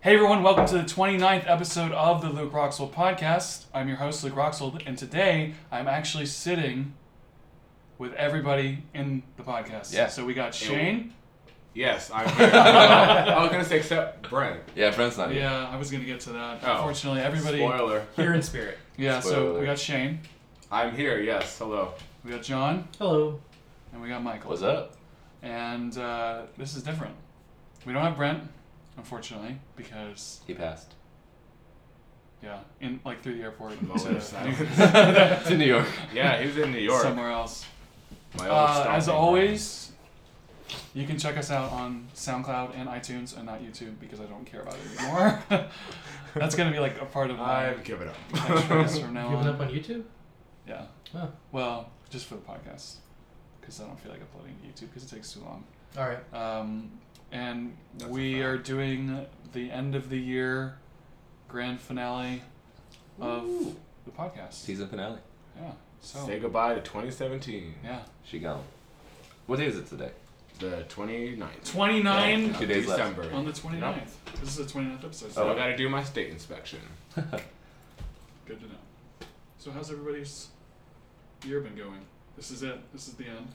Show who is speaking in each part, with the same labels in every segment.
Speaker 1: Hey everyone, welcome to the 29th episode of the Luke Roxwell podcast. I'm your host, Luke Roxwell, and today I'm actually sitting with everybody in the podcast.
Speaker 2: Yeah.
Speaker 1: So we got Shane.
Speaker 3: Yes, I'm here. I was gonna say except Brent.
Speaker 2: Oh, Yeah, Brent's not here.
Speaker 1: Yeah, I was going to get to that.
Speaker 3: Oh.
Speaker 1: Unfortunately, everybody.
Speaker 3: Spoiler.
Speaker 4: Here in spirit.
Speaker 1: Yeah, so
Speaker 2: Spoiler.
Speaker 1: we got Shane,
Speaker 3: I'm here. Yes. Hello.
Speaker 1: we got John,
Speaker 4: Hello.
Speaker 1: and we got Michael.
Speaker 2: What's up?
Speaker 1: And uh, this is different. We don't have Brent, unfortunately, because,
Speaker 2: He passed.
Speaker 1: yeah, in like through the airport.
Speaker 3: The moment of
Speaker 1: to-
Speaker 3: silence.
Speaker 2: to New York.
Speaker 3: Yeah, he was in New York.
Speaker 1: Somewhere else.
Speaker 3: My old
Speaker 1: Uh, as
Speaker 3: stomping ground.
Speaker 1: always, you can check us out on SoundCloud and iTunes and not YouTube because I don't care about it anymore. That's gonna be like a part of my
Speaker 3: I've given up.
Speaker 1: catchphrase from now
Speaker 4: Giving up
Speaker 1: on.
Speaker 4: on YouTube?
Speaker 1: Yeah.
Speaker 4: Oh.
Speaker 1: Well, just for the podcast, because I don't feel like uploading to YouTube because it takes too long.
Speaker 4: All right.
Speaker 1: Um, and
Speaker 3: That's a
Speaker 1: we
Speaker 3: fact.
Speaker 1: are doing the end of the year grand finale of the podcast.
Speaker 2: Season finale.
Speaker 1: Yeah.
Speaker 3: Say
Speaker 1: So
Speaker 3: goodbye to 2017.
Speaker 1: yeah.
Speaker 2: She gone. What day is it today?
Speaker 3: The 29th.
Speaker 1: Twenty nine
Speaker 2: Two days left.
Speaker 3: December.
Speaker 1: on the 29th. This is the 29th episode. so-
Speaker 3: So I gotta do my state inspection.
Speaker 1: Good to know. So how's everybody's year been going? This is it. This is the end.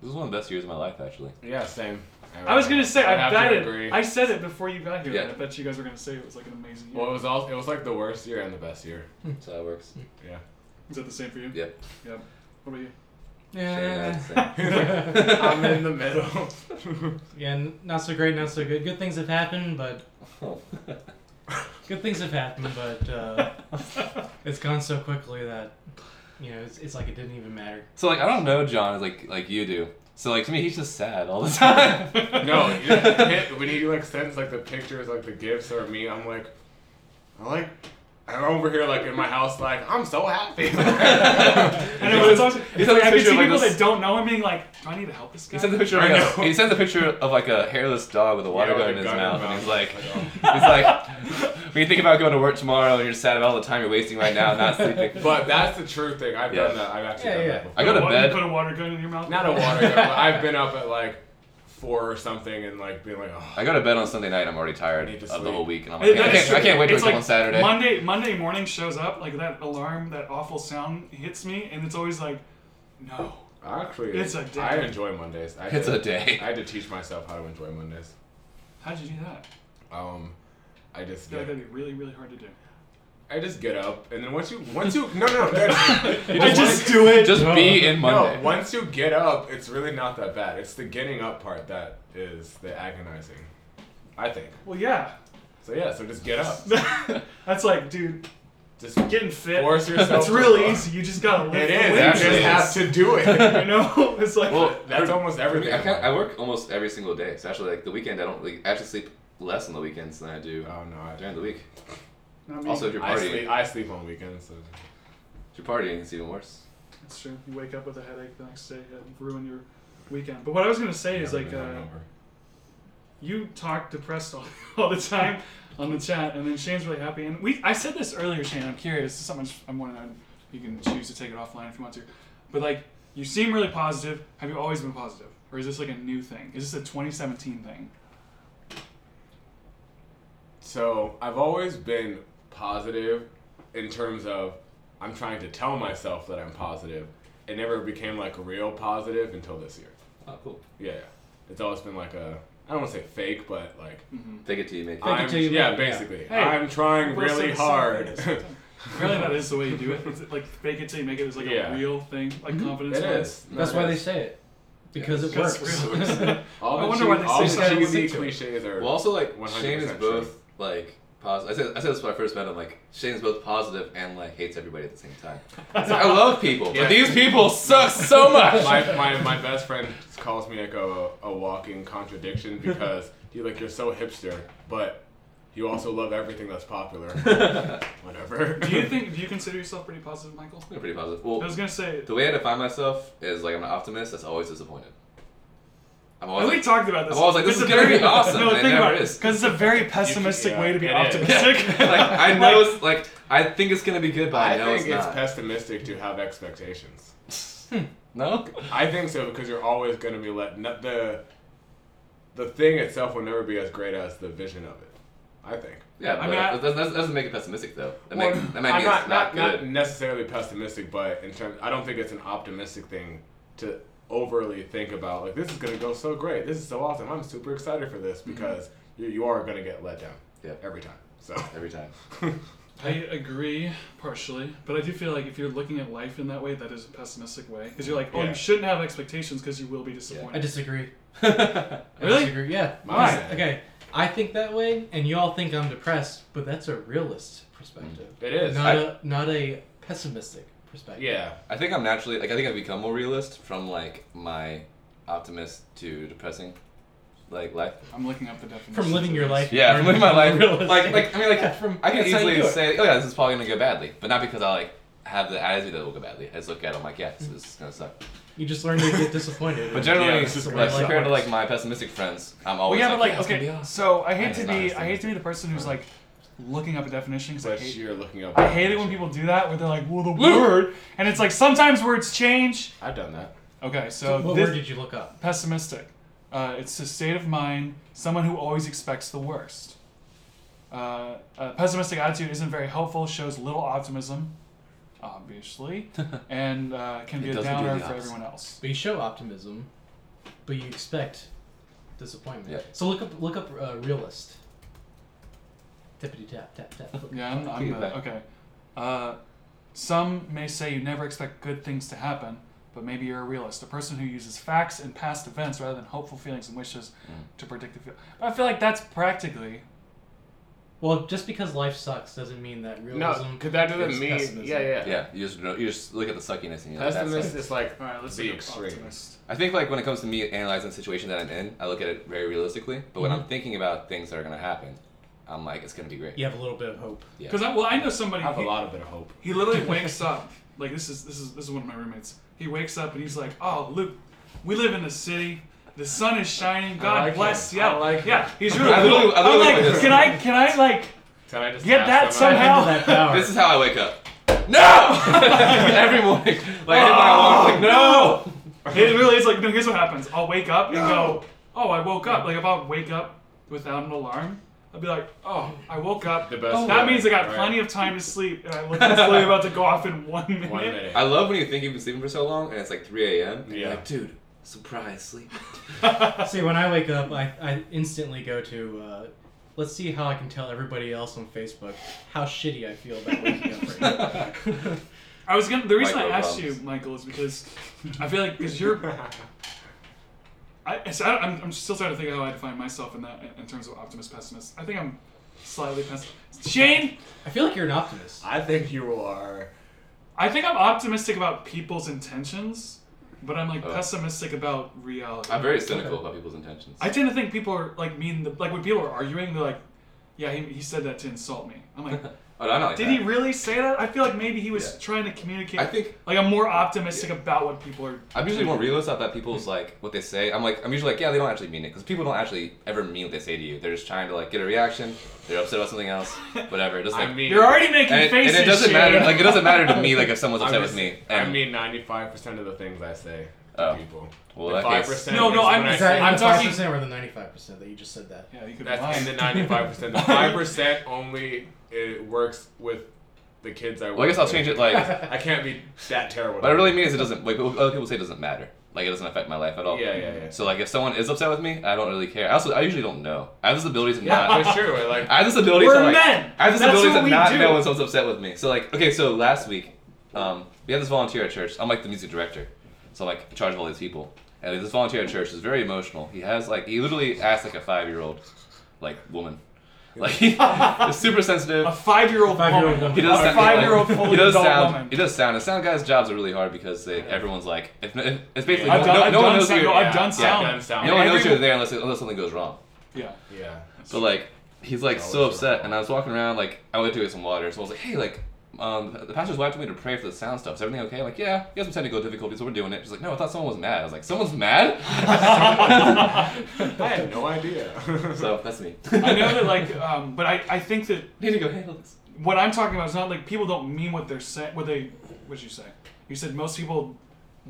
Speaker 2: This is one of the best years of my life, actually.
Speaker 3: Yeah, same.
Speaker 1: I was gonna say
Speaker 3: I'd
Speaker 1: I
Speaker 3: have
Speaker 1: bet
Speaker 3: to
Speaker 1: it.
Speaker 3: agree.
Speaker 1: I said it before you got here.
Speaker 2: Yeah.
Speaker 1: and I bet you guys were gonna say it was like an amazing year.
Speaker 3: Well, it was all. It was like the worst year and the best year.
Speaker 2: That's how it works.
Speaker 3: Yeah.
Speaker 1: is that the same for you?
Speaker 2: Yep.
Speaker 1: Yep. What about you?
Speaker 2: Shane and I
Speaker 4: Yeah.
Speaker 2: are the same.
Speaker 3: I'm in the middle.
Speaker 4: Yeah, n- not so great, not so good. Good things have happened, but
Speaker 2: Oh.
Speaker 4: good things have happened, but uh, it's gone so quickly that you know it's, it's like it didn't even matter.
Speaker 2: so like I don't know John as like like you do. So like to me he's just sad all the time.
Speaker 3: No, you know, hit- when he like sends like the pictures, like the gifts or me, I'm like, I like, I'm over here like in my house, like I'm so happy.
Speaker 1: I
Speaker 2: know,
Speaker 1: know. It's
Speaker 2: but it's
Speaker 1: also,
Speaker 2: also-
Speaker 1: it's
Speaker 2: it's
Speaker 1: like,
Speaker 2: like
Speaker 1: I can
Speaker 2: picture
Speaker 1: see
Speaker 2: of, like,
Speaker 1: people
Speaker 2: this-
Speaker 1: that don't know him being like, "Do I need to help this guy?"
Speaker 2: He sends a picture of
Speaker 3: I
Speaker 2: like a,
Speaker 3: know.
Speaker 2: he sends a picture of like a hairless dog with a water
Speaker 3: Yeah,
Speaker 2: gun
Speaker 3: with
Speaker 2: in his
Speaker 3: a gun
Speaker 2: mouth, and he's like he's
Speaker 3: mouth.
Speaker 2: like when you think about going to work tomorrow and you're sad about all the time you're wasting right now, not sleeping.
Speaker 3: oh. But that's the true thing. I've
Speaker 2: Yeah.
Speaker 3: done that. I've actually
Speaker 4: Yeah,
Speaker 3: done
Speaker 4: yeah.
Speaker 3: that before.
Speaker 2: I go to
Speaker 1: Wa-
Speaker 2: bed.
Speaker 1: You put a water gun in your mouth.
Speaker 3: Not a water gun. But I've been up at like four or something and like being like, oh,
Speaker 2: I go to bed on Sunday night. I'm already tired
Speaker 3: I need
Speaker 2: of
Speaker 3: to
Speaker 2: the
Speaker 3: sleep.
Speaker 2: whole week, and I'm
Speaker 1: That-
Speaker 2: like, I
Speaker 1: that is
Speaker 2: can't, I
Speaker 1: true.
Speaker 2: can't wait to
Speaker 1: It's
Speaker 2: wake
Speaker 1: like
Speaker 2: up on Saturday.
Speaker 1: Monday Monday morning shows up like that alarm, that awful sound hits me, and it's always like, no.
Speaker 3: actually,
Speaker 1: It's a day.
Speaker 3: I enjoy Mondays. I
Speaker 2: It's
Speaker 3: did-
Speaker 2: a day.
Speaker 3: I had to teach myself how to enjoy Mondays.
Speaker 1: How'd you do that?
Speaker 3: Um, I just
Speaker 1: I feel
Speaker 3: get,
Speaker 1: like that'd be really, really hard to do.
Speaker 3: I just get up and then once you once you no no no.
Speaker 1: I just do it.
Speaker 2: Just be in Monday.
Speaker 3: No, once you get up, it's really not that bad. It's the getting up part that is the agonizing, I think.
Speaker 1: Well, yeah.
Speaker 3: So yeah, so just get up.
Speaker 1: That's like, dude,
Speaker 3: Just
Speaker 1: getting fit.
Speaker 3: Force yourself
Speaker 1: It's
Speaker 3: to
Speaker 1: really
Speaker 3: go.
Speaker 1: easy. You just gotta lift
Speaker 3: it
Speaker 1: the
Speaker 3: is.
Speaker 1: weight.
Speaker 3: You
Speaker 2: Actually,
Speaker 3: just have to do it.
Speaker 1: You know, it's like
Speaker 2: Well,
Speaker 3: That's almost
Speaker 2: I, mean,
Speaker 3: everything.
Speaker 2: I, can't, I work almost every single day. So actually, like the weekend, I don't like I actually sleep less on the weekends than I do uh,
Speaker 3: Oh no, I
Speaker 2: during the week.
Speaker 1: I mean,
Speaker 2: Also, if you're
Speaker 3: I
Speaker 2: partying,
Speaker 3: sleep. I sleep on weekends. So.
Speaker 2: if you're partying, it's even worse.
Speaker 1: That's true. You wake up with a headache the next day, and ruin your weekend. But what I was gonna say is
Speaker 3: Never
Speaker 1: like,
Speaker 3: been
Speaker 1: uh,
Speaker 3: hungover.
Speaker 1: you talk depressed all, all the time on the chat, and then Shane's really happy. And we, I said this earlier, Shane. I'm curious. This is something I'm wondering. You can choose to take it offline if you want to. But like, you seem really positive. Have you always been positive, or is this like a new thing? Is this a 2017 thing?
Speaker 3: So I've always been positive in terms of I'm trying to tell myself that I'm positive. It never became like real positive until this year.
Speaker 2: Oh, cool.
Speaker 3: Yeah, yeah. it's always been like a I don't want to say fake, but like
Speaker 2: Take it to you, make
Speaker 4: Fake it
Speaker 3: I'm,
Speaker 4: till you
Speaker 3: yeah,
Speaker 4: make it, yeah.
Speaker 3: basically.
Speaker 1: Hey,
Speaker 3: I'm trying really hard. it
Speaker 1: really, that is the way you do it. Is it like fake it till you make it is like
Speaker 3: Yeah.
Speaker 1: a real thing, like confidence. wise?
Speaker 3: is.
Speaker 4: That's
Speaker 3: It
Speaker 4: why they
Speaker 3: is.
Speaker 4: say it because it
Speaker 1: Because
Speaker 4: works.
Speaker 1: it's real.
Speaker 3: All
Speaker 1: I
Speaker 3: the
Speaker 1: wonder
Speaker 3: cheesy,
Speaker 1: why they
Speaker 3: all
Speaker 1: say
Speaker 3: the
Speaker 1: that.
Speaker 3: cheesy
Speaker 1: Stick to it.
Speaker 3: cliches are.
Speaker 2: Well, also like
Speaker 3: 100%
Speaker 2: Shane is
Speaker 3: true.
Speaker 2: both like positive. I said I said this when I first met him. Like Shane's both positive and like hates everybody at the same time. It's like, I love people,
Speaker 3: Yeah.
Speaker 2: but these people suck so much.
Speaker 3: my, my, my best friend calls me like a, a walking contradiction because you like you're so hipster, but you also love everything that's popular. Whatever.
Speaker 1: do you think? Do you consider yourself pretty positive, Michael?
Speaker 2: They're pretty positive.
Speaker 1: I
Speaker 2: Well,
Speaker 1: was gonna say.
Speaker 2: the way I define myself is like I'm an optimist that's always disappointed. I'm
Speaker 1: And
Speaker 2: always
Speaker 1: we
Speaker 2: like,
Speaker 1: talked about this.
Speaker 2: I'm always like, this
Speaker 1: It's
Speaker 2: is
Speaker 1: a
Speaker 2: gonna
Speaker 1: very-
Speaker 2: be awesome,
Speaker 1: No,
Speaker 2: and it
Speaker 1: think
Speaker 2: never
Speaker 1: about it.
Speaker 2: is.
Speaker 1: Because it's a very pessimistic
Speaker 3: yeah,
Speaker 1: way to be
Speaker 3: it
Speaker 1: optimistic.
Speaker 2: like I know it's like I think it's gonna be good, but I,
Speaker 3: I
Speaker 2: know
Speaker 3: think
Speaker 2: it's
Speaker 3: it's
Speaker 2: not.
Speaker 3: pessimistic to have expectations.
Speaker 2: no,
Speaker 3: I think so because you're always going to be let. Not the the thing itself will never be as great as the vision of it. I think.
Speaker 2: Yeah,
Speaker 1: I
Speaker 2: but
Speaker 1: mean, I-
Speaker 2: that, that, that doesn't make it pessimistic though. That,
Speaker 3: Well,
Speaker 2: make, that might
Speaker 3: I'm
Speaker 2: mean
Speaker 3: not,
Speaker 2: it's not,
Speaker 3: not,
Speaker 2: good.
Speaker 3: necessarily pessimistic, but in terms, I don't think it's an optimistic thing to overly think about. Like this is gonna go so great. This is so awesome. I'm super excited for this
Speaker 2: Mm-hmm.
Speaker 3: because you, you are gonna get let down.
Speaker 2: Yeah.
Speaker 3: Every time. So.
Speaker 2: Every time.
Speaker 1: I agree partially, but I do feel like if you're looking at life in that way, that is a pessimistic way because you're like, oh,
Speaker 3: Yeah.
Speaker 1: you shouldn't have expectations because you will be
Speaker 4: I
Speaker 1: disappointed.
Speaker 4: disagree. I
Speaker 1: Really?
Speaker 4: disagree. Yeah.
Speaker 3: Mine.
Speaker 4: Because- Okay. I think that way, and you all think I'm depressed, but that's a realist perspective.
Speaker 3: It is.
Speaker 4: Not
Speaker 3: I-
Speaker 4: a not a pessimistic perspective.
Speaker 3: yeah.
Speaker 2: I think I'm naturally like I think I've become more realist from like my optimist to depressing, like life.
Speaker 1: I'm looking up the definition.
Speaker 4: From living your life.
Speaker 2: Yeah, from
Speaker 4: learning
Speaker 2: living my
Speaker 4: to
Speaker 2: life.
Speaker 4: be realistic.
Speaker 2: Like, like I mean, like
Speaker 4: Yeah, from-
Speaker 2: I can
Speaker 4: that's how you
Speaker 2: easily
Speaker 4: do it.
Speaker 2: say, oh yeah, this is probably gonna go badly, but not because I like have the attitude that it will go badly. I just look at it, I'm like, yeah, this is gonna suck.
Speaker 4: You just learn to get disappointed.
Speaker 2: But generally,
Speaker 3: this is
Speaker 2: like,
Speaker 4: gonna suck.
Speaker 2: compared to like my pessimistic friends, I'm
Speaker 1: Well,
Speaker 2: always
Speaker 1: yeah, but
Speaker 2: like,
Speaker 1: like,
Speaker 2: "Yeah, it's
Speaker 1: okay,
Speaker 2: gonna be awesome."
Speaker 1: so I hate
Speaker 2: And
Speaker 1: to
Speaker 2: it's
Speaker 1: be,
Speaker 2: not
Speaker 1: I hate to be the person who's like looking up a definition because I
Speaker 3: But
Speaker 1: hate.
Speaker 3: you're looking up.
Speaker 1: I hate it when people do that, where they're like, "Well, the word," and it's like sometimes words change.
Speaker 3: I've done that.
Speaker 1: Okay, so,
Speaker 4: what
Speaker 1: this
Speaker 4: word did you look up?
Speaker 1: pessimistic. Uh, it's a state of mind, someone who always expects the worst. Uh, a pessimistic attitude isn't very helpful, shows little optimism, obviously, and uh, can be
Speaker 2: It
Speaker 1: a
Speaker 2: doesn't do
Speaker 1: downer
Speaker 2: the
Speaker 1: for
Speaker 2: opposite.
Speaker 1: everyone else.
Speaker 4: But you show optimism, but you expect disappointment.
Speaker 2: Yeah.
Speaker 4: So look up look up uh, realist. Tippity tap tap tap.
Speaker 1: Yeah, I'm, I'm
Speaker 2: Keep
Speaker 1: uh,
Speaker 2: that.
Speaker 1: okay. Uh, some may say you never expect good things to happen, but maybe you're a realist, a person who uses facts and past events rather than hopeful feelings and wishes
Speaker 3: Mm.
Speaker 1: to predict the future. But I feel like that's practically
Speaker 4: Well, just because life sucks doesn't mean that realism.
Speaker 3: No, because that
Speaker 4: is
Speaker 3: doesn't mean.
Speaker 4: pessimism.
Speaker 3: Yeah, yeah.
Speaker 2: Yeah, you just know- you just look at the suckiness and you're like, that's
Speaker 3: Pessimist is like
Speaker 1: all right. Let's
Speaker 3: the
Speaker 1: look up
Speaker 3: extreme.
Speaker 1: optimist.
Speaker 2: I think like when it comes to me analyzing the situation that I'm in, I look at it very realistically. But when
Speaker 1: Mm-hmm.
Speaker 2: I'm thinking about things that are gonna happen, I'm like, it's gonna be great.
Speaker 4: You have a little bit of hope.
Speaker 1: Because I, well, I know
Speaker 3: I
Speaker 1: somebody.
Speaker 3: have a
Speaker 1: he-
Speaker 3: lot of bit of hope.
Speaker 1: He literally wakes up. Like this is this is this is one of my roommates. He wakes up and he's like, "Oh, Luke, we live in the city. The sun is shining. God
Speaker 3: like
Speaker 1: bless
Speaker 3: him. I
Speaker 1: Seattle."
Speaker 3: like him.
Speaker 1: yeah, he's really
Speaker 2: I
Speaker 1: cool.
Speaker 2: literally- I
Speaker 1: I'm
Speaker 2: literally
Speaker 1: like,
Speaker 2: like this.
Speaker 1: can I can I like
Speaker 3: Can I just
Speaker 1: Get
Speaker 3: ask
Speaker 1: that
Speaker 3: somebody-
Speaker 1: somehow.
Speaker 4: Into that power.
Speaker 2: This is how I wake up. No! Every morning, like I hit my alarm, like no.
Speaker 1: It really is like, no, here's what happens. I'll wake up and go, oh, I woke up. Like, if I wake up without an alarm, I'd be like, oh, I woke up.
Speaker 3: The best
Speaker 1: that
Speaker 3: way,
Speaker 1: means I got
Speaker 3: right.
Speaker 1: plenty of time to sleep, and I look it's literally about to go off in one minute.
Speaker 3: One minute.
Speaker 2: I love when you think you've been sleeping for so long, and it's like 3 a.m. and You're
Speaker 3: Yeah.
Speaker 2: like, dude, surprise sleep.
Speaker 4: See, when I wake up, I, I instantly go to, uh, let's see how I can tell everybody else on Facebook how shitty I feel about waking up right now.
Speaker 1: I was gonna. The reason I
Speaker 2: Micro
Speaker 1: asked you,
Speaker 2: problems.
Speaker 1: Michael, is because I feel like because you're. I, so I, I'm, I'm still trying to think how I define myself in that in terms of optimist pessimist. I think I'm slightly pessimist. Shane,
Speaker 4: I feel like you're an optimist.
Speaker 3: I think you are.
Speaker 1: I think I'm optimistic about people's intentions, but I'm like
Speaker 2: Oh.
Speaker 1: pessimistic about reality.
Speaker 2: I'm very cynical about people's intentions.
Speaker 1: I tend to think people are like mean. The, like when people are arguing, they're like, "Yeah, he, he said that to insult me." I'm like,
Speaker 2: oh, no, I'm not like
Speaker 1: "Did
Speaker 2: that.
Speaker 1: he really say that?" I feel like maybe he was
Speaker 2: Yeah.
Speaker 1: trying to communicate.
Speaker 2: I think-
Speaker 1: like I'm more optimistic about what people are.
Speaker 2: I'm usually more realistic about
Speaker 1: Mm-hmm.
Speaker 2: people's like what they say. I'm like I'm usually like yeah they don't actually mean it because people don't actually ever mean what they say to you. They're just trying to like get a reaction. They're upset about something else, whatever. Just like
Speaker 3: I mean,
Speaker 1: You're already making
Speaker 2: and, it- and
Speaker 1: faces.
Speaker 2: it doesn't
Speaker 1: Shane.
Speaker 2: matter. Like it doesn't matter to me like if someone's
Speaker 3: I'm
Speaker 2: upset
Speaker 3: just-
Speaker 2: with me.
Speaker 3: I
Speaker 2: And,
Speaker 3: mean, ninety-five percent of the things I say to
Speaker 2: Oh.
Speaker 3: people.
Speaker 2: Well,
Speaker 3: the
Speaker 2: that
Speaker 3: five
Speaker 2: case-
Speaker 3: percent.
Speaker 1: No, no, I'm-
Speaker 3: I
Speaker 1: Is
Speaker 4: Is
Speaker 3: say-
Speaker 4: that
Speaker 1: I'm
Speaker 4: in the
Speaker 1: talking-
Speaker 4: 5% or the 95% that you just said that?
Speaker 1: yeah, you could
Speaker 3: That's
Speaker 1: lie.
Speaker 3: in the ninety-five percent. The five percent only it works with the kids I.
Speaker 2: well I guess I'll change it like
Speaker 3: I can't be that terrible.
Speaker 2: what I really mean is it doesn't like what other people say it doesn't matter. Like it doesn't affect my life at all.
Speaker 3: Yeah, yeah, yeah.
Speaker 2: So like if someone is upset with me, I don't really care. I also I usually don't know. I have this ability to
Speaker 1: Yeah.
Speaker 2: not.
Speaker 3: For sure, I like
Speaker 2: I have this ability
Speaker 1: We're
Speaker 2: to like,
Speaker 1: men.
Speaker 2: I have this
Speaker 1: That's
Speaker 2: ability
Speaker 1: what
Speaker 2: to
Speaker 1: we
Speaker 2: not
Speaker 1: do.
Speaker 2: know when someone's upset with me. So like, okay, so last week, um, we had this volunteer at church. I'm like the music director, so I'm like in charge of all these people. And this volunteer at church is very emotional. He has like he literally acts like a five year old, like woman, like he's super sensitive.
Speaker 1: a five-year-old woman.
Speaker 4: Five-year-old woman.
Speaker 2: He does
Speaker 1: a
Speaker 2: sound,
Speaker 1: five-year-old
Speaker 2: like,
Speaker 1: fully
Speaker 2: he does
Speaker 1: adult
Speaker 2: sound,
Speaker 1: woman.
Speaker 2: He does sound. And sound guys' jobs are really hard because they, everyone's like, if, if, it's basically
Speaker 1: I've
Speaker 2: no,
Speaker 1: done, I've
Speaker 2: no one
Speaker 1: done
Speaker 2: knows
Speaker 1: sound.
Speaker 2: you're,
Speaker 1: no, I've
Speaker 3: yeah,
Speaker 1: done
Speaker 3: I've
Speaker 1: sound.
Speaker 3: done sound.
Speaker 2: no one knows
Speaker 1: Every-
Speaker 2: you're there unless, unless something goes wrong.
Speaker 1: Yeah.
Speaker 3: yeah.
Speaker 2: But like, he's like so
Speaker 3: Always.
Speaker 2: upset, and I was walking around like I went to get some water. So I was like, hey, like, um, the pastor's wife told me to pray for the sound stuff. Is everything okay? I'm like, yeah, he has some technical difficulties, so we're doing it. She's like, no, I thought someone was mad. I was like, someone's mad.
Speaker 3: I had no idea.
Speaker 2: so that's me.
Speaker 1: I know that, like, um, but I, I think that
Speaker 2: need to go handle this.
Speaker 1: what I'm talking about is not like people don't mean what they're saying. What they, what did you say? You said most people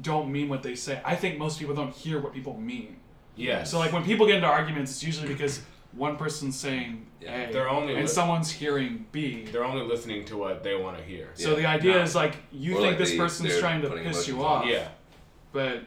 Speaker 1: don't mean what they say. I think most people don't hear what people mean.
Speaker 3: yeah.
Speaker 1: So like when people get into arguments, it's usually because one person's saying
Speaker 2: Yeah.
Speaker 1: A,
Speaker 3: They're only
Speaker 1: and
Speaker 3: li-
Speaker 1: someone's hearing B.
Speaker 3: They're only listening to what they want to hear.
Speaker 1: So
Speaker 2: Yeah.
Speaker 1: the idea
Speaker 3: No.
Speaker 1: is like you
Speaker 2: Or
Speaker 1: think
Speaker 2: like
Speaker 1: this
Speaker 2: they-
Speaker 1: person's
Speaker 2: they're
Speaker 1: trying to
Speaker 2: putting
Speaker 1: piss you
Speaker 2: emotions
Speaker 1: off,
Speaker 2: on.
Speaker 3: Yeah.
Speaker 1: but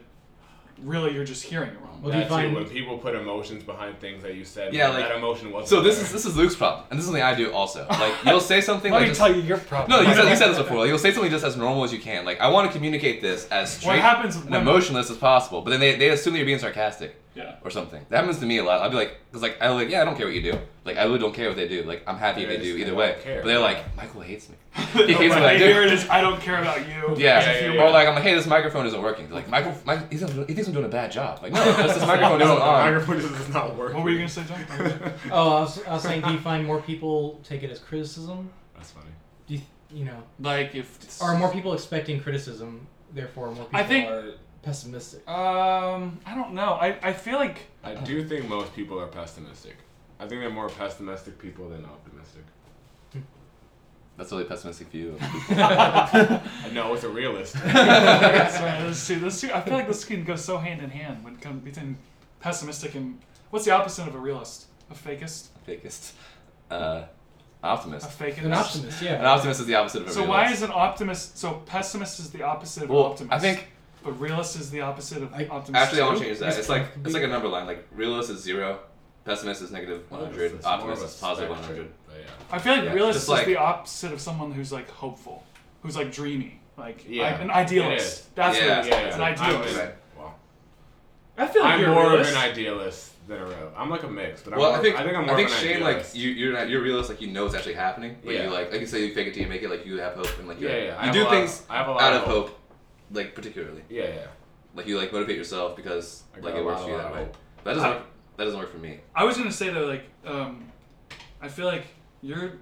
Speaker 1: really you're just hearing it wrong.
Speaker 4: Well, do you
Speaker 3: That too,
Speaker 4: find-
Speaker 3: when people put emotions behind things that you said,
Speaker 2: Yeah,
Speaker 3: yeah,
Speaker 2: like-
Speaker 3: that emotion wasn't.
Speaker 2: So this
Speaker 3: there.
Speaker 2: is this is Luke's problem, and this is something I do also. Like you'll say something
Speaker 1: Let
Speaker 2: like
Speaker 1: me
Speaker 2: just-
Speaker 1: tell you your problem.
Speaker 2: No, you said, you said this before. Like, you'll say something just as normal as you can. Like, I want to communicate this as straight
Speaker 1: happens
Speaker 2: and
Speaker 1: when-
Speaker 2: emotionless as possible. But then they, they assume that you're being sarcastic
Speaker 1: Yeah.
Speaker 2: or something. That happens to me a lot. I'll be like, because like I like yeah, I don't care what you do. Like I really don't care what they do. Like I'm happy
Speaker 3: Yeah,
Speaker 2: if they do
Speaker 3: just-
Speaker 2: either
Speaker 3: I
Speaker 2: way.
Speaker 3: don't care.
Speaker 2: But they're like, Michael hates me.
Speaker 1: Oh,
Speaker 2: He hates what I
Speaker 1: right, Here
Speaker 2: do.
Speaker 1: it is. I don't care about you.
Speaker 2: Yeah.
Speaker 3: Yeah, yeah, yeah.
Speaker 2: Or like I'm like, hey, this microphone isn't working. They're like Michael, my, he's not, he thinks I'm doing a bad job. Like no, this this microphone
Speaker 3: no,
Speaker 2: isn't
Speaker 3: the
Speaker 2: on.
Speaker 3: microphone just is not working.
Speaker 1: What were you gonna say, John?
Speaker 4: Oh, I was, I was saying, do you find more people take it as criticism?
Speaker 3: That's funny.
Speaker 4: Do you, you know,
Speaker 1: like if
Speaker 4: are more people expecting criticism? Therefore, more people
Speaker 1: I think-
Speaker 4: are pessimistic.
Speaker 1: um I don't know. I, I feel like
Speaker 3: I do think most people are pessimistic. I think they're more pessimistic people than optimistic.
Speaker 2: That's a really pessimistic view.
Speaker 3: I know it's a realist.
Speaker 1: Sorry, let's see, let's see. I feel like this can go so hand in hand when it comes between pessimistic and what's the opposite of a realist? A fakist?
Speaker 2: Fakest. Uh,
Speaker 1: A
Speaker 2: optimist.
Speaker 1: fakist?
Speaker 4: An optimist, yeah.
Speaker 2: An optimist is the opposite of a
Speaker 1: So
Speaker 2: realist.
Speaker 1: why is an optimist? So pessimist is the opposite of
Speaker 2: Well,
Speaker 1: optimist.
Speaker 2: I think-
Speaker 1: but realist is the opposite of
Speaker 4: I-
Speaker 1: optimist.
Speaker 2: Actually, I want
Speaker 1: too?
Speaker 2: to change that. It's like it's like a number line. Like realist is zero, pessimist is negative one hundred,
Speaker 3: It's more of
Speaker 2: optimist
Speaker 3: a
Speaker 2: is positive one
Speaker 3: spectrum,
Speaker 2: hundred.
Speaker 3: but yeah.
Speaker 1: I feel like
Speaker 2: Yeah,
Speaker 1: realist
Speaker 2: just
Speaker 1: is
Speaker 2: like-
Speaker 1: the opposite of someone who's like hopeful, who's like dreamy, like
Speaker 3: Yeah,
Speaker 1: like an
Speaker 3: it
Speaker 1: idealist.
Speaker 3: is.
Speaker 1: That's
Speaker 2: Yeah,
Speaker 1: what it is.
Speaker 2: yeah,
Speaker 1: it's an
Speaker 2: yeah.
Speaker 3: I'm-
Speaker 1: idealist.
Speaker 2: Right.
Speaker 3: Wow.
Speaker 1: I feel like
Speaker 3: I'm
Speaker 1: you're a
Speaker 3: more of
Speaker 1: realist.
Speaker 3: an idealist than a real. I'm like a mix, but I'm
Speaker 2: Well,
Speaker 3: more,
Speaker 2: I think
Speaker 3: I think I'm
Speaker 2: I
Speaker 3: more
Speaker 2: think
Speaker 3: of an
Speaker 2: Shane like
Speaker 3: idealist.
Speaker 2: you you're not, you're a realist like you know it's actually happening. But
Speaker 3: Yeah.
Speaker 2: you like like you say you fake it till you make it. Like you have hope and like
Speaker 3: yeah,
Speaker 2: you're-
Speaker 3: yeah.
Speaker 2: you
Speaker 3: I have a
Speaker 2: do
Speaker 3: lot
Speaker 2: things
Speaker 3: I have a lot
Speaker 2: out of hope, like particularly
Speaker 3: Yeah, yeah.
Speaker 2: like you like motivate yourself because
Speaker 3: I
Speaker 2: like
Speaker 3: got
Speaker 2: it
Speaker 3: a
Speaker 2: works
Speaker 3: lot
Speaker 2: for you
Speaker 3: of
Speaker 2: that way.
Speaker 3: hope.
Speaker 2: That doesn't
Speaker 1: I-
Speaker 2: work, that doesn't work for me.
Speaker 1: I was gonna say though, like, um, I feel like you're.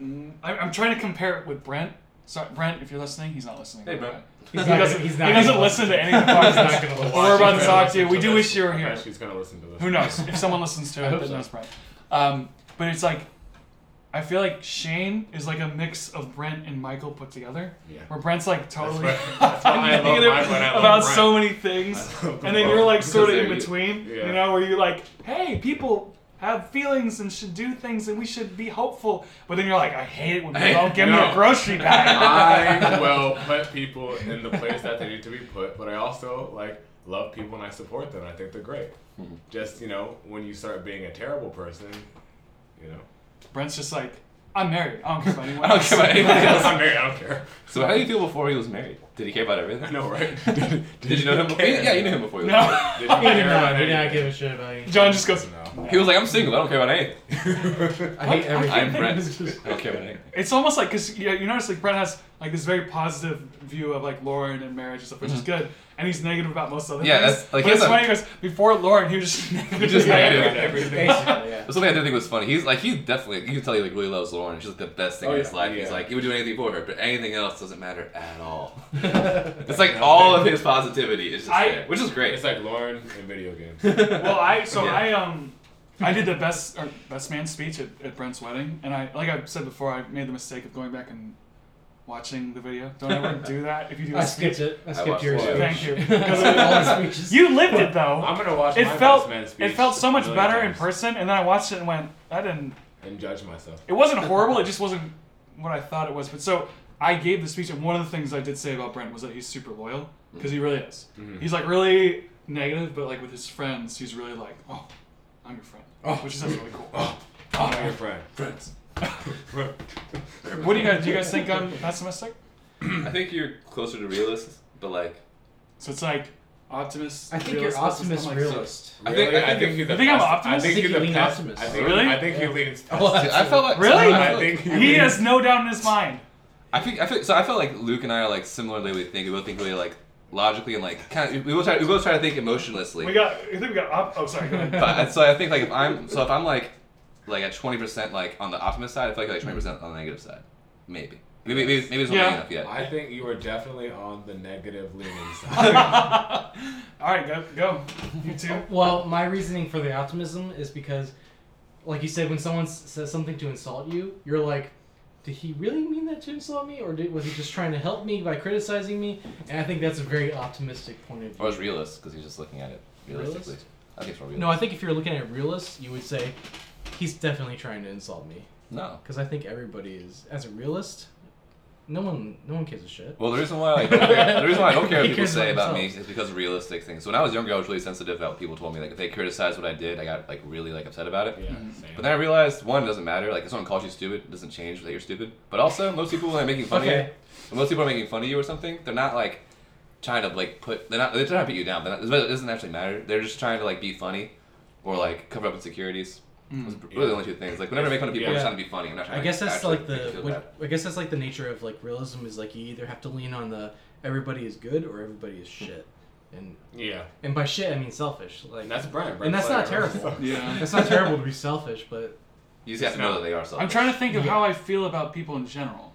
Speaker 1: mm, I, I'm trying to compare it with Brent. Sorry, Brent, if you're listening, he's not listening. by
Speaker 2: Hey,
Speaker 1: the
Speaker 2: Brent.
Speaker 1: way.
Speaker 4: He's
Speaker 1: he
Speaker 4: not-
Speaker 1: doesn't.
Speaker 4: he's not
Speaker 1: he doesn't
Speaker 4: gonna
Speaker 1: listen to any of the
Speaker 4: He's not
Speaker 1: podcasts.
Speaker 4: gonna
Speaker 1: But
Speaker 4: listen.
Speaker 1: we're about to
Speaker 3: She's
Speaker 1: talk
Speaker 3: gonna
Speaker 1: to you. We
Speaker 3: listen
Speaker 1: do
Speaker 3: this.
Speaker 1: wish you were
Speaker 3: I
Speaker 1: here.
Speaker 3: bet She's gonna listen to this.
Speaker 1: Who knows? If someone listens to
Speaker 4: I
Speaker 1: it,
Speaker 4: hope
Speaker 1: then
Speaker 4: so.
Speaker 1: knows Brent. Um, but it's like, I feel like Shane is like a mix of Brent and Michael put together.
Speaker 3: Yeah.
Speaker 1: Where Brent's like totally
Speaker 3: That's why- that's why I love
Speaker 1: negative
Speaker 3: Michael and I love
Speaker 1: about
Speaker 3: Brent.
Speaker 1: so many things,
Speaker 3: I love
Speaker 1: and then
Speaker 3: them
Speaker 1: you're
Speaker 3: both.
Speaker 1: like sort of
Speaker 2: Because
Speaker 1: in
Speaker 2: they're-
Speaker 1: between.
Speaker 3: yeah.
Speaker 1: You know, where you're like, hey, people have feelings and should do things, and we should be hopeful. But then you're like, I hate it when people don't give me
Speaker 3: No.
Speaker 1: a grocery bag.
Speaker 3: I will put people in the place that they need to be put, but I also like love people and I support them. I think they're great.
Speaker 2: Mm-hmm.
Speaker 3: Just you know, when you start being a terrible person, you know,
Speaker 1: Brent's just like, I'm married. I don't care about anyone.
Speaker 2: I don't care about
Speaker 1: else."
Speaker 2: anybody else.
Speaker 3: I'm married. I don't care.
Speaker 2: So how do you feel before he was married? Did he care about everything?
Speaker 3: I know, right?
Speaker 2: Did you know him? before? Yeah, you knew him before. He was married.
Speaker 1: No.
Speaker 3: Did you
Speaker 4: He did
Speaker 3: care
Speaker 4: not,
Speaker 3: about
Speaker 4: he did not
Speaker 3: anything?
Speaker 4: give a shit about you.
Speaker 1: John just goes.
Speaker 3: No.
Speaker 2: He was like, I'm single. I don't care about anything.
Speaker 4: I hate everything.
Speaker 2: I'm Brent. I don't care about anything.
Speaker 1: It's almost like because you, you notice like Brent has like this very positive view of like Lauren and marriage and stuff, which is good, and he's negative about most other
Speaker 2: Mm-hmm. Yeah,
Speaker 1: things.
Speaker 2: that's- like, he
Speaker 1: but it's
Speaker 2: has a-
Speaker 1: funny because before Lauren, he was just negative.
Speaker 2: just
Speaker 1: about
Speaker 2: negative.
Speaker 1: everything.
Speaker 4: Basically, yeah.
Speaker 2: But something I did think was funny. He's like he definitely you can tell he like really loves Lauren. She's like the best thing
Speaker 3: Oh,
Speaker 2: in
Speaker 3: yeah.
Speaker 2: his life. He's
Speaker 3: Yeah.
Speaker 2: like he would do anything for her, but anything else doesn't matter at all. it's like all of his positivity is just
Speaker 1: I-
Speaker 2: there, which is great.
Speaker 3: It's like Lauren in video games.
Speaker 1: well, I so
Speaker 2: Yeah.
Speaker 1: I um I did the best or best man speech at, at Brent's wedding, and I like I said before, I made the mistake of going back and watching the video. Don't ever do that if you do.
Speaker 4: I
Speaker 1: a
Speaker 4: skipped
Speaker 1: speech.
Speaker 4: it. I
Speaker 2: watched
Speaker 4: skipped yours.
Speaker 2: it.
Speaker 1: Thank you.
Speaker 4: All the speeches.
Speaker 1: You lived it though.
Speaker 3: I'm gonna watch.
Speaker 1: it
Speaker 3: my
Speaker 1: felt
Speaker 3: best man speech
Speaker 1: it felt so
Speaker 3: a
Speaker 1: much
Speaker 3: million
Speaker 1: better in
Speaker 3: times
Speaker 1: person, and then I watched it and went, that didn't.
Speaker 3: and judge myself.
Speaker 1: It wasn't horrible. It just wasn't what I thought it was. But so I gave the speech, and one of the things I did say about Brent was that he's super loyal because he really is. He's like really negative, but like with his friends, he's really like, oh, I'm your friend, which is really cool. Oh,
Speaker 3: I'm your friend.
Speaker 2: friends.
Speaker 1: What do you guys do? You guys think I'm pessimistic?
Speaker 2: I think you're closer to realist, but like
Speaker 1: So it's like optimist.
Speaker 4: I think
Speaker 1: realist,
Speaker 4: you're
Speaker 1: pessimist,
Speaker 4: optimist
Speaker 1: I'm like,
Speaker 4: realist.
Speaker 2: I
Speaker 3: Really?
Speaker 2: think- I
Speaker 3: I
Speaker 2: think-
Speaker 3: think you're the
Speaker 1: You think I'm
Speaker 3: pes-
Speaker 1: optimist?
Speaker 3: I think you're the
Speaker 4: Lean
Speaker 3: pes-
Speaker 4: optimist.
Speaker 3: I think,
Speaker 1: Really?
Speaker 3: I think he leans.
Speaker 2: See, I felt like
Speaker 1: Really?
Speaker 2: I
Speaker 3: I
Speaker 2: felt-
Speaker 3: think he
Speaker 1: He
Speaker 3: leans-
Speaker 1: has no doubt in his mind.
Speaker 2: I think I feel so. I felt like Luke and I are like similarly. We think we both think really like logically and like kind of. We both try. We both try to think emotionlessly.
Speaker 1: We got. I think we got. Op- oh, sorry. Go ahead.
Speaker 2: but I- so I think like if I'm so if I'm like like at twenty percent like on the optimist side, I feel like like twenty percent on the negative side, maybe. Maybe maybe, maybe it's not
Speaker 1: Yeah.
Speaker 2: big enough yet.
Speaker 3: I think you are definitely on the negative leaning side.
Speaker 1: All right, go go. You too.
Speaker 4: Well, my reasoning for the optimism is because, like you said, when someone s- says something to insult you, you're like, did he really mean that to insult me, or did, was he just trying to help me by criticizing me? And I think that's a very optimistic point of view.
Speaker 2: Or it's realist because he's just looking at it realistically.
Speaker 4: Realist?
Speaker 2: I think it's more realist.
Speaker 4: No, I think if you're looking at realist, you would say he's definitely trying to insult me
Speaker 2: No.
Speaker 4: because I think everybody is as a realist. No one, no one gives a shit.
Speaker 2: Well, the reason why I don't care, the reason why I don't care what
Speaker 4: He
Speaker 2: people
Speaker 4: cares
Speaker 2: say
Speaker 4: about
Speaker 2: about me
Speaker 4: himself.
Speaker 2: is because of realistic things. So when I was younger, I was really sensitive about what people told me. Like if they criticized what I did, I got like really like upset about it.
Speaker 3: Yeah,
Speaker 1: Mhm.
Speaker 3: same.
Speaker 2: But then I realized one it doesn't matter. Like if someone calls you stupid, it doesn't change that you're stupid. But also, most people when they're making fun of
Speaker 4: Okay.
Speaker 2: you, when most people are making fun of you or something, they're not like trying to like put. They're not. They're trying to beat you down. They're not, it doesn't actually matter. They're just trying to like be funny, or like cover up insecurities. Those are really the only two things. Like whenever I make fun of people, I'm just
Speaker 4: Hmm.
Speaker 2: trying
Speaker 4: Yeah.
Speaker 2: to be funny. I'm not trying.
Speaker 4: I guess
Speaker 2: to
Speaker 4: that's
Speaker 2: actually
Speaker 4: like
Speaker 2: make you
Speaker 4: the.
Speaker 2: feel
Speaker 4: What,
Speaker 2: bad.
Speaker 4: I guess that's like the nature of like realism is like you either have to lean on the everybody is good or everybody is shit, and
Speaker 3: yeah,
Speaker 4: and by shit I mean selfish. Like
Speaker 3: and that's Brian.
Speaker 4: and that's not
Speaker 3: Brian-
Speaker 4: terrible.
Speaker 1: Yeah.
Speaker 4: That's not terrible to be selfish, but
Speaker 2: You just have to know that they are selfish.
Speaker 1: I'm trying to think of how I feel about people in general.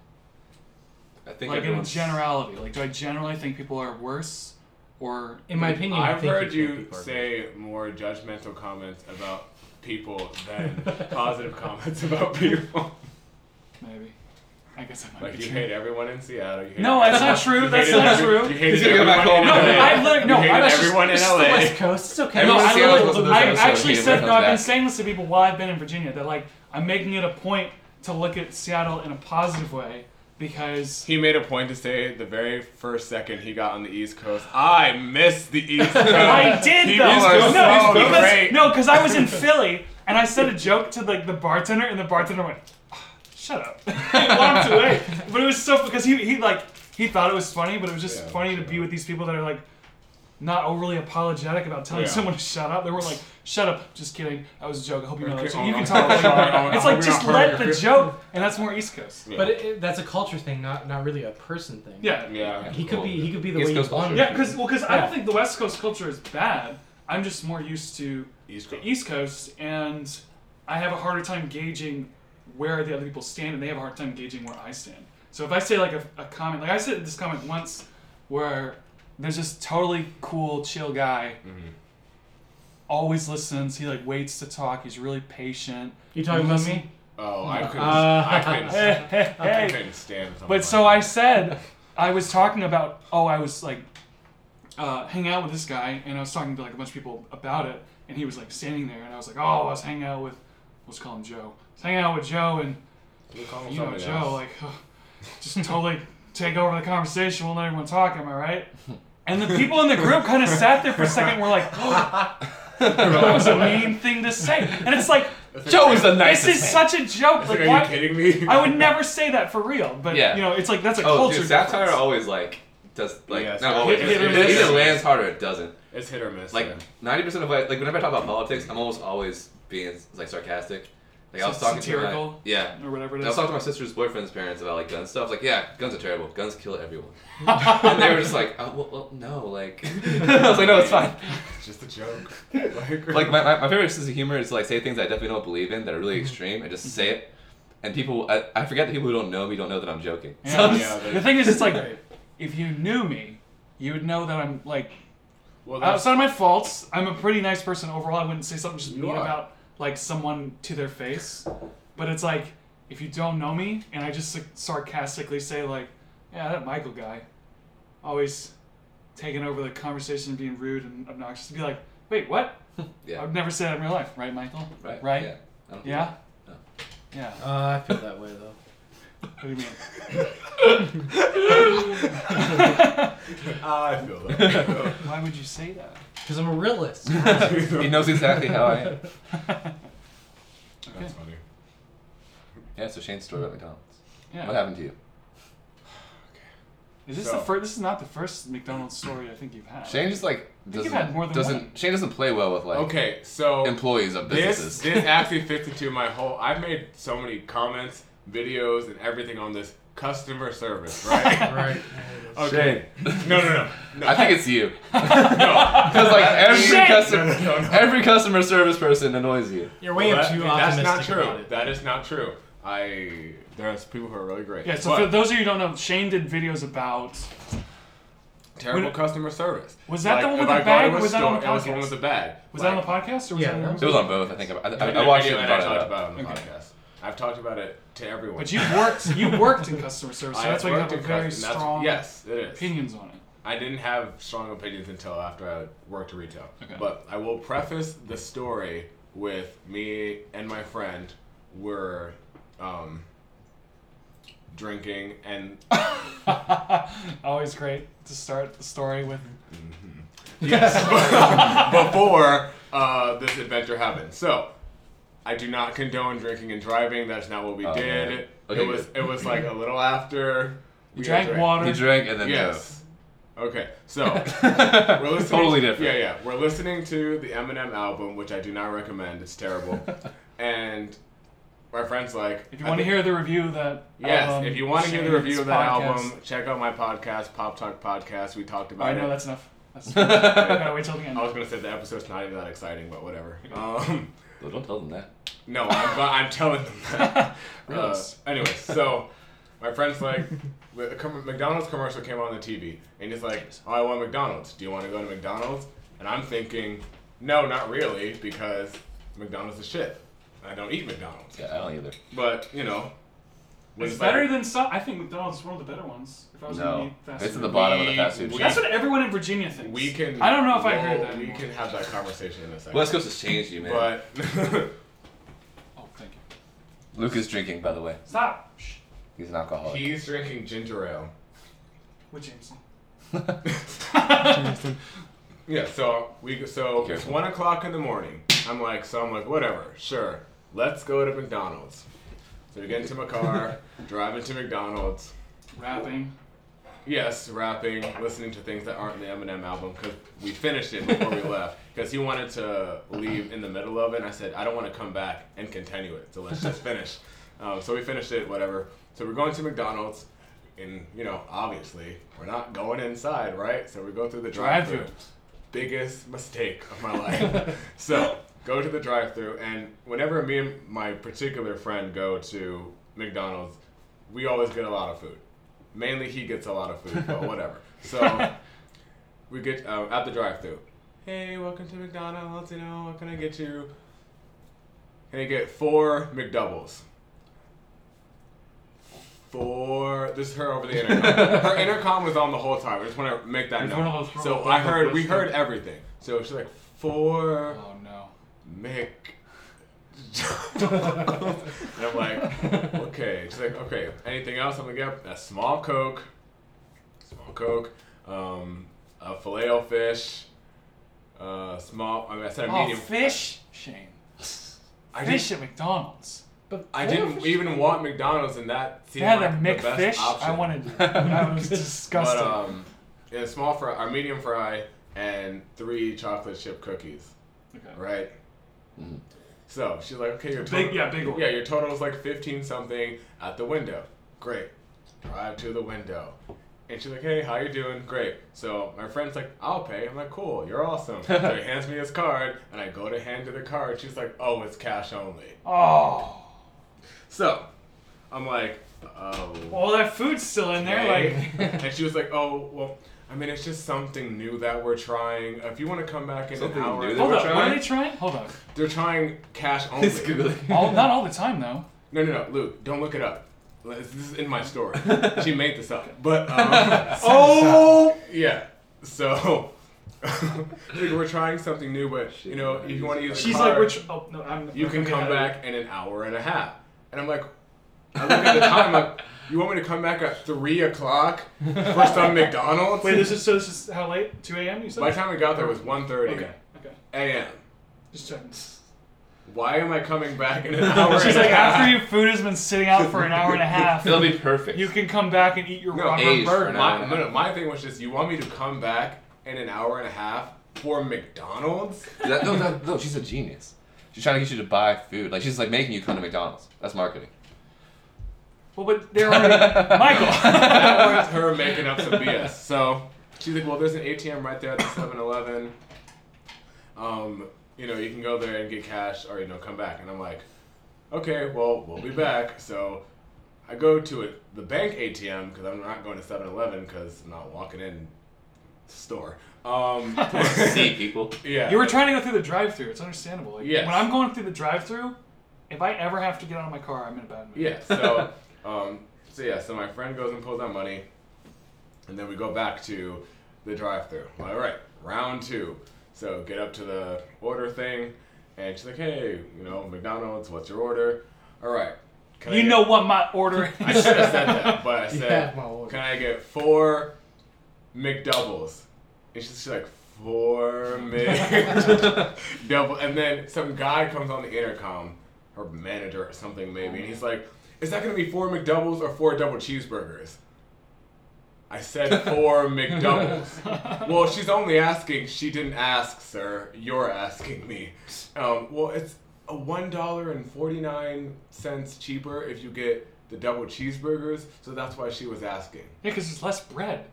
Speaker 2: I think
Speaker 1: like in
Speaker 2: everyone's-
Speaker 1: generality. Like, do I generally think people are worse, or
Speaker 4: in my opinion, I
Speaker 3: I've
Speaker 4: think
Speaker 3: heard
Speaker 4: you can't
Speaker 3: you
Speaker 4: be perfect.
Speaker 3: say more judgmental comments about people than positive comments about people.
Speaker 1: maybe? I guess I might
Speaker 3: Like
Speaker 1: be
Speaker 3: you
Speaker 1: true.
Speaker 3: hate everyone in Seattle. You hate
Speaker 1: No, that's not true.
Speaker 3: You
Speaker 1: That's
Speaker 3: hated
Speaker 1: not
Speaker 3: every-
Speaker 1: true.
Speaker 3: You hated
Speaker 2: He's gonna go back
Speaker 3: everyone in
Speaker 2: home.
Speaker 3: LA.
Speaker 2: No, I
Speaker 1: literally- no,
Speaker 3: You hated
Speaker 1: I was just-
Speaker 3: everyone
Speaker 4: It's
Speaker 3: in
Speaker 4: the West
Speaker 3: LA.
Speaker 4: Coast. It's okay.
Speaker 2: Hey,
Speaker 1: No,
Speaker 2: Everyone
Speaker 1: I,
Speaker 2: in Seattle
Speaker 1: literally-
Speaker 2: wasn't those
Speaker 1: I
Speaker 2: episodes.
Speaker 1: actually
Speaker 2: He
Speaker 1: said
Speaker 2: comes
Speaker 1: no. I've
Speaker 2: back.
Speaker 1: been saying this to people while I've been in Virginia that like I'm making it a point to look at Seattle in a positive way because
Speaker 3: He made a point to say the very first second he got on the East Coast, I miss the East Coast.
Speaker 1: I did
Speaker 3: People are
Speaker 1: though.
Speaker 3: so
Speaker 1: No, because,
Speaker 3: great.
Speaker 1: no, because I was in Philly and I said a joke to like the bartender and the bartender went, "Ah, "Shut up," and walked away. But it was so because he he like he thought it was funny, but it was just
Speaker 3: Yeah,
Speaker 1: funny to be
Speaker 3: sure.
Speaker 1: with these people that are like. Not overly apologetic about telling
Speaker 3: Yeah.
Speaker 1: someone to shut up. They were like, "Shut up, just kidding. That was a joke. I hope you know."
Speaker 3: Okay,
Speaker 1: that." So
Speaker 3: oh,
Speaker 1: you can
Speaker 3: no,
Speaker 1: talk.
Speaker 3: sorry, oh, no,
Speaker 1: it's like
Speaker 3: we're
Speaker 1: just
Speaker 3: not
Speaker 1: let the
Speaker 3: perfect.
Speaker 1: joke, and that's more East Coast.
Speaker 3: Yeah.
Speaker 4: But it, it- that's a culture thing, not not really a person thing.
Speaker 1: Yeah,
Speaker 3: yeah.
Speaker 4: He could be. He could be the
Speaker 2: East
Speaker 4: way
Speaker 2: Coast
Speaker 4: you want.
Speaker 2: culture.
Speaker 4: him
Speaker 1: yeah,
Speaker 4: to
Speaker 1: because well, because I don't
Speaker 4: Yeah.
Speaker 1: think the West Coast culture is bad. I'm just more used to
Speaker 3: East
Speaker 1: the
Speaker 3: Coast.
Speaker 1: East Coast, and I have a harder time gauging where the other people stand, and they have a hard time gauging where I stand. So if I say like a, a comment, like I said this comment once, where there's this totally cool, chill guy, always listens. He like waits to talk. He's really patient.
Speaker 4: be. You talking about me?
Speaker 3: Oh, I couldn't.
Speaker 4: Uh,
Speaker 3: I couldn't.
Speaker 1: Hey, hey,
Speaker 3: I
Speaker 1: hey.
Speaker 3: couldn't stand. someone
Speaker 1: But
Speaker 3: like
Speaker 1: so
Speaker 3: that.
Speaker 1: I said, I was talking about, oh, I was like, uh, hanging out with this guy, and I was talking to like a bunch of people about it, and he was like standing there, and I was like, oh, I was hanging out with, let's call him Joe. I was hanging out with Joe, and
Speaker 3: You call him
Speaker 1: you know
Speaker 3: somebody
Speaker 1: Joe,
Speaker 3: else.
Speaker 1: like, just totally take over the conversation, won't let everyone talk, am I right? And the people in the group kind of sat there for a second, and were like, "Oh." that was a mean thing to say, and it's like,
Speaker 2: Joe is the
Speaker 1: this
Speaker 2: nicest.
Speaker 1: is
Speaker 2: man.
Speaker 1: such a joke,
Speaker 3: It's
Speaker 1: like,
Speaker 3: like, are you
Speaker 1: why?
Speaker 3: kidding me?
Speaker 1: I would never say that for real, but
Speaker 2: Yeah.
Speaker 1: you know, it's like that's a
Speaker 2: Oh,
Speaker 1: culture.
Speaker 2: dude, satire
Speaker 1: difference.
Speaker 2: always like does like
Speaker 3: Yeah,
Speaker 2: not
Speaker 3: satire-
Speaker 2: always.
Speaker 1: Hit- hit
Speaker 2: it
Speaker 1: or miss.
Speaker 2: either lands hard or it doesn't.
Speaker 3: It's hit or miss.
Speaker 2: Like
Speaker 3: yeah.
Speaker 2: ninety percent of what, like whenever I talk about politics, I'm almost always being like sarcastic. Like I was
Speaker 1: Sa-
Speaker 2: talking to my,
Speaker 1: satirical?
Speaker 2: yeah.
Speaker 1: or whatever it
Speaker 2: I
Speaker 1: is.
Speaker 2: was talking to my sister's boyfriend's parents about like gun stuff. Like, yeah, guns are terrible. Guns kill everyone. and they were just like, oh, well, well, no, like, I was like, no, it's fine.
Speaker 3: It's just a joke. like,
Speaker 2: Like my, my, my favorite sense of humor is to, like say things I definitely don't believe in that are
Speaker 1: Mm-hmm.
Speaker 2: really extreme and just say it. And people, I, I forget that people who don't know me don't know that I'm joking. So
Speaker 1: Yeah.
Speaker 2: I'm just-
Speaker 3: Yeah,
Speaker 1: the thing is, it's like if you knew me, you would know that I'm like
Speaker 3: well, that's,
Speaker 1: outside of my faults, I'm a pretty nice person overall. I wouldn't say something just
Speaker 3: You
Speaker 1: mean
Speaker 3: are.
Speaker 1: about like someone to their face, but it's like if you don't know me and I just like, sarcastically say like, "Yeah, that Michael guy, always taking over the conversation, and being rude and obnoxious," to be like, "Wait, what?
Speaker 2: yeah.
Speaker 1: I've never said that in real life, right, Michael?
Speaker 2: Right.
Speaker 1: Right?
Speaker 2: Yeah. I don't-
Speaker 1: Yeah?
Speaker 2: No.
Speaker 1: Yeah.
Speaker 4: Uh, I feel that way though.
Speaker 1: What do you mean?
Speaker 3: Ah, I feel that.
Speaker 1: Why would you say that?
Speaker 4: Because I'm a realist.
Speaker 2: he knows exactly how I am.
Speaker 3: That's funny.
Speaker 2: Yeah, so Shane's story about McDonald's.
Speaker 1: Yeah.
Speaker 2: What happened to you?
Speaker 1: Is this
Speaker 3: So-
Speaker 1: the first? This is not the first McDonald's story I think you've had.
Speaker 2: Shane just like
Speaker 1: you've
Speaker 2: doesn't
Speaker 1: had more than
Speaker 2: doesn't
Speaker 1: one.
Speaker 2: Shane doesn't play well with like
Speaker 3: Okay, so
Speaker 2: employees of
Speaker 3: this
Speaker 2: businesses.
Speaker 3: this actually fits into my whole. I've made so many comments, videos, and everything on this customer service, right?
Speaker 4: right.
Speaker 3: Okay. No, no, no, no.
Speaker 2: I think it's you
Speaker 3: no.
Speaker 2: because like every
Speaker 1: Shane!
Speaker 3: No,
Speaker 2: customer
Speaker 3: no, no, no.
Speaker 2: every customer service person annoys you.
Speaker 4: You're way
Speaker 3: Well,
Speaker 4: up
Speaker 3: that-
Speaker 4: too
Speaker 3: That's
Speaker 4: optimistic
Speaker 3: not true.
Speaker 4: about it.
Speaker 3: That is not true. I there's people who are really great.
Speaker 1: Yeah. So
Speaker 3: But
Speaker 1: for those of you who don't know, Shane did videos about.
Speaker 3: terrible
Speaker 1: when-
Speaker 3: customer service.
Speaker 1: Was that the one
Speaker 3: if
Speaker 1: with the
Speaker 3: I go
Speaker 1: bag?
Speaker 3: to a
Speaker 1: Was that on
Speaker 3: store-
Speaker 1: the
Speaker 3: It was the one
Speaker 1: podcast?
Speaker 3: with the bag.
Speaker 1: Was
Speaker 3: Like,
Speaker 1: that on the podcast or was that?
Speaker 4: Yeah, that
Speaker 1: on
Speaker 4: was
Speaker 2: It was on both. I think I, I,
Speaker 3: I,
Speaker 2: I, I watched it.
Speaker 3: video
Speaker 2: And
Speaker 3: and
Speaker 2: brought
Speaker 3: I
Speaker 2: it
Speaker 3: talked
Speaker 2: up.
Speaker 3: about it on the
Speaker 1: Okay.
Speaker 3: podcast. I've talked about it to everyone.
Speaker 1: But you worked. You worked in customer service, so
Speaker 3: I
Speaker 1: that's why you
Speaker 3: worked
Speaker 1: have a
Speaker 3: in
Speaker 1: very
Speaker 3: customer- that's-
Speaker 1: strong
Speaker 3: Yes, it is.
Speaker 1: opinions on it.
Speaker 3: I didn't have strong opinions until after I worked retail.
Speaker 1: Okay.
Speaker 3: But I will preface the story with me and my friend were um, drinking and
Speaker 1: Always great to start the story with.
Speaker 3: yes, before uh, this adventure happened. So, I do not condone drinking and driving. That's not what we
Speaker 2: Oh,
Speaker 3: did.
Speaker 2: man. Okay,
Speaker 3: it was it was like a little after.
Speaker 1: You drank water.
Speaker 2: You drank and then
Speaker 3: Yes. Okay, so
Speaker 2: drove.
Speaker 3: we're listening.
Speaker 2: totally different.
Speaker 3: Yeah, yeah. We're listening to the Eminem album, which I do not recommend. It's terrible. and my friend's like,
Speaker 1: If you
Speaker 3: I
Speaker 1: want to
Speaker 3: think-
Speaker 1: hear the review of that,
Speaker 3: Yes,
Speaker 1: album,
Speaker 3: if you want to hear the
Speaker 1: Shane's
Speaker 3: review of that
Speaker 1: podcast-
Speaker 3: album, check out my podcast, Pop Talk Podcast. We talked
Speaker 1: All
Speaker 3: about
Speaker 1: right,
Speaker 3: it.
Speaker 1: no, that's enough. That's enough. no, wait till the end.
Speaker 3: I was gonna say the episode's not even that exciting, but whatever. Um,
Speaker 2: Well, don't tell them that.
Speaker 3: no, I'm, but I'm telling them that. Uh,
Speaker 1: Gross.
Speaker 3: anyway, so my friend's like, the com- McDonald's commercial came on the TV, and he's like, "Oh, I want McDonald's. Do you want to go to McDonald's?" And I'm thinking, "No, not really, because McDonald's is shit. I don't eat McDonald's."
Speaker 2: Yeah, I don't either.
Speaker 3: But you know, when
Speaker 1: It's better than some. I think McDonald's is one of the better ones. If I was
Speaker 2: No.
Speaker 1: gonna eat fast
Speaker 2: It's at
Speaker 1: food.
Speaker 2: the bottom of the fast food
Speaker 3: We-
Speaker 2: chain.
Speaker 1: That's what everyone in Virginia thinks.
Speaker 3: we can.
Speaker 1: I don't know if I
Speaker 3: we'll-
Speaker 1: heard that.
Speaker 3: We
Speaker 1: anymore.
Speaker 3: can have that conversation in a second.
Speaker 2: West Coast has changed you, man.
Speaker 3: but
Speaker 1: Oh, thank you.
Speaker 2: Luke is drinking, by the way.
Speaker 1: Stop. Shh.
Speaker 2: He's an alcoholic.
Speaker 3: he's drinking ginger ale.
Speaker 1: With Jameson.
Speaker 3: Yeah, so we so it's
Speaker 2: Careful.
Speaker 3: one o'clock in the morning. I'm like, so I'm like, whatever, sure, let's go to McDonald's. So we get into my car, driving to McDonald's.
Speaker 1: Rapping.
Speaker 3: Yes, rapping, listening to things that aren't in the Eminem album because we finished it before we left. Because he wanted to leave in the middle of it, and I said I don't want to come back and continue it. So let's just finish. Um, so we finished it, whatever. So we're going to McDonald's, and you know, obviously, we're not going inside, right? So we go through the
Speaker 1: Drive
Speaker 3: drive-through. biggest mistake of my life. so go to the drive-through, and whenever me and my particular friend go to McDonald's, we always get a lot of food. Mainly, he gets a lot of food, but whatever. So we get uh, at the drive-through. Hey, welcome to McDonald's. You know, what can I get you? Can I get four McDoubles? Four. This is her over the intercom. her intercom was on the whole time. I just want to make that
Speaker 1: It's
Speaker 3: known.
Speaker 1: one of those
Speaker 3: so
Speaker 1: throw-
Speaker 3: I heard. We
Speaker 1: throw-
Speaker 3: heard everything. So she's like four
Speaker 1: Oh no.
Speaker 3: Mick. and I'm like, okay. She's like, okay. Anything else? I'm like, yep. A small Coke, small Coke, um, a filet o fish, uh, small. I mean, I said a
Speaker 1: Oh,
Speaker 3: medium.
Speaker 1: fish. Shane.
Speaker 3: I
Speaker 1: Fish
Speaker 3: didn't,
Speaker 1: at McDonald's.
Speaker 4: But
Speaker 3: I didn't even want McDonald's, and that
Speaker 1: They
Speaker 3: seemed
Speaker 1: had
Speaker 3: like
Speaker 1: a
Speaker 3: the best
Speaker 1: McFish.
Speaker 3: option.
Speaker 1: I wanted. I was
Speaker 3: But uh,
Speaker 1: disgusted.
Speaker 3: um, yeah, small fry, or medium fry, and three chocolate chip cookies.
Speaker 1: okay.
Speaker 3: Right.
Speaker 2: Mhm.
Speaker 3: So she's like, okay, your total,
Speaker 1: Big- yeah, big one.
Speaker 3: yeah, your total is like fifteen something at the window. Great. Drive to the window, and she's like, hey, how you doing? Great. So my friend's like, I'll pay. I'm like, cool, you're awesome. so he hands me his card, and I go to hand her the card. She's like, oh, it's cash only.
Speaker 1: Oh.
Speaker 3: So I'm like, oh.
Speaker 1: Well, that food's still in there.
Speaker 3: okay."
Speaker 1: Like.
Speaker 3: and she was like, oh, well. I mean, it's just something new that we're trying. If you want to come back in
Speaker 2: Something
Speaker 3: an hour,
Speaker 2: new that
Speaker 1: Hold
Speaker 2: were
Speaker 1: up. What are
Speaker 2: trying?
Speaker 1: they trying? Hold up.
Speaker 3: they're trying cash only.
Speaker 2: He's Googling.
Speaker 1: All, not all the time though.
Speaker 3: No, no, no, Luke, don't look it up. This this is in my story. she made this up. But, um, oh! Yeah. So, like, we're trying something new, but, you know, if you want to use the
Speaker 1: She's
Speaker 3: card,
Speaker 1: like, which? Oh no, I'm.
Speaker 3: you
Speaker 1: I'm
Speaker 3: can
Speaker 1: gonna
Speaker 3: come
Speaker 1: get out of
Speaker 3: back in an hour and a half. And I'm like, I look at the time, like, you want me to come back at 3 o'clock for some McDonald's?
Speaker 1: here. Wait, this is so. This is how late? 2 a.m. You said.
Speaker 3: By the time we got there, it was 1.30
Speaker 1: Okay. Okay.
Speaker 3: a.m.
Speaker 1: Just checking.
Speaker 3: Why am I coming back in an hour
Speaker 1: She's
Speaker 3: and
Speaker 1: like,
Speaker 3: a half?
Speaker 1: after your food has been sitting out for an hour and a half,
Speaker 2: It'll be perfect.
Speaker 1: you can come back and eat your
Speaker 3: No,
Speaker 1: rubber
Speaker 2: aged for
Speaker 1: bird.
Speaker 2: an
Speaker 3: My,
Speaker 2: hour.
Speaker 3: no, no, my thing was just you want me to come back in an hour and a half for McDonald's?
Speaker 2: That- no, that- no, she's a genius. She's trying to get you to buy food. Like she's like making you come to McDonald's. That's marketing.
Speaker 1: Well, but they're already Michael.
Speaker 3: That was her making up some BS. So she's like, well, there's an ATM right there at the 7-Eleven. Um, you know, you can go there and get cash, or you know, come back. And I'm like, okay, well, we'll be back. So I go to it, the bank ATM because I'm not going to 7-Eleven because I'm not walking in the store. Um,
Speaker 2: See people.
Speaker 3: yeah.
Speaker 1: you were trying to go through the drive-through. It's understandable. Like,
Speaker 3: Yes.
Speaker 1: When I'm going through the drive-through, if I ever have to get out of my car, I'm in a bad mood.
Speaker 3: Yeah. So, um, so yeah. So my friend goes and pulls out money, and then we go back to the drive-through. All right, round two. So get up to the order thing, and she's like, "Hey, you know, McDonald's, what's your order? All right, can I
Speaker 1: You
Speaker 3: get-
Speaker 1: know what my order is.
Speaker 3: I should have said that, but I
Speaker 4: You
Speaker 3: said,
Speaker 4: have my order.
Speaker 3: "Can I get four McDoubles?" And she's just like, four McDouble." And then some guy comes on the intercom, her manager or something maybe, and he's like, "Is that gonna be four McDoubles or four double cheeseburgers?" I said four McDoubles. well, she's only asking. She didn't ask, sir. You're asking me. Um, well, it's a one dollar and forty nine cents cheaper if you get the double cheeseburgers. So that's why she was asking.
Speaker 1: Yeah, because there's less bread.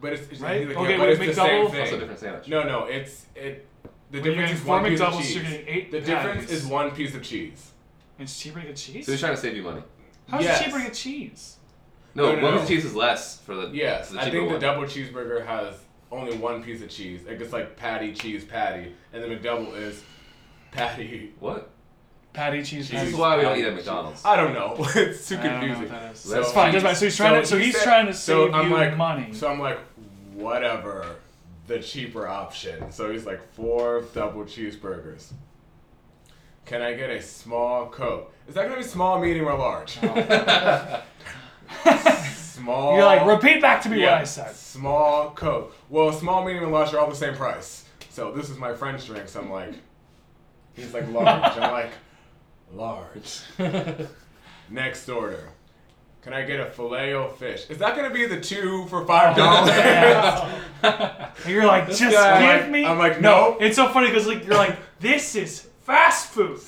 Speaker 3: But it's, it's
Speaker 1: Right?
Speaker 3: like,
Speaker 1: Okay,
Speaker 3: yeah, but
Speaker 1: wait,
Speaker 3: it's the same
Speaker 1: McDouble?
Speaker 3: thing.
Speaker 2: That's a different sandwich.
Speaker 3: No, no, it's it. The
Speaker 1: When you're
Speaker 3: difference
Speaker 1: getting
Speaker 3: is
Speaker 1: four
Speaker 3: one piece of
Speaker 1: McDoubles,
Speaker 3: cheese.
Speaker 1: you're getting eight
Speaker 3: the difference
Speaker 1: patties.
Speaker 3: is one piece of cheese.
Speaker 1: And it's cheaper to get cheese?
Speaker 2: So he's trying to save you money.
Speaker 1: How's
Speaker 3: Yes.
Speaker 1: it cheaper to get cheese?
Speaker 2: No,
Speaker 3: No, no,
Speaker 2: one
Speaker 3: no.
Speaker 2: piece of cheese is less for the
Speaker 3: Yes,
Speaker 2: for the
Speaker 3: I
Speaker 2: cheaper
Speaker 3: think the
Speaker 2: one.
Speaker 3: double cheeseburger has only one piece of cheese. It gets like patty, cheese, patty, and the McDouble is patty.
Speaker 2: what?
Speaker 1: Patty, cheese,
Speaker 3: Cheese.
Speaker 2: This is
Speaker 1: patties.
Speaker 2: why we don't
Speaker 3: patty
Speaker 2: eat at
Speaker 3: cheese.
Speaker 2: McDonald's.
Speaker 3: I don't know. it's too
Speaker 1: I don't know
Speaker 3: confusing.
Speaker 1: what that is.
Speaker 2: That's
Speaker 1: It's fine.
Speaker 2: he-
Speaker 1: That's fine. So he's trying to. So
Speaker 3: he
Speaker 1: he's
Speaker 3: said-
Speaker 1: trying to
Speaker 3: so
Speaker 1: save
Speaker 3: I'm
Speaker 1: you
Speaker 3: like,
Speaker 1: money.
Speaker 3: So I'm like, whatever, the cheaper option. So he's like, four double cheeseburgers. Can I get a small coke? Is that gonna be small, medium, or large? small.
Speaker 1: You're like, repeat back to me
Speaker 3: yeah,
Speaker 1: what I said.
Speaker 3: Small coke. Well, small, medium, and large are all the same price. So this is my French drink. So I'm like, he's like large. I'm like, large. Next order. Can I get a filet o fish? Is that gonna be the two for five dollars?
Speaker 1: And you're like, just
Speaker 3: guy-
Speaker 1: give
Speaker 3: I'm like-
Speaker 1: me.
Speaker 3: I'm like, no.
Speaker 1: It's so funny because like you're like, this is fast food.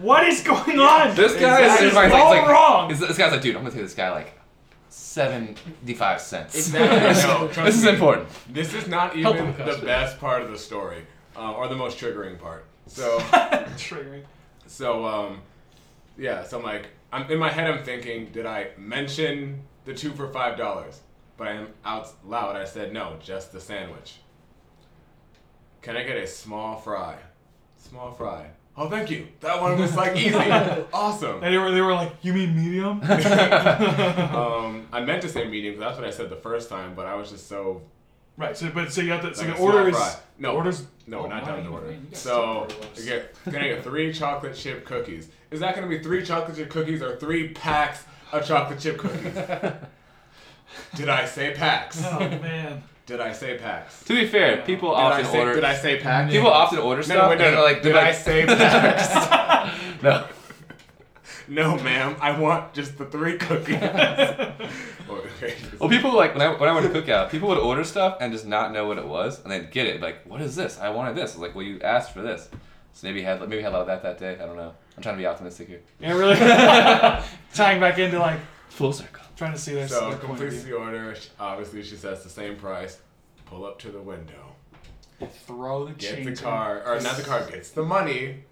Speaker 1: what is going on?
Speaker 2: This guy
Speaker 1: This
Speaker 2: is,
Speaker 1: is
Speaker 2: like,
Speaker 1: all
Speaker 2: like,
Speaker 1: wrong.
Speaker 2: is- This guy's like, dude, I'm gonna pay this guy like seventy-five cents.
Speaker 3: no, trust
Speaker 2: this is
Speaker 3: me.
Speaker 2: important.
Speaker 3: This is not
Speaker 4: Help
Speaker 3: even
Speaker 4: him,
Speaker 3: the
Speaker 4: customer.
Speaker 3: best part of the story, uh, or the most triggering part. So,
Speaker 1: Triggering.
Speaker 3: so um, yeah. So I'm like, I'm in my head. I'm thinking, did I mention the two for five dollars? But I'm out loud. I said no, just the sandwich. Can I get a small fry? Small fry. Oh, thank you. That one was like easy. awesome.
Speaker 1: And they were, they were like, you mean medium?
Speaker 3: Um, I meant to say medium 'cause that's what I said the first time, but I was just so
Speaker 1: right. So, but so you have to. So
Speaker 3: Like
Speaker 1: the
Speaker 3: a small
Speaker 1: order is
Speaker 3: fry. No.
Speaker 1: orders.
Speaker 3: no,
Speaker 1: Oh,
Speaker 3: not
Speaker 1: my,
Speaker 3: down in
Speaker 1: you-
Speaker 3: order.
Speaker 1: man, you guys
Speaker 3: So
Speaker 1: took orders.
Speaker 3: you get, can I get three chocolate chip cookies? Is that going to be three chocolate chip cookies or three packs of chocolate chip cookies? did I say packs?
Speaker 1: Oh man.
Speaker 3: Did I say packs?
Speaker 2: To be fair, people
Speaker 3: Did I
Speaker 2: often
Speaker 3: say,
Speaker 2: order.
Speaker 3: did I say packs?
Speaker 2: people often order
Speaker 3: no, no,
Speaker 2: stuff.
Speaker 3: wait, no,
Speaker 2: and
Speaker 3: no.
Speaker 2: they're like,
Speaker 3: did
Speaker 2: they're
Speaker 3: I
Speaker 2: like,
Speaker 3: say packs?
Speaker 2: no.
Speaker 3: no, ma'am. I want just the three cookies. okay.
Speaker 2: Well, people like when I when I went to cookout, people would order stuff and just not know what it was, and they'd get it like, "What is this? I wanted this." I was like, "Well, you asked for this." So maybe had maybe had a lot of that that day. I don't know. I'm trying to be optimistic here.
Speaker 1: Yeah, really. Tying back into like
Speaker 2: Full circle.
Speaker 1: trying to see this.
Speaker 3: So
Speaker 1: their point of
Speaker 3: completes
Speaker 1: view.
Speaker 3: the order. She- Obviously, she says the same price. Pull up to the window.
Speaker 1: Throw the
Speaker 3: Gets
Speaker 1: change.
Speaker 3: the car, or not the car. Gets the money.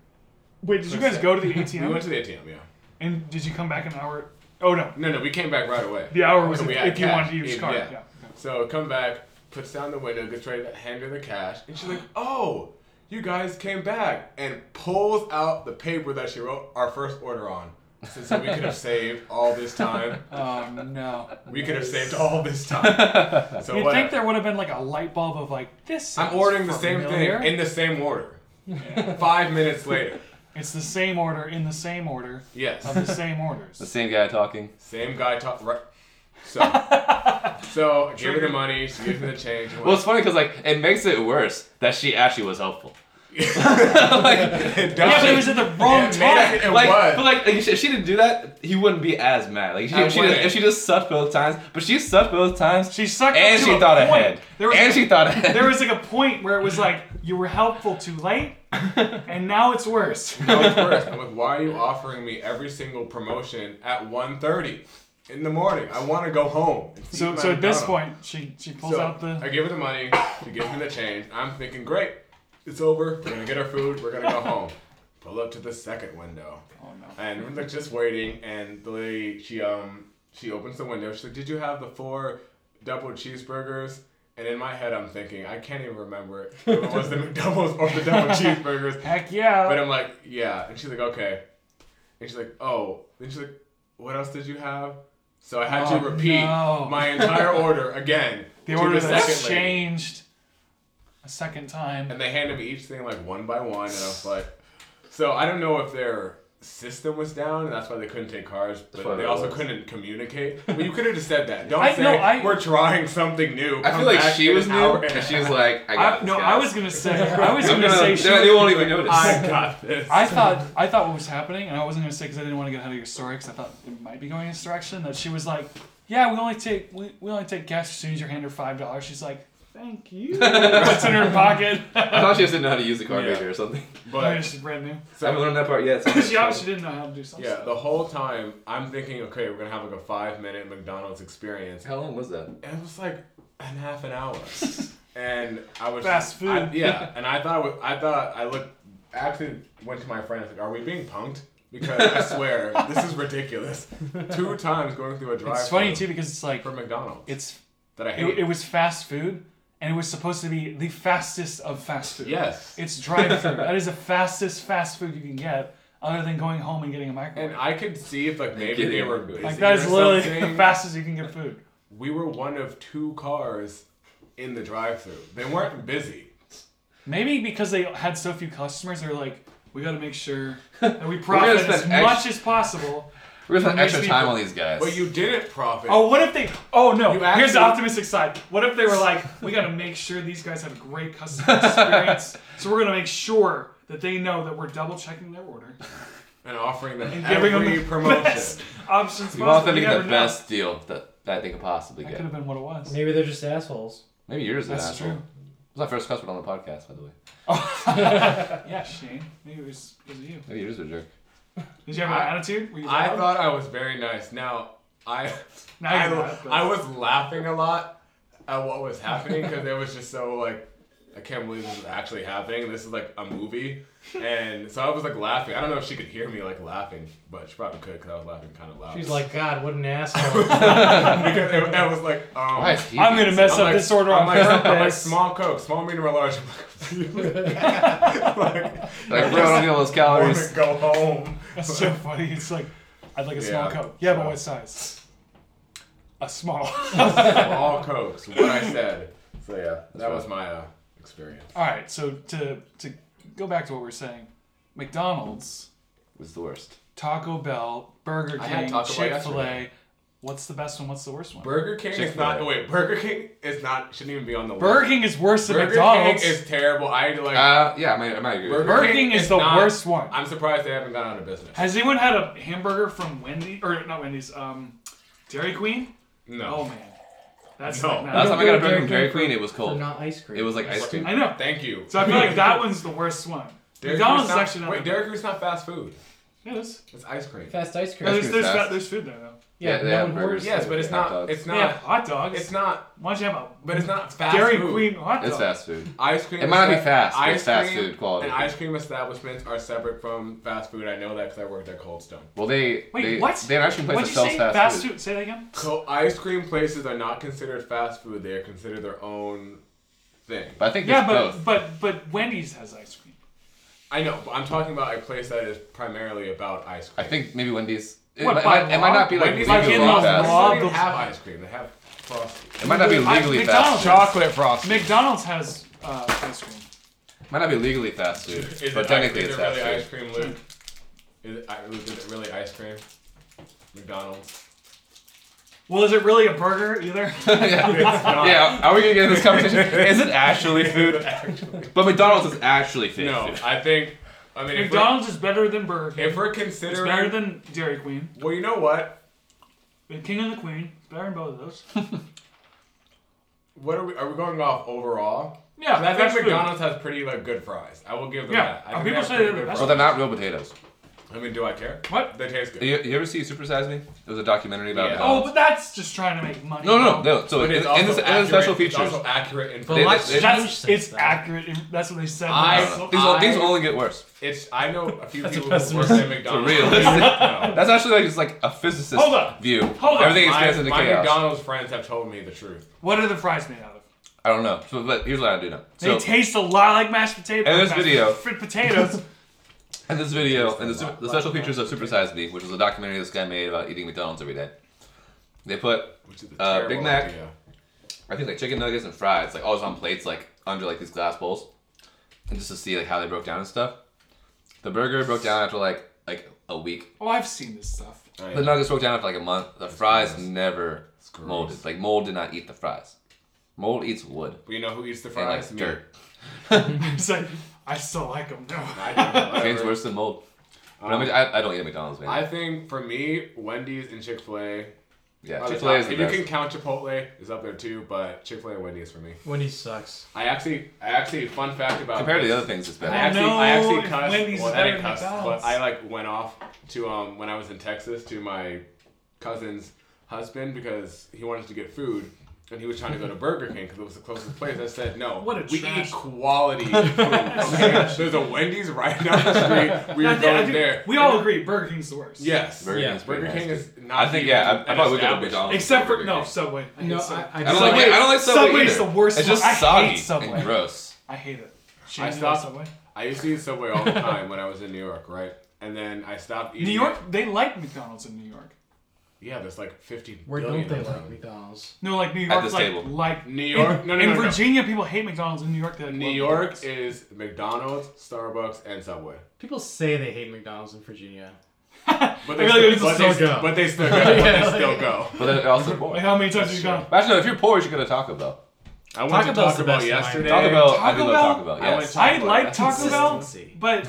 Speaker 1: Wait, did you guys go to the ATM?
Speaker 3: We went to the ATM. Yeah.
Speaker 1: And did you come back an hour? Oh no,
Speaker 3: No, no, we came back right away.
Speaker 1: the hour was
Speaker 3: So
Speaker 1: if,
Speaker 3: Oh, we had
Speaker 1: if you
Speaker 3: cash.
Speaker 1: wanted to use
Speaker 3: Yeah,
Speaker 1: card.
Speaker 3: yeah.
Speaker 1: Yeah. yeah.
Speaker 3: So come back, puts down the window, gets ready to hand her the cash, and she's like, "Oh, you guys came back," and pulls out the paper that she wrote our first order on. So, so we could have saved all this time.
Speaker 1: Oh no.
Speaker 3: We could have saved all this time. So
Speaker 1: You'd
Speaker 3: what?
Speaker 1: think there would have been like a light bulb of like this.
Speaker 3: I'm
Speaker 1: sounds
Speaker 3: ordering the same
Speaker 1: familiar.
Speaker 3: thing in the same order. Five minutes later.
Speaker 1: It's the same order in the same order
Speaker 3: Yes.
Speaker 1: of the same
Speaker 2: The
Speaker 1: orders.
Speaker 2: same guy talking.
Speaker 3: Same guy talk right. So, so I give her the money. She gives me the change. I'm
Speaker 2: Well,
Speaker 3: like,
Speaker 2: it's funny because like it makes it worse that she actually was helpful.
Speaker 3: it
Speaker 1: yeah,
Speaker 3: does.
Speaker 1: but it was at the wrong
Speaker 3: It
Speaker 1: time.
Speaker 3: made it- it
Speaker 2: like,
Speaker 3: was.
Speaker 2: but like, if she- if she didn't do that, he wouldn't be as mad. Like, she,
Speaker 3: I
Speaker 2: if, she
Speaker 3: wouldn't.
Speaker 2: just, if she just sucked both times, but she sucked both times.
Speaker 1: She sucked up
Speaker 2: and
Speaker 1: to
Speaker 2: she
Speaker 1: a
Speaker 2: thought
Speaker 1: point.
Speaker 2: ahead.
Speaker 1: There was-
Speaker 2: and she thought ahead.
Speaker 1: There was like a point where it was like you were helpful too late, and now it's worse.
Speaker 3: I was first. I'm like, why are you offering me every single promotion at 1.30 in the morning? I want to go home. and eat
Speaker 1: So,
Speaker 3: my
Speaker 1: so at this
Speaker 3: McDonald's.
Speaker 1: point, she she pulls
Speaker 3: So,
Speaker 1: out the.
Speaker 3: I give her the money. She gives me the change. I'm thinking, great, it's over. We're gonna get our food. We're gonna go home. Pull up to the second window,
Speaker 1: Oh no.
Speaker 3: and we're like just waiting. And the lady, she um, she opens the window. She's like, "Did you have the four double cheeseburgers?" And in my head, I'm thinking, I can't even remember if it was the McDoubles or the double cheeseburgers.
Speaker 1: Heck yeah.
Speaker 3: But uh, I'm like, yeah. And she's like, okay. And she's like, oh. Then she's like, what else did you have? So I had
Speaker 1: Oh,
Speaker 3: to repeat
Speaker 1: no.
Speaker 3: my entire order again.
Speaker 1: the
Speaker 3: to
Speaker 1: order
Speaker 3: the
Speaker 1: that's
Speaker 3: second lady.
Speaker 1: changed a second time.
Speaker 3: And they handed me each thing like one by one, and I was like, So I don't know if their system was down, and that's why they couldn't take cars, but
Speaker 2: probably
Speaker 3: they
Speaker 2: what it
Speaker 3: also
Speaker 2: was.
Speaker 3: couldn't communicate. But you could have just said that. Don't
Speaker 1: I-
Speaker 3: say
Speaker 1: no, I-
Speaker 3: we're trying something new.
Speaker 2: I
Speaker 3: Come
Speaker 2: feel like
Speaker 3: back
Speaker 2: she
Speaker 3: in
Speaker 2: was
Speaker 3: an
Speaker 2: new,
Speaker 3: hour
Speaker 2: and
Speaker 3: a
Speaker 2: she was
Speaker 3: half."
Speaker 2: like, I got
Speaker 1: I,
Speaker 2: this,
Speaker 1: no,
Speaker 2: guys.
Speaker 1: I was gonna say. I was
Speaker 2: No,
Speaker 1: gonna
Speaker 2: no, no,
Speaker 1: say.
Speaker 2: they-
Speaker 1: she
Speaker 2: they
Speaker 1: was-
Speaker 2: won't even notice.
Speaker 1: I-
Speaker 3: I got this.
Speaker 1: I thought I thought what was happening, and I wasn't gonna say because I didn't want to get ahead of your story because I thought it might be going in this direction. That she was like, "Yeah, we only take we, we only take cash as soon as you hand her five dollars." She's like, "Thank you." Puts it in her pocket.
Speaker 2: I thought she just didn't know how to use the card
Speaker 3: Yeah.
Speaker 2: reader or something.
Speaker 1: Maybe
Speaker 3: but
Speaker 1: she's brand new.
Speaker 2: I haven't
Speaker 3: so,
Speaker 2: learned that part yet. so-
Speaker 1: she obviously didn't know how to do something.
Speaker 3: yeah, the whole time I'm thinking, okay, we're gonna have like a five minute McDonald's experience.
Speaker 2: How long was that?
Speaker 3: And it was like an half an hour. and I was
Speaker 1: Fast food.
Speaker 3: I- yeah, and I thought it was, I thought I looked actually went to my friend. I was like, "Are we being punked?" Because I swear this is ridiculous. Two times going through a drive.
Speaker 1: It's funny too because it's like
Speaker 3: for McDonald's
Speaker 1: it's
Speaker 3: that I hate.
Speaker 1: it, it was fast food and it was supposed to be the fastest of fast food.
Speaker 3: yes,
Speaker 1: It's drive through. that is the fastest fast food you can get, other than going home and getting a microwave.
Speaker 3: and I could see if like maybe they
Speaker 2: Kidding.
Speaker 3: were busy
Speaker 1: like that is
Speaker 3: or
Speaker 1: literally the
Speaker 3: something.
Speaker 1: fastest you can get food.
Speaker 3: We were one of two cars in the drive-through. They weren't busy.
Speaker 1: Maybe because they had so few customers, they're like, we got to make sure that we
Speaker 2: gonna
Speaker 1: profit as
Speaker 2: spend
Speaker 1: much as possible.
Speaker 2: We're gonna spend
Speaker 1: These
Speaker 2: extra time
Speaker 1: people-
Speaker 2: on these guys.
Speaker 3: But you didn't profit.
Speaker 1: Oh, what if they? Oh no!
Speaker 3: You
Speaker 1: Here's the
Speaker 3: actually-
Speaker 1: optimistic side. What if they were like, we got to make sure these guys have a great customer experience, so we're gonna make sure that they know that we're double checking their order
Speaker 3: and offering them
Speaker 1: and
Speaker 3: every
Speaker 1: giving them the
Speaker 3: promotion.
Speaker 1: best options
Speaker 2: You
Speaker 1: possible.
Speaker 2: want them to
Speaker 1: You
Speaker 2: get the
Speaker 1: never know.
Speaker 2: best deal that, that they could possibly
Speaker 1: That
Speaker 2: get.
Speaker 1: could have been what it was.
Speaker 4: Maybe they're just assholes.
Speaker 2: Maybe yours is an
Speaker 1: That's
Speaker 2: asshole.
Speaker 1: true.
Speaker 2: It was my first cuss word on the podcast, by the way.
Speaker 1: Yeah, Shane. Maybe it was, it was you.
Speaker 2: Maybe yours is a jerk.
Speaker 1: Did you have
Speaker 3: I-
Speaker 1: an attitude? Were you
Speaker 3: I
Speaker 1: loud?
Speaker 3: thought I was very nice. Now I,
Speaker 1: Now
Speaker 3: I,
Speaker 1: you're not, but-
Speaker 3: I was laughing a lot at what was happening because it was just so like, I can't believe this is actually happening. This is like a movie, and so I was like laughing. I don't know if she could hear me like laughing, but she probably could because I was laughing kind of loud.
Speaker 4: She's like, God, what an asshole.
Speaker 3: because it, I was like, um,
Speaker 2: Why is he
Speaker 1: I'm gonna
Speaker 2: being
Speaker 1: mess
Speaker 2: so-
Speaker 1: up this order on
Speaker 3: I'm like, I'm like,
Speaker 1: purpose.
Speaker 3: small coke, small medium or large. I'm like, like,
Speaker 2: Like, bro, I don't need all those
Speaker 3: I want
Speaker 2: calories.
Speaker 3: to go home.
Speaker 1: That's so funny. It's like, I'd like a small
Speaker 3: Yeah.
Speaker 1: coat. Yeah, but
Speaker 3: So-
Speaker 1: what size? A small.
Speaker 3: Small cokes, what I said. So yeah, that was my uh, experience.
Speaker 1: All right. So to to go back to what we were saying, McDonald's,
Speaker 2: was the worst.
Speaker 1: Taco Bell, Burger
Speaker 3: I had
Speaker 1: King,
Speaker 3: Taco Bell
Speaker 1: Chick Fil A.
Speaker 3: yesterday.
Speaker 1: What's the best one? What's the worst one?
Speaker 3: Burger King is
Speaker 2: Chick-fil-A.
Speaker 3: not. oh, Wait, Burger King is not. Shouldn't even be on the
Speaker 1: Burger
Speaker 3: list.
Speaker 1: King is worse than
Speaker 3: Burger
Speaker 1: McDonald's.
Speaker 3: King is terrible. I like.
Speaker 2: Uh, yeah, I might, I might agree. With
Speaker 3: Burger,
Speaker 2: you.
Speaker 1: Burger King is the
Speaker 3: not-
Speaker 1: worst one.
Speaker 3: I'm surprised they haven't gone out of business.
Speaker 1: Has anyone had a hamburger from Wendy or not Wendy's? Um, Dairy Queen. Oh
Speaker 3: No.
Speaker 1: man, that's
Speaker 3: No.
Speaker 1: like not-
Speaker 2: Last time I got a Burger
Speaker 4: Dairy
Speaker 2: from Dairy
Speaker 4: Queen
Speaker 2: Queen, it was
Speaker 4: For
Speaker 2: cold.
Speaker 4: not ice cream.
Speaker 2: It was like ice cream.
Speaker 1: I know.
Speaker 3: Thank you.
Speaker 1: So I feel like that one's the worst one.
Speaker 3: Dairy Queen's
Speaker 1: McDonald's is
Speaker 3: not-
Speaker 1: actually not.
Speaker 3: Wait, Dairy Queen's not fast food.
Speaker 1: Yeah, it is.
Speaker 3: It's ice cream.
Speaker 4: fast ice
Speaker 1: No,
Speaker 4: cream.
Speaker 1: there's, there's, fa-
Speaker 2: fast.
Speaker 1: there's food there though.
Speaker 2: Yeah, they
Speaker 4: no
Speaker 2: have
Speaker 4: one
Speaker 2: burgers.
Speaker 4: orders-
Speaker 3: Yes, but it's
Speaker 2: Hot
Speaker 3: not.
Speaker 2: dogs.
Speaker 3: It's
Speaker 1: They have
Speaker 3: not.
Speaker 1: hot dogs.
Speaker 3: It's not.
Speaker 1: Why don't you have a
Speaker 3: But it's not fast
Speaker 1: Dairy
Speaker 3: food.
Speaker 1: Queen hot dog?
Speaker 2: It's fast food.
Speaker 3: Ice cream.
Speaker 2: It might not be
Speaker 3: esta-
Speaker 2: fast, but
Speaker 3: ice
Speaker 2: it's fast
Speaker 3: cream
Speaker 2: food quality.
Speaker 3: And ice cream establishments are separate from fast food. I know that because I worked at Cold Stone.
Speaker 2: Well, they
Speaker 1: Wait,
Speaker 2: they,
Speaker 1: what?
Speaker 2: They have an ice cream place
Speaker 1: What'd
Speaker 2: that
Speaker 1: you
Speaker 2: sells
Speaker 1: say?
Speaker 2: fast,
Speaker 1: fast
Speaker 2: food.
Speaker 1: food. Say that again.
Speaker 3: So ice cream places are not considered fast food. They are considered their own thing.
Speaker 2: But I think
Speaker 1: yeah,
Speaker 2: it's
Speaker 1: but
Speaker 2: both.
Speaker 1: but but Wendy's has ice cream.
Speaker 3: I know, but I'm talking about a place that is primarily about ice
Speaker 2: I
Speaker 3: cream.
Speaker 2: think maybe Wendy's. It,
Speaker 1: What,
Speaker 2: might, it
Speaker 1: by
Speaker 2: might- it might
Speaker 1: law?
Speaker 2: not be like
Speaker 3: Wendy's
Speaker 1: like
Speaker 2: legally
Speaker 1: in those
Speaker 2: fast.
Speaker 1: law-
Speaker 3: They don't even have ice cream. They have frosty.
Speaker 2: It might not be
Speaker 1: I-
Speaker 2: legally
Speaker 1: McDonald's.
Speaker 2: fast. Food.
Speaker 3: Chocolate frosty.
Speaker 1: McDonald's has uh, ice cream.
Speaker 2: Might not be legally fast food,
Speaker 3: Is
Speaker 2: but
Speaker 3: it
Speaker 2: technically
Speaker 3: ice,
Speaker 2: it's
Speaker 3: is
Speaker 2: fast
Speaker 3: it really ice
Speaker 2: food.
Speaker 3: cream, Luke? Is it, I- Luke, is it really ice cream? McDonald's.
Speaker 1: Well, is it really a burger either?
Speaker 3: It's not.
Speaker 2: Yeah, are we gonna get in this conversation? Is it actually food?
Speaker 3: Actually.
Speaker 2: But McDonald's is actually fast
Speaker 3: No,
Speaker 2: food.
Speaker 3: I think. I mean, if we're,
Speaker 1: McDonald's is better than Burger King.
Speaker 3: if we're
Speaker 1: It's better
Speaker 3: considering,
Speaker 1: than Dairy Queen.
Speaker 3: well, you know what?
Speaker 1: The King and the Queen. It's better than both of those.
Speaker 3: What are we? Are we going off overall?
Speaker 1: Yeah,
Speaker 3: 'Cause I
Speaker 1: fast
Speaker 3: think
Speaker 1: food.
Speaker 3: McDonald's has pretty like good fries. I will give them
Speaker 1: Yeah,
Speaker 3: that.
Speaker 1: and
Speaker 3: I think
Speaker 1: people
Speaker 3: they have
Speaker 1: say
Speaker 3: pretty
Speaker 1: they're
Speaker 3: good
Speaker 1: the best
Speaker 2: Well, they're not real potatoes.
Speaker 3: fries. I mean, do I care?
Speaker 1: What?
Speaker 3: They taste good.
Speaker 2: You, you ever see Supersize Me? It was a documentary about
Speaker 3: Yeah. Oh,
Speaker 1: Oh,
Speaker 2: McDonald's.
Speaker 1: but that's just trying to make money.
Speaker 2: no, no, no. So
Speaker 3: But
Speaker 2: in,
Speaker 3: it's
Speaker 2: in this
Speaker 3: also
Speaker 2: in the special
Speaker 3: accurate-
Speaker 2: features,
Speaker 3: It's also accurate and
Speaker 4: But
Speaker 2: They-
Speaker 4: lots
Speaker 2: they-
Speaker 4: changed
Speaker 1: That's
Speaker 4: since
Speaker 1: it's
Speaker 4: then.
Speaker 1: accurate. That's what they said.
Speaker 3: I-
Speaker 1: So-
Speaker 2: these, will, these
Speaker 3: I-
Speaker 2: will only get worse.
Speaker 3: It's. I know a few
Speaker 4: That's a
Speaker 3: people who work
Speaker 4: pessimistic-
Speaker 3: at McDonald's.
Speaker 2: realistic-
Speaker 3: No.
Speaker 2: That's actually like just like a physicist
Speaker 1: Hold up.
Speaker 2: view.
Speaker 1: Hold up.
Speaker 2: Everything
Speaker 3: My,
Speaker 2: expands into
Speaker 3: my
Speaker 2: chaos.
Speaker 3: McDonald's friends have told me the truth.
Speaker 1: What are the fries made out of?
Speaker 2: I don't know. So, but here's what I do know.
Speaker 1: They
Speaker 2: So
Speaker 1: taste a lot like mashed potatoes.
Speaker 2: And this
Speaker 1: mashed
Speaker 2: video-
Speaker 1: Fried potatoes.
Speaker 2: in this video, in the,
Speaker 3: Taste a
Speaker 2: super,
Speaker 3: lot
Speaker 2: the special features of Super Size Me, which is a documentary this guy made about eating McDonald's every day, they put
Speaker 3: Which is a
Speaker 2: Uh,
Speaker 3: terrible
Speaker 2: Big Mac.
Speaker 3: Idea.
Speaker 2: I think like chicken nuggets and fries, like always on plates, like under like these glass bowls, and just to see like how they broke down and stuff. The burger broke down after like like a week.
Speaker 1: Oh, I've seen this stuff.
Speaker 3: I-
Speaker 2: The nuggets broke down after like a month. The fries
Speaker 3: gross.
Speaker 2: never
Speaker 3: gross.
Speaker 2: molded. Like mold did not eat the fries. Mold eats wood
Speaker 3: But you know who eats the
Speaker 2: and
Speaker 3: fries?
Speaker 2: like
Speaker 3: Me.
Speaker 2: dirt.
Speaker 1: it's like I still like them. No.
Speaker 3: I don't know,
Speaker 2: Things
Speaker 3: whatever.
Speaker 2: worse than mold. But I,
Speaker 3: Um,
Speaker 2: mean, I, I don't eat at McDonald's, man.
Speaker 3: I think for me, Wendy's and Chick Fil A.
Speaker 2: yeah, Chick Fil A is the
Speaker 3: If
Speaker 2: best.
Speaker 3: you can count Chipotle, is up there too, but Chick Fil A and Wendy's for me.
Speaker 4: Wendy's sucks.
Speaker 3: I actually, I actually, fun fact about
Speaker 2: Compared to the
Speaker 3: this-
Speaker 2: other things, it's
Speaker 3: I
Speaker 1: Oh,
Speaker 2: better.
Speaker 3: actually,
Speaker 1: no,
Speaker 3: I actually
Speaker 1: if
Speaker 3: cussed.
Speaker 1: Wendy's
Speaker 3: well,
Speaker 1: is
Speaker 3: I
Speaker 1: better
Speaker 3: didn't
Speaker 1: than
Speaker 3: cuss, but
Speaker 1: McDonald's.
Speaker 3: I like went off to um when I was in Texas to my cousin's husband because he wanted to get food. And he was trying to go to Burger King because it was the closest place. I said, "No,
Speaker 1: What a
Speaker 3: we
Speaker 1: trash.
Speaker 3: eat quality food. Okay? There's a Wendy's right down the street. We
Speaker 1: I
Speaker 3: are
Speaker 1: think- I
Speaker 3: going
Speaker 1: think
Speaker 3: there.
Speaker 1: We all agree Burger King's the worst.
Speaker 3: Yes.
Speaker 2: Burger
Speaker 4: Yeah,
Speaker 2: King's pretty
Speaker 3: Burger King
Speaker 2: nasty.
Speaker 3: is not.
Speaker 2: I think
Speaker 3: even
Speaker 2: yeah. I, I
Speaker 3: an
Speaker 2: probably would go to
Speaker 3: establishment.
Speaker 2: McDonald's.
Speaker 1: Except for
Speaker 2: Burger
Speaker 1: no
Speaker 2: King.
Speaker 1: Subway. I hate
Speaker 4: No,
Speaker 1: Subway.
Speaker 4: I- I
Speaker 2: I don't
Speaker 4: Subway-
Speaker 2: like. I don't like Subway.
Speaker 1: Subway's
Speaker 2: either.
Speaker 1: the worst
Speaker 2: It's just
Speaker 1: one. I hate
Speaker 2: soggy
Speaker 1: Subway.
Speaker 2: and gross.
Speaker 1: I hate it. Shane,
Speaker 3: I
Speaker 1: you like
Speaker 3: stopped-
Speaker 1: Subway.
Speaker 3: I used to eat Subway all the time when I was in New York, right? And then I stopped eating.
Speaker 1: New York,
Speaker 3: it.
Speaker 1: they like McDonald's in New York.
Speaker 3: Yeah, there's like 50
Speaker 4: Where
Speaker 3: billion
Speaker 4: don't they
Speaker 3: of
Speaker 4: like
Speaker 3: them.
Speaker 4: McDonald's?
Speaker 1: No, like New York,
Speaker 2: this
Speaker 1: like
Speaker 2: table.
Speaker 1: like
Speaker 3: New York?
Speaker 1: In,
Speaker 3: No, no,
Speaker 1: in
Speaker 3: no, no.
Speaker 1: Virginia, people hate McDonald's. In New York, they like
Speaker 3: New
Speaker 1: love
Speaker 3: York
Speaker 1: McDonald's.
Speaker 3: is McDonald's, Starbucks, and Subway.
Speaker 4: People say they hate McDonald's in Virginia.
Speaker 3: But
Speaker 1: I
Speaker 3: they,
Speaker 1: feel like
Speaker 3: still,
Speaker 1: it's just
Speaker 3: but, they,
Speaker 4: so good.
Speaker 3: but they still go. But they still go.
Speaker 2: But they're also
Speaker 1: Like
Speaker 2: poor.
Speaker 1: how many times have you
Speaker 3: Sure.
Speaker 1: gone?
Speaker 2: Actually, no, if you're poor, you should go to Taco Bell.
Speaker 3: I went
Speaker 4: Taco
Speaker 3: to
Speaker 4: Bell's
Speaker 3: Taco
Speaker 4: the
Speaker 3: Bell
Speaker 4: best
Speaker 3: yesterday.
Speaker 4: line.
Speaker 2: Taco Bell, I
Speaker 1: Taco
Speaker 2: do
Speaker 1: Bell?
Speaker 2: love Taco Bell.
Speaker 3: I went
Speaker 2: Yes.
Speaker 3: to-
Speaker 1: I like
Speaker 3: That's
Speaker 1: Taco Bell,
Speaker 4: consistency.
Speaker 1: but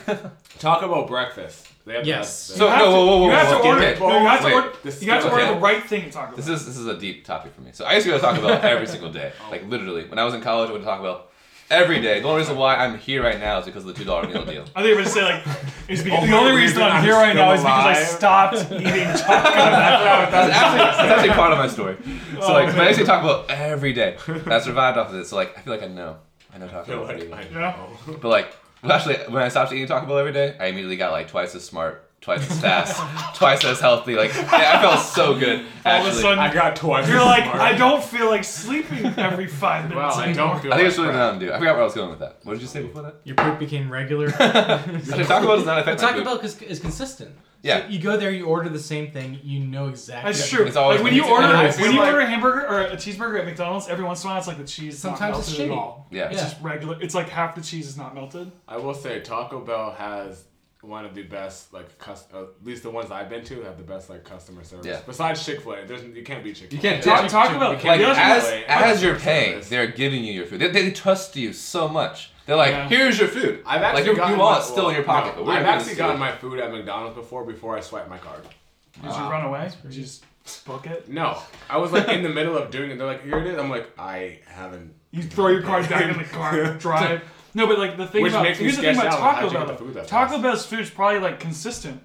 Speaker 3: Taco Bell breakfast. They have
Speaker 4: Yes.
Speaker 3: The best
Speaker 2: So-
Speaker 1: you
Speaker 2: no,
Speaker 1: have to-
Speaker 2: whoa, whoa, whoa,
Speaker 1: you have
Speaker 2: whoa,
Speaker 1: to
Speaker 2: whoa,
Speaker 1: order.
Speaker 2: wait.
Speaker 1: No, you have to
Speaker 3: Wait,
Speaker 1: order.
Speaker 3: this-
Speaker 1: You have to
Speaker 2: okay.
Speaker 1: order the right thing at Taco
Speaker 2: This
Speaker 1: Bell.
Speaker 2: is this is a deep topic for me. So I used to go to Taco Bell every single day, like literally. When I was in college, I went to Taco Bell every day. The only reason why I'm here right now is because of the two dollar meal deal.
Speaker 1: I think you were gonna say like, it's because,
Speaker 3: Only
Speaker 1: the only
Speaker 3: reason
Speaker 1: reason I'm
Speaker 3: I'm
Speaker 1: here right now is
Speaker 3: still
Speaker 1: because I
Speaker 3: alive.
Speaker 1: stopped eating Taco Bell.
Speaker 3: That's-
Speaker 2: That's actually that's actually part of my story. So
Speaker 1: Oh,
Speaker 2: like, but I
Speaker 1: man.
Speaker 2: used to Taco Bell every day. And I survived off of this. So like, I feel like I know, I know Taco
Speaker 3: I
Speaker 2: Bell.
Speaker 3: like-
Speaker 2: pretty well.
Speaker 3: I
Speaker 1: Yeah.
Speaker 3: know.
Speaker 2: But like, well, actually, when I stopped eating Taco Bell every day, I immediately got like twice as smart, twice as fast, twice as healthy. Like, I I felt so good.
Speaker 1: All of a
Speaker 2: actually.
Speaker 1: sudden,
Speaker 3: I got twice.
Speaker 1: you're
Speaker 3: as
Speaker 1: like,
Speaker 3: smart.
Speaker 1: I don't feel like sleeping every five
Speaker 3: Wow,
Speaker 1: minutes.
Speaker 3: I
Speaker 1: anymore.
Speaker 3: don't feel.
Speaker 2: I think it's
Speaker 3: like
Speaker 2: really
Speaker 3: crap.
Speaker 2: Mountain Dew. I forgot where I was going with that. What did you say before that?
Speaker 4: Your poop became regular.
Speaker 2: Actually, Taco Bell does not affect my
Speaker 4: Taco
Speaker 2: poop.
Speaker 4: Bell is, is consistent.
Speaker 2: Yeah.
Speaker 4: So you go there, you order the same thing, you know exactly.
Speaker 1: That's true.
Speaker 2: It's always
Speaker 1: like when you
Speaker 2: been easy.
Speaker 1: order
Speaker 3: And I
Speaker 1: when
Speaker 3: feel
Speaker 1: you
Speaker 3: like-
Speaker 1: order a hamburger or a cheeseburger at McDonald's, every once in a while it's like the cheese. is not
Speaker 4: Sometimes it's
Speaker 1: melted at
Speaker 4: shitty.
Speaker 1: all.
Speaker 2: Yeah.
Speaker 1: It's just regular. It's like half the cheese is not melted.
Speaker 3: I will say Taco Bell has one of the best like cus- uh, at least the ones I've been to have the best like customer service.
Speaker 2: Yeah.
Speaker 3: Besides Chick Fil A, there's you can't beat Chick Fil A.
Speaker 2: You can't
Speaker 1: Talk,
Speaker 2: Yeah.
Speaker 1: talk about
Speaker 2: like
Speaker 1: the other thing-
Speaker 2: as,
Speaker 3: way.
Speaker 2: as you're
Speaker 3: Customer
Speaker 2: paying,
Speaker 3: service.
Speaker 2: they're giving you your food. They, they trust you so much. They're like,
Speaker 1: Yeah.
Speaker 2: here's your food.
Speaker 3: I've actually
Speaker 2: like your,
Speaker 3: gotten
Speaker 2: your wallet's
Speaker 3: my-
Speaker 2: still in your
Speaker 3: well,
Speaker 2: pocket.
Speaker 3: no,
Speaker 2: but we're
Speaker 3: I've
Speaker 2: giving
Speaker 3: actually
Speaker 2: this to you.
Speaker 3: gotten my food at McDonald's before before I swipe my card.
Speaker 1: Did you run away? Did you just book it?
Speaker 3: No, I was like in the middle of doing it. They're like, "Here it is." I'm like, I haven't.
Speaker 1: You throw your card back in the car, drive. No, but like the thing
Speaker 3: Which
Speaker 1: about
Speaker 3: makes me
Speaker 1: here's the thing
Speaker 3: sketched
Speaker 1: about
Speaker 3: out, like,
Speaker 1: Taco
Speaker 3: how'd you get
Speaker 1: Bell.
Speaker 3: the food
Speaker 1: though.
Speaker 3: that
Speaker 1: Taco
Speaker 3: fast?
Speaker 1: Bell's food's probably like consistent,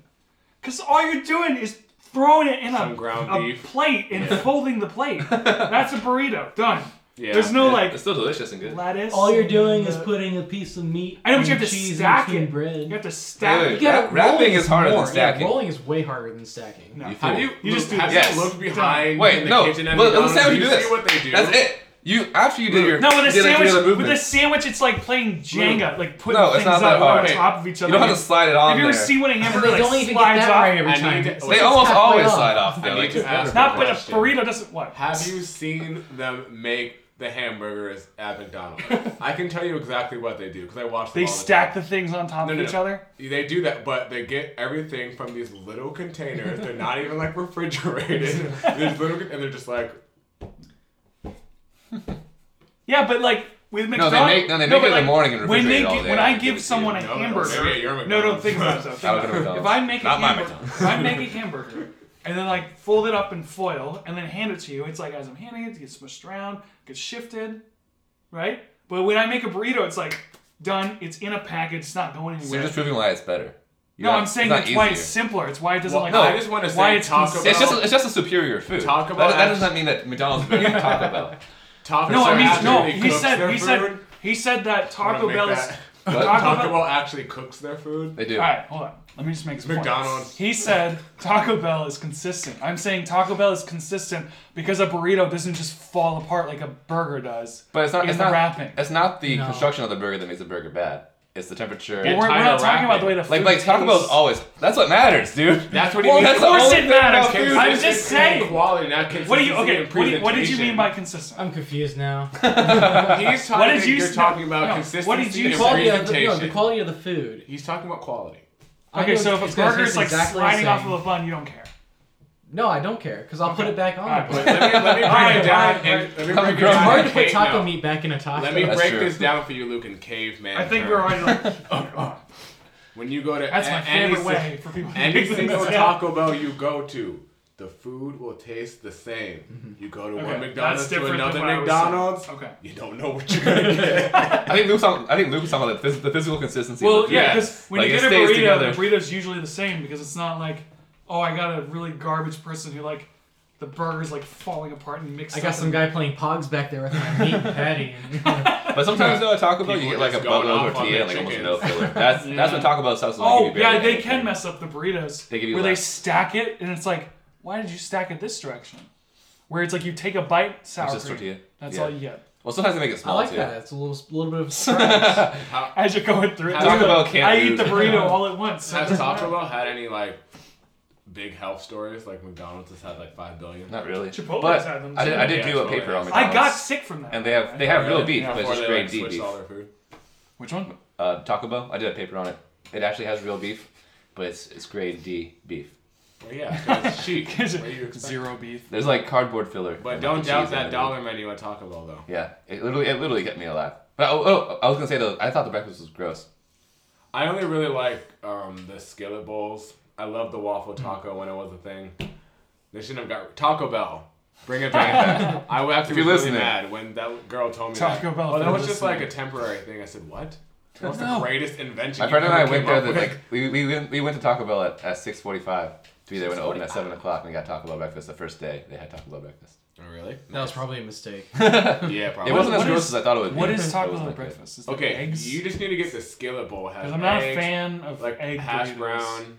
Speaker 1: because all you're doing is throwing it in
Speaker 3: Some
Speaker 1: a,
Speaker 3: ground
Speaker 1: a
Speaker 3: beef.
Speaker 1: plate and
Speaker 3: Yeah.
Speaker 1: folding the plate. That's a burrito. Done.
Speaker 3: Yeah.
Speaker 1: There's no
Speaker 3: Yeah.
Speaker 1: like
Speaker 2: It's still delicious and good.
Speaker 1: lettuce.
Speaker 4: All you're doing
Speaker 1: and
Speaker 4: is
Speaker 1: the-
Speaker 4: putting a piece of meat.
Speaker 1: I know, but you
Speaker 4: and
Speaker 1: have to
Speaker 4: cheese in
Speaker 1: stack
Speaker 4: between
Speaker 1: it. You
Speaker 4: Bread.
Speaker 1: have to stack.
Speaker 2: Wait,
Speaker 1: it.
Speaker 2: wait, Rap- rapping
Speaker 4: rolling
Speaker 2: is harder than
Speaker 4: more.
Speaker 2: stacking.
Speaker 4: Yeah, rolling is way harder than stacking.
Speaker 1: No.
Speaker 2: You fool.
Speaker 3: Have you?
Speaker 1: You just
Speaker 3: just
Speaker 1: do
Speaker 3: have
Speaker 2: this.
Speaker 3: you looked behind
Speaker 2: Wait,
Speaker 3: in the
Speaker 2: no.
Speaker 3: kitchen at
Speaker 2: Well, the
Speaker 3: McDonald's?
Speaker 2: sandwich
Speaker 3: you
Speaker 2: do
Speaker 3: see
Speaker 2: this.
Speaker 3: what they do?
Speaker 2: That's it. You after you did your
Speaker 1: No, with a
Speaker 2: did like
Speaker 1: sandwich,
Speaker 2: your other
Speaker 1: with a
Speaker 2: movement.
Speaker 1: sandwich, it's like playing Jenga, like putting
Speaker 2: No, it's
Speaker 1: things
Speaker 2: not that
Speaker 1: up on
Speaker 2: hard.
Speaker 1: top of each
Speaker 2: you
Speaker 1: other.
Speaker 2: don't have to slide it on
Speaker 1: have you ever
Speaker 2: there.
Speaker 1: seen when a
Speaker 4: They
Speaker 1: hamburger like
Speaker 4: don't even get
Speaker 1: slides
Speaker 4: that
Speaker 1: off?
Speaker 4: right every
Speaker 3: I
Speaker 4: time.
Speaker 3: need to-
Speaker 4: It's
Speaker 2: they
Speaker 4: like
Speaker 2: almost
Speaker 4: halfway
Speaker 2: always
Speaker 4: up.
Speaker 2: slide off.
Speaker 3: I
Speaker 2: They're
Speaker 3: need
Speaker 2: like,
Speaker 3: to ask
Speaker 1: Not, but a
Speaker 3: Question.
Speaker 1: burrito doesn't. What?
Speaker 3: Have you seen them make the hamburgers at McDonald's? I can tell you exactly what they do because I watched. Them
Speaker 1: They
Speaker 3: all the
Speaker 1: stack the things on top
Speaker 3: No,
Speaker 1: of
Speaker 3: no,
Speaker 1: each
Speaker 3: no.
Speaker 1: other.
Speaker 3: They do that, but they get everything from these little containers. They're not even like refrigerated. These little, and they're just like
Speaker 1: Yeah, but like with
Speaker 2: No,
Speaker 1: McDonald's,
Speaker 2: they make- no, they make it in
Speaker 1: but,
Speaker 2: the
Speaker 1: like,
Speaker 2: morning and
Speaker 1: when they
Speaker 2: refrigerate all
Speaker 1: give-
Speaker 2: day
Speaker 1: when
Speaker 2: and
Speaker 1: I
Speaker 2: give it to
Speaker 1: give someone a
Speaker 2: you.
Speaker 3: no, no,
Speaker 1: hamburger,
Speaker 3: maybe at your
Speaker 1: no, no,
Speaker 3: McDonald's.
Speaker 1: think about it.
Speaker 2: I would go to
Speaker 1: Think about it. If
Speaker 2: McDonald's.
Speaker 1: I make a
Speaker 2: Not my
Speaker 1: hamburger, if I make a hamburger, and then like fold it up in foil and then hand it to you, it's like as I'm handing it, it gets smushed around, gets shifted, right? But when I make a burrito, it's like done. It's in a package. It's not going
Speaker 2: So you're
Speaker 1: anywhere.
Speaker 2: just proving why it's better. You
Speaker 1: no,
Speaker 2: don't-
Speaker 1: I'm saying
Speaker 2: it's not
Speaker 1: that's why it's
Speaker 2: easier.
Speaker 1: simpler. It's why it doesn't
Speaker 3: Well,
Speaker 1: like.
Speaker 3: no,
Speaker 1: why-
Speaker 3: I just wanna say
Speaker 1: why it's
Speaker 3: Taco
Speaker 1: consistent.
Speaker 3: Bell-
Speaker 2: It's just it's just a superior food.
Speaker 3: Taco
Speaker 2: That,
Speaker 3: Bell
Speaker 2: that
Speaker 3: has-
Speaker 2: does not mean that McDonald's is better than Taco Bell.
Speaker 3: Taco
Speaker 1: No,
Speaker 3: Bell
Speaker 1: I mean no.
Speaker 3: actually
Speaker 1: He
Speaker 3: cooks
Speaker 1: said
Speaker 3: their
Speaker 1: he
Speaker 3: food.
Speaker 1: said he said that
Speaker 3: I wanna
Speaker 1: Taco
Speaker 3: make
Speaker 1: Bell is.
Speaker 3: that-
Speaker 2: But
Speaker 3: Taco Bell actually cooks their food.
Speaker 2: They do.
Speaker 1: All right, hold on. Let me just make this point.
Speaker 3: McDonald's.
Speaker 1: He said Taco Bell is consistent. I'm saying Taco Bell is consistent because a burrito doesn't just fall apart like a burger does.
Speaker 2: But it's not.
Speaker 1: in
Speaker 2: it's
Speaker 1: the
Speaker 2: not
Speaker 1: wrapping.
Speaker 2: It's not the
Speaker 4: No.
Speaker 2: construction of the burger that makes the burger bad. It's the temperature.
Speaker 1: But we're, we're not
Speaker 3: Title
Speaker 1: talking about the way the
Speaker 2: like
Speaker 1: food
Speaker 2: like Taco Bell's
Speaker 1: tastes.
Speaker 2: always. That's what matters, dude.
Speaker 3: That's what he
Speaker 1: Well,
Speaker 3: means.
Speaker 1: of
Speaker 2: That's the
Speaker 1: course
Speaker 2: only
Speaker 1: it
Speaker 2: thing about
Speaker 1: matters.
Speaker 2: food.
Speaker 1: I'm just saying.
Speaker 3: Quality, not consistency.
Speaker 1: What do you okay?
Speaker 3: and
Speaker 1: What, do you, what did you
Speaker 3: presentation.
Speaker 1: mean by consistent?
Speaker 4: I'm confused now.
Speaker 3: He's talking.
Speaker 1: What did you
Speaker 3: You're
Speaker 1: s-
Speaker 3: talking about
Speaker 1: no,
Speaker 3: consistency.
Speaker 1: what did you
Speaker 3: and
Speaker 1: call
Speaker 4: quality of the, no,
Speaker 3: presentation.
Speaker 4: the quality of the food.
Speaker 3: He's talking about quality.
Speaker 4: I
Speaker 1: Okay,
Speaker 4: know
Speaker 1: so if
Speaker 4: it's
Speaker 1: a
Speaker 4: gonna
Speaker 1: burger
Speaker 4: taste
Speaker 1: is like
Speaker 4: exactly the
Speaker 1: sliding off
Speaker 4: same.
Speaker 1: of a bun, you don't care.
Speaker 4: No, I don't care because I'll put
Speaker 1: Okay.
Speaker 4: it back on.
Speaker 1: Alright,
Speaker 3: But let me, let me break
Speaker 1: Alright,
Speaker 3: it down.
Speaker 1: alright,
Speaker 3: and,
Speaker 1: alright.
Speaker 3: let me
Speaker 2: Come
Speaker 3: break it
Speaker 2: across.
Speaker 3: down
Speaker 4: it's hard
Speaker 3: in
Speaker 4: to put
Speaker 3: cave-
Speaker 4: taco
Speaker 3: no.
Speaker 4: meat back in a taco.
Speaker 3: Let me
Speaker 2: That's
Speaker 3: break
Speaker 2: true.
Speaker 3: this down for you, Luke, in caveman.
Speaker 1: I think
Speaker 3: terms.
Speaker 1: we're already like,
Speaker 3: When you go to
Speaker 1: that's my
Speaker 3: a- any
Speaker 1: favorite
Speaker 3: si-
Speaker 1: way for people to
Speaker 3: Any
Speaker 1: do
Speaker 3: single
Speaker 1: things.
Speaker 3: Taco Bell you go to, the food will taste the same. You go to one
Speaker 1: Mm-hmm. Okay,
Speaker 3: McDonald's
Speaker 1: that's
Speaker 3: to
Speaker 1: different
Speaker 3: another
Speaker 1: than what I was saying.
Speaker 3: McDonald's,
Speaker 1: Okay.
Speaker 3: you don't know what you're gonna get.
Speaker 2: I think Luke's on. I think Luke's on about the, phys- the physical consistency. of
Speaker 1: Well,
Speaker 2: the
Speaker 1: yeah,
Speaker 2: food.
Speaker 1: because when
Speaker 2: Like,
Speaker 1: you
Speaker 2: it
Speaker 1: get a
Speaker 2: stays
Speaker 1: burrito,
Speaker 2: together.
Speaker 1: the burrito's usually the same because it's not like, oh, I got a really garbage person who like the burger's like falling apart and mixed.
Speaker 4: I got
Speaker 1: up
Speaker 4: some
Speaker 1: in-
Speaker 4: guy playing Pogs back there with my meat and patty.
Speaker 2: But sometimes though at Taco Bell you
Speaker 3: People
Speaker 2: get like a
Speaker 3: just going
Speaker 2: buttload of
Speaker 3: off on
Speaker 2: tortilla
Speaker 3: their
Speaker 2: and like almost no
Speaker 3: chickens.
Speaker 2: filler. That's that's when Taco Bell sucks. when
Speaker 1: Oh
Speaker 2: give you
Speaker 1: yeah,
Speaker 2: barely
Speaker 1: they can
Speaker 2: anything.
Speaker 1: mess up the burritos.
Speaker 2: They give you
Speaker 1: where
Speaker 2: less.
Speaker 1: they stack it and it's like, why did you stack it this direction? Where it's like you take a bite, sour
Speaker 2: It's just
Speaker 1: cream.
Speaker 2: tortilla.
Speaker 1: That's
Speaker 2: Yeah.
Speaker 1: all you get.
Speaker 2: Well, sometimes they make it
Speaker 4: I
Speaker 2: small
Speaker 4: like
Speaker 2: too.
Speaker 4: that. It's a little, little bit of surprise.
Speaker 1: As you're going through, it,
Speaker 3: Taco
Speaker 1: I'm like,
Speaker 2: Bell can't
Speaker 1: I eat
Speaker 2: lose.
Speaker 1: the burrito all at once. so it
Speaker 3: Has
Speaker 1: doesn't
Speaker 3: Taco
Speaker 1: matter.
Speaker 3: Bell had any like big health stories? Like McDonald's has had like five billion.
Speaker 2: Not really.
Speaker 1: Chipotle's
Speaker 2: but
Speaker 1: had them,
Speaker 2: I did,
Speaker 1: too.
Speaker 2: I did
Speaker 3: Yeah,
Speaker 2: do a
Speaker 3: Chipotle
Speaker 2: paper on
Speaker 3: has.
Speaker 1: I
Speaker 2: McDonald's.
Speaker 1: got sick from that.
Speaker 2: and they have they have real
Speaker 3: Really?
Speaker 2: beef,
Speaker 3: Yeah,
Speaker 2: but it's
Speaker 3: before
Speaker 2: just
Speaker 3: they,
Speaker 2: great
Speaker 3: like,
Speaker 2: deep
Speaker 3: switched
Speaker 2: beef.
Speaker 3: all their food.
Speaker 1: which one?
Speaker 2: Uh, Taco Bell. I did a paper on it. It actually has real beef, but it's it's grade D beef.
Speaker 3: Well, yeah, 'cause it's cheap. what do you expect?
Speaker 1: Zero beef.
Speaker 2: There's like cardboard filler.
Speaker 3: But
Speaker 2: and,
Speaker 3: don't
Speaker 2: like,
Speaker 3: doubt
Speaker 2: cheese in
Speaker 3: that
Speaker 2: it.
Speaker 3: dollar menu at Taco Bell though.
Speaker 2: Yeah, it literally it literally kept me alive. But oh, oh, I was gonna say though, I thought the breakfast was gross.
Speaker 3: I only really like um, the skillet bowls. I love the waffle taco when it was a thing. They shouldn't have got Taco Bell. Bring it back. I would actually
Speaker 2: If you're
Speaker 3: was really
Speaker 2: listening.
Speaker 3: mad when that girl told me
Speaker 1: Taco
Speaker 3: that.
Speaker 1: Bell,
Speaker 3: Oh,
Speaker 1: if
Speaker 3: that
Speaker 1: you're
Speaker 3: was just
Speaker 1: listening.
Speaker 3: like a temporary thing. I said, what? That was
Speaker 1: No.
Speaker 3: the greatest invention.
Speaker 2: My
Speaker 3: you
Speaker 2: friend and
Speaker 3: ever
Speaker 2: I went
Speaker 3: came
Speaker 2: there.
Speaker 3: up
Speaker 2: That
Speaker 3: with?
Speaker 2: like we, we went- we went to Taco Bell at, at six forty five to be there when it opened at seven o'clock. and We got Taco Bell breakfast the first day. They had Taco Bell breakfast.
Speaker 3: Oh really?
Speaker 4: that was probably a mistake.
Speaker 3: Yeah,
Speaker 2: It
Speaker 3: probably.
Speaker 2: wasn't as
Speaker 1: what
Speaker 2: gross
Speaker 1: is-
Speaker 2: as I thought it would be.
Speaker 1: What is
Speaker 2: It
Speaker 1: Taco
Speaker 2: was
Speaker 1: Bell
Speaker 2: not good.
Speaker 1: breakfast? Is it
Speaker 3: okay.
Speaker 1: eggs?
Speaker 3: You just need to get the skillet bowl. It Has
Speaker 1: Because I'm not a
Speaker 3: eggs,
Speaker 1: fan of
Speaker 3: like
Speaker 1: egg
Speaker 3: hash
Speaker 1: burritos.
Speaker 3: brown,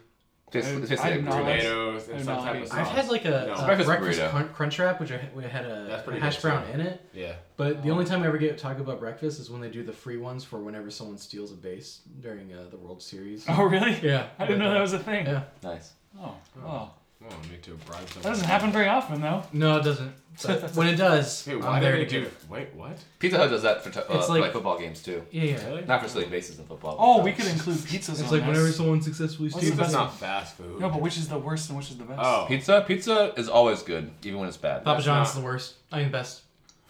Speaker 2: Tastes-
Speaker 1: I-
Speaker 2: tastes
Speaker 1: I
Speaker 2: like
Speaker 1: did not
Speaker 2: burritos.
Speaker 1: like-
Speaker 3: tomatoes, and
Speaker 1: I'm
Speaker 3: some
Speaker 1: not
Speaker 3: type of
Speaker 1: eating.
Speaker 3: sauce.
Speaker 1: I've
Speaker 4: I've had like a
Speaker 3: No.
Speaker 4: uh,
Speaker 2: Breakfast
Speaker 4: breakfast,
Speaker 2: burrito.
Speaker 4: crun- crunch wrap, which I had, we had a,
Speaker 3: That's
Speaker 4: a
Speaker 3: pretty
Speaker 4: hash
Speaker 3: good,
Speaker 4: brown
Speaker 3: too. Oh.
Speaker 4: in it.
Speaker 3: yeah.
Speaker 4: But the only time I ever get Taco Bell breakfast is when they do the free ones for whenever someone steals a base during uh, the World Series.
Speaker 1: Oh really?
Speaker 4: Yeah.
Speaker 1: I didn't know that was a thing.
Speaker 4: Yeah.
Speaker 2: Nice.
Speaker 1: Oh, well,
Speaker 3: Well, I need to bribe someone.
Speaker 1: that doesn't happen very often though.
Speaker 4: No, it doesn't. But when it does,
Speaker 3: Hey, why
Speaker 4: I'm there
Speaker 3: did they
Speaker 4: to
Speaker 3: do?
Speaker 4: do it.
Speaker 3: Wait, what?
Speaker 2: Pizza Hut does that for, to- uh,
Speaker 4: It's
Speaker 2: for,
Speaker 4: like-
Speaker 2: like, football games too.
Speaker 4: Yeah, yeah.
Speaker 3: Really?
Speaker 2: Not for silly bases in football. but,
Speaker 1: Oh,
Speaker 2: uh,
Speaker 1: we could include pizzas.
Speaker 4: It's
Speaker 1: on
Speaker 4: like whenever
Speaker 1: this.
Speaker 4: someone successfully
Speaker 1: What's the
Speaker 4: steals
Speaker 1: best
Speaker 3: That's
Speaker 4: a
Speaker 3: not fast food.
Speaker 1: No, but which is the worst and which is the best?
Speaker 3: Oh.
Speaker 2: uh, Pizza, pizza is always good, even when it's bad.
Speaker 4: Papa
Speaker 3: That's
Speaker 4: John's
Speaker 3: not-
Speaker 4: the worst. I mean, best.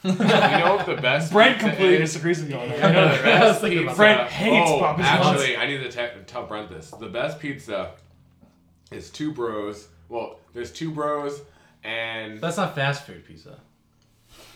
Speaker 3: you know what the best
Speaker 1: Brent
Speaker 3: pizza
Speaker 1: completely
Speaker 3: is?
Speaker 1: disagrees with you on that.
Speaker 4: I know that, right? I was thinking
Speaker 3: Pizza-
Speaker 4: about
Speaker 1: Brent hates
Speaker 3: oh,
Speaker 1: Papa John's.
Speaker 3: Actually, I need to te- tell Brent this. The best pizza is two bros. Well, there's two bros and
Speaker 4: That's not fast food pizza,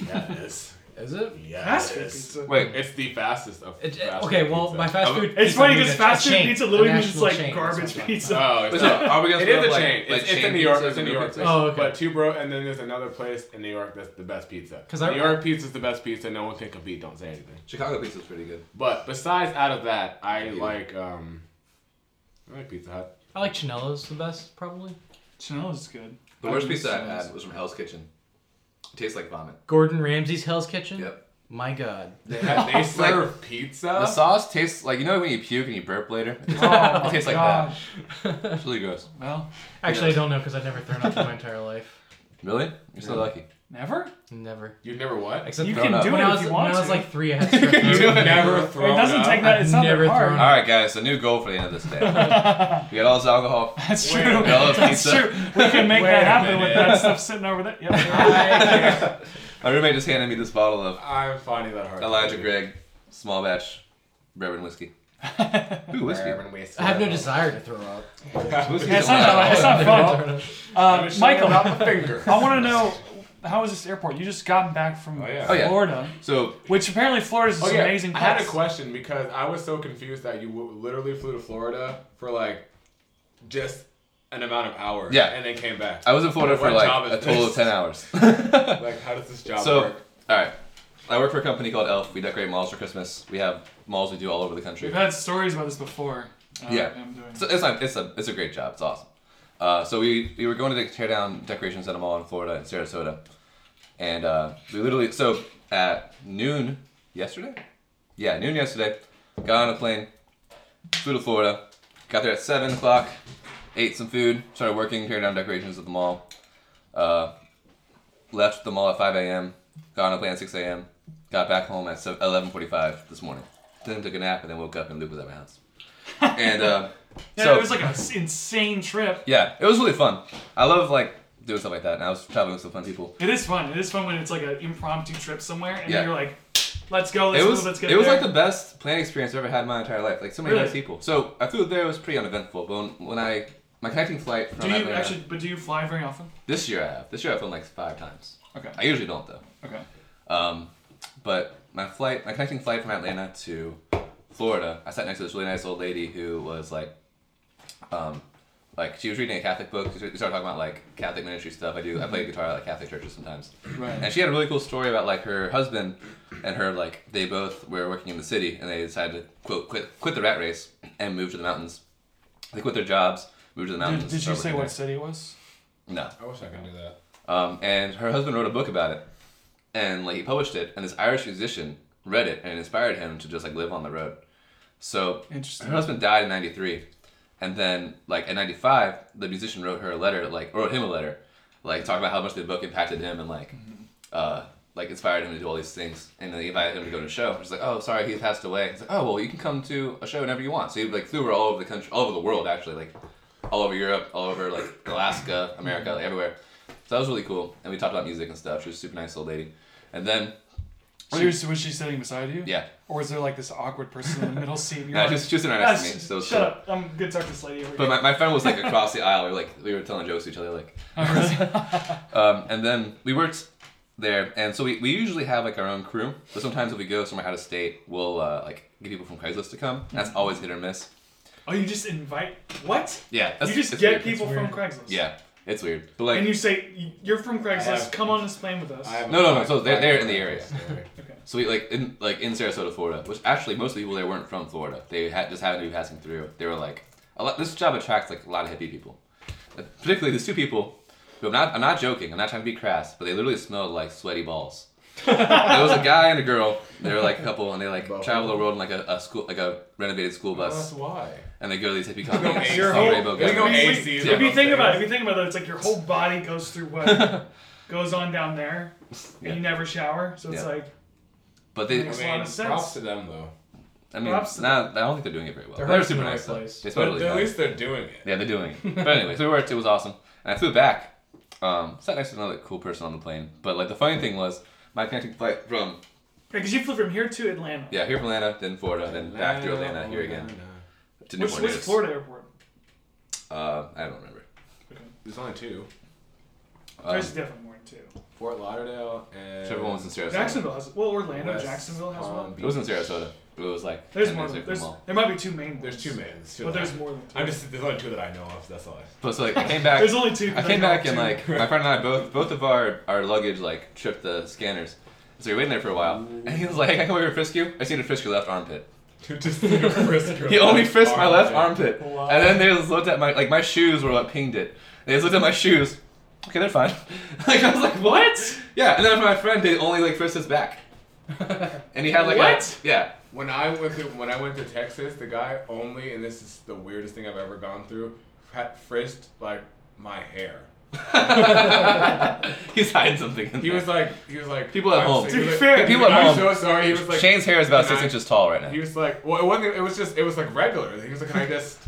Speaker 3: yeah, it is.
Speaker 4: is it?
Speaker 3: Yeah,
Speaker 1: Fast
Speaker 3: it
Speaker 1: food
Speaker 3: is.
Speaker 1: pizza.
Speaker 2: Wait,
Speaker 3: It's the fastest of
Speaker 4: It- it-
Speaker 3: fast
Speaker 4: okay,
Speaker 3: food
Speaker 4: well,
Speaker 3: pizza. Oh,
Speaker 4: my fast
Speaker 3: I'm-
Speaker 4: food.
Speaker 1: It's
Speaker 4: pizza
Speaker 1: funny
Speaker 4: means
Speaker 1: because
Speaker 4: a
Speaker 1: fast food
Speaker 4: chain,
Speaker 1: pizza
Speaker 4: a
Speaker 1: literally means it's
Speaker 4: national
Speaker 1: like
Speaker 4: chain.
Speaker 1: garbage
Speaker 4: That's what I'm
Speaker 1: pizza.
Speaker 3: Oh, it's
Speaker 2: so
Speaker 3: not-
Speaker 2: are we gonna
Speaker 3: It
Speaker 2: split
Speaker 3: is a
Speaker 2: up, like-
Speaker 3: chain.
Speaker 2: like
Speaker 3: it's, it's
Speaker 2: chain
Speaker 3: in New York.
Speaker 2: pizzas
Speaker 3: It's in
Speaker 2: and
Speaker 3: New
Speaker 2: group
Speaker 3: York.
Speaker 2: pizzas?
Speaker 4: Oh, okay.
Speaker 3: But two bro, and then there's another place in New York that's the best pizza.
Speaker 4: 'Cause
Speaker 3: New
Speaker 4: I-
Speaker 3: York pizza's the best pizza. No one can compete. Don't say anything.
Speaker 2: Chicago pizza is pretty good.
Speaker 3: But besides out of that, I
Speaker 2: Yeah.
Speaker 3: like um, I like Pizza Hut.
Speaker 4: I like Chanelo's the best, probably.
Speaker 1: Chanelo's good.
Speaker 2: The worst pizza I had was from Hell's Kitchen. It tastes like vomit.
Speaker 4: Gordon Ramsay's Hell's Kitchen.
Speaker 2: Yep.
Speaker 4: My God.
Speaker 3: They, have, they
Speaker 2: like-
Speaker 3: serve pizza.
Speaker 2: The sauce tastes like you know when you puke and you burp later. It
Speaker 1: Oh
Speaker 2: tastes, it
Speaker 1: my
Speaker 2: tastes like that.
Speaker 1: gosh.
Speaker 2: It's really gross.
Speaker 1: Well,
Speaker 4: Actually, I don't know because I've never thrown up in my entire life.
Speaker 2: Really? You're so lucky.
Speaker 1: never.
Speaker 4: Never.
Speaker 3: You've never what?
Speaker 4: Except
Speaker 1: You
Speaker 4: for-
Speaker 2: thrown
Speaker 1: can
Speaker 2: up.
Speaker 1: do
Speaker 4: when
Speaker 1: it
Speaker 4: I
Speaker 1: if
Speaker 4: was
Speaker 1: you
Speaker 4: when I
Speaker 1: want
Speaker 4: was
Speaker 1: to.
Speaker 4: like three, I had strep throat.
Speaker 3: You've never
Speaker 1: it
Speaker 3: thrown
Speaker 1: doesn't
Speaker 3: up.
Speaker 1: take that. It's not
Speaker 4: Never
Speaker 1: that hard.
Speaker 4: thrown
Speaker 2: All right, guys. So new goal for the end of this day. we got all this alcohol.
Speaker 1: That's true.
Speaker 3: Wait a minute.
Speaker 1: That's
Speaker 2: Pizza.
Speaker 1: true. We can make
Speaker 3: Wait
Speaker 1: that
Speaker 3: a
Speaker 1: happen with
Speaker 3: minute.
Speaker 1: that stuff sitting over there. Yep.
Speaker 3: I,
Speaker 2: My roommate just handed me this bottle of
Speaker 3: I'm finding that hard.
Speaker 2: Elijah Gregg small batch bourbon whiskey. Ooh, whiskey.
Speaker 4: I have no desire to throw up.
Speaker 2: Whiskey's
Speaker 1: It's
Speaker 2: allowed.
Speaker 1: not, it's not fun. Uh, Michael,
Speaker 3: about
Speaker 1: I
Speaker 3: the finger.
Speaker 1: want to know how was this airport? You just got back from
Speaker 3: Oh, yeah.
Speaker 2: Oh, yeah.
Speaker 1: Florida,
Speaker 2: So
Speaker 1: which apparently Florida's
Speaker 3: Oh
Speaker 1: this
Speaker 3: yeah,
Speaker 1: amazing
Speaker 3: I
Speaker 1: place.
Speaker 3: had a question because I was so confused that you w- literally flew to Florida for like just an amount of hours.
Speaker 2: Yeah. Uh,
Speaker 3: and then came back.
Speaker 2: I was in Florida for
Speaker 3: What job
Speaker 2: like
Speaker 3: is
Speaker 2: a total of
Speaker 3: this?
Speaker 2: ten hours.
Speaker 3: like, how does this job
Speaker 2: So,
Speaker 3: work?
Speaker 2: all right. I work for a company called Elf. We decorate malls for Christmas. We have malls we do all over the country.
Speaker 1: We've had stories about this before. Uh,
Speaker 2: Yeah.
Speaker 1: I'm doing.
Speaker 2: So it's a, it's a it's a great job. It's awesome. Uh, so we, we were going to tear down decorations at a mall in Florida in Sarasota, and uh, we literally so at noon yesterday, yeah noon yesterday, got on a plane, flew to Florida, got there at seven o'clock, ate some food, started working tearing down decorations at the mall, uh, left the mall at five a.m., got on a plane at six a.m., got back home at eleven forty-five this morning, then took a nap and then woke up and Luke was at my house, and. Uh,
Speaker 1: Yeah,
Speaker 2: So-
Speaker 1: it was like an insane trip.
Speaker 2: Yeah, it was really fun. I love like doing stuff like that, and I was traveling with some fun people.
Speaker 1: It is fun. It is fun when it's like an impromptu trip somewhere, and
Speaker 2: Yeah.
Speaker 1: you're like, "Let's go, let's
Speaker 2: It
Speaker 1: move,
Speaker 2: was
Speaker 1: let's
Speaker 2: it
Speaker 1: get
Speaker 2: was
Speaker 1: there."
Speaker 2: like the best planning experience I've ever had in my entire life. Like so many
Speaker 1: Really?
Speaker 2: nice people. So I flew there it was pretty uneventful, but when, when I my connecting flight from
Speaker 1: Do you
Speaker 2: Atlanta-
Speaker 1: actually? But do you fly very often?
Speaker 2: this year I have this year I've flown like five times.
Speaker 1: Okay.
Speaker 2: I usually don't though.
Speaker 1: Okay.
Speaker 2: Um, but my flight, my connecting flight from Atlanta to Florida, I sat next to this really nice old lady who was like, um, like she was reading a Catholic book. She started talking about like Catholic ministry stuff. I do. I play guitar at like Catholic churches sometimes.
Speaker 1: Mm-hmm. Right.
Speaker 2: And she had a really cool story about like her husband and her like they both were working in the city and they decided to quote quit quit the rat race and move to the mountains. They quit their jobs, moved to the mountains.
Speaker 1: Did,
Speaker 2: and
Speaker 1: did you
Speaker 2: started
Speaker 1: say
Speaker 2: working
Speaker 1: what city it was?
Speaker 2: there. No.
Speaker 3: I wish I could do that.
Speaker 2: Um, and her husband wrote a book about it, and like he published it. And this Irish musician read it and it inspired him to just like live on the road. So her
Speaker 1: Interesting.
Speaker 2: husband died in '93, and then like in '95, the musician wrote her a letter, like or wrote him a letter, like talking about how much the book impacted him and like,
Speaker 1: Mm-hmm.
Speaker 2: uh, like inspired him to do all these things. And then he invited him to go to a show. She's like, "Oh, sorry, he passed away." He's like, "Oh, well, you can come to a show whenever you want." So he like flew her all over the country, all over the world actually, like all over Europe, all over like Alaska, America,
Speaker 1: Mm-hmm.
Speaker 2: like, everywhere. So that was really cool. And we talked about music and stuff. She was a super nice old lady. And then
Speaker 1: She was, was she sitting beside you?
Speaker 2: yeah,
Speaker 1: Or was there like this awkward person in the middle seat? And you're
Speaker 2: no,
Speaker 1: like,
Speaker 2: she was, she was sitting right
Speaker 1: "Ah,
Speaker 2: next to me.
Speaker 1: sh-
Speaker 2: So it was
Speaker 1: shut up!
Speaker 2: cool.
Speaker 1: I'm gonna talk to this lady over
Speaker 2: But
Speaker 1: here.
Speaker 2: my, my friend was like across the aisle. We were like we were telling jokes to each other like,
Speaker 3: Oh,
Speaker 2: um, and then we worked there, and so we, we usually have like our own crew. But sometimes if we go somewhere out of state, we'll uh, like get people from Craigslist to come.
Speaker 1: Mm-hmm.
Speaker 2: That's always hit or miss.
Speaker 1: oh, you just invite what?
Speaker 2: Yeah, that's,
Speaker 1: you just
Speaker 2: it's
Speaker 1: get
Speaker 2: weird.
Speaker 1: people
Speaker 4: It's
Speaker 1: from
Speaker 4: weird.
Speaker 1: Craigslist.
Speaker 2: Yeah, it's weird. But like
Speaker 1: and you say you're from Craigslist.
Speaker 3: have-
Speaker 1: come on this plane with us.
Speaker 3: I have
Speaker 2: No,
Speaker 3: a
Speaker 2: no, no,
Speaker 3: five-
Speaker 2: so they're-
Speaker 3: five
Speaker 2: they're in the
Speaker 3: minutes story.
Speaker 2: so we like in like in Sarasota, Florida, which actually most of the people there weren't from Florida. They had just happened to be passing through. They were like a lot. This job attracts like a lot of hippie people, Uh, particularly these two people. Who I'm not I'm not joking. I'm not trying to be crass, but they literally smelled like sweaty balls. there was a guy and a girl. They were like a couple, and they like
Speaker 3: Buffalo. Uh-huh.
Speaker 2: travel the world in like a, a school, like a renovated school
Speaker 3: Well, that's
Speaker 2: bus,
Speaker 3: why.
Speaker 2: and they go to these hippie companies.
Speaker 3: Your
Speaker 2: on
Speaker 3: whole-
Speaker 2: Rainbow
Speaker 3: we go
Speaker 2: Gathering.
Speaker 3: eight
Speaker 1: if,
Speaker 3: seasons
Speaker 1: if you think
Speaker 3: upstairs.
Speaker 1: about it, if you think about it, it's like your whole body goes through what goes on down there, and
Speaker 2: Yeah.
Speaker 1: you never shower, so it's
Speaker 2: Yeah.
Speaker 1: like
Speaker 2: but
Speaker 3: I
Speaker 2: they,
Speaker 1: Makes a
Speaker 3: mean,
Speaker 1: lot of
Speaker 3: props
Speaker 1: sense.
Speaker 3: to them though.
Speaker 2: I mean,
Speaker 1: Props to
Speaker 2: nah, I don't think they're doing it very well.
Speaker 4: Their
Speaker 2: They're,
Speaker 4: heart's in
Speaker 2: super
Speaker 4: the
Speaker 2: nice
Speaker 4: right
Speaker 2: though.
Speaker 4: place.
Speaker 2: They smell
Speaker 3: But
Speaker 2: really
Speaker 3: at
Speaker 2: nice.
Speaker 3: least they're doing it.
Speaker 2: Yeah, they're doing it. But anyway, so we worked. It was awesome, and I flew back. Um, sat next to another cool person on the plane. But like the funny thing was, my connecting flight from
Speaker 1: because you flew from here to Atlanta.
Speaker 2: yeah here from Atlanta, then Florida, then back through Atlanta here again to
Speaker 1: Which,
Speaker 2: Newport
Speaker 1: which
Speaker 2: News.
Speaker 1: Florida airport?
Speaker 2: Uh, I don't remember.
Speaker 3: There's only two.
Speaker 2: Um,
Speaker 1: There's definitely more too.
Speaker 3: Fort Lauderdale and
Speaker 2: whichever one was in Sarasota.
Speaker 1: Jacksonville has well, Orlando,
Speaker 3: West
Speaker 1: Jacksonville has one.
Speaker 3: Palm
Speaker 2: It was in Sarasota. But it was like
Speaker 1: There's
Speaker 2: 10
Speaker 1: more. Than,
Speaker 2: minutes away from
Speaker 1: there's,
Speaker 2: the mall.
Speaker 1: there might be two main ones.
Speaker 3: There's two mans. Two
Speaker 1: but
Speaker 3: of them.
Speaker 1: there's more than two.
Speaker 3: I'm just there's only two that I know of. That's all. I-
Speaker 2: But so like I came back.
Speaker 1: there's only two.
Speaker 2: I
Speaker 1: 'cause
Speaker 2: came
Speaker 1: know
Speaker 2: back and
Speaker 1: two.
Speaker 2: like my friend and I both both of our our luggage like tripped the scanners. So we were waiting there for a while, and he was like, "I can come over and frisk you." I just need to frisk your left armpit.
Speaker 3: just frisked your
Speaker 2: He only frisked my left
Speaker 3: arm.
Speaker 2: armpit.
Speaker 1: Wow.
Speaker 2: And then they just looked at my like my shoes were what pinged it. They just looked at my shoes. Okay, they're fine. like I was like, what? Yeah, and then for my friend, they only like frisked his back. And he had like a-
Speaker 1: What?
Speaker 2: yeah.
Speaker 3: When I went to when I went to Texas, the guy only and this is the weirdest thing I've ever gone through, had frisked like my hair.
Speaker 2: He's hiding something. In
Speaker 3: He
Speaker 2: there.
Speaker 3: was like he was like
Speaker 2: People at
Speaker 3: I'm
Speaker 2: home.
Speaker 1: To
Speaker 3: so- he was
Speaker 1: be
Speaker 3: like-
Speaker 1: fair,
Speaker 2: People at
Speaker 3: I'm
Speaker 2: home.
Speaker 3: so sorry. He was like
Speaker 2: Shane's hair is about
Speaker 3: "Can
Speaker 2: six
Speaker 3: I-"
Speaker 2: inches tall right now.
Speaker 3: He was like well it wasn't it was just it was like regular. He was like can I just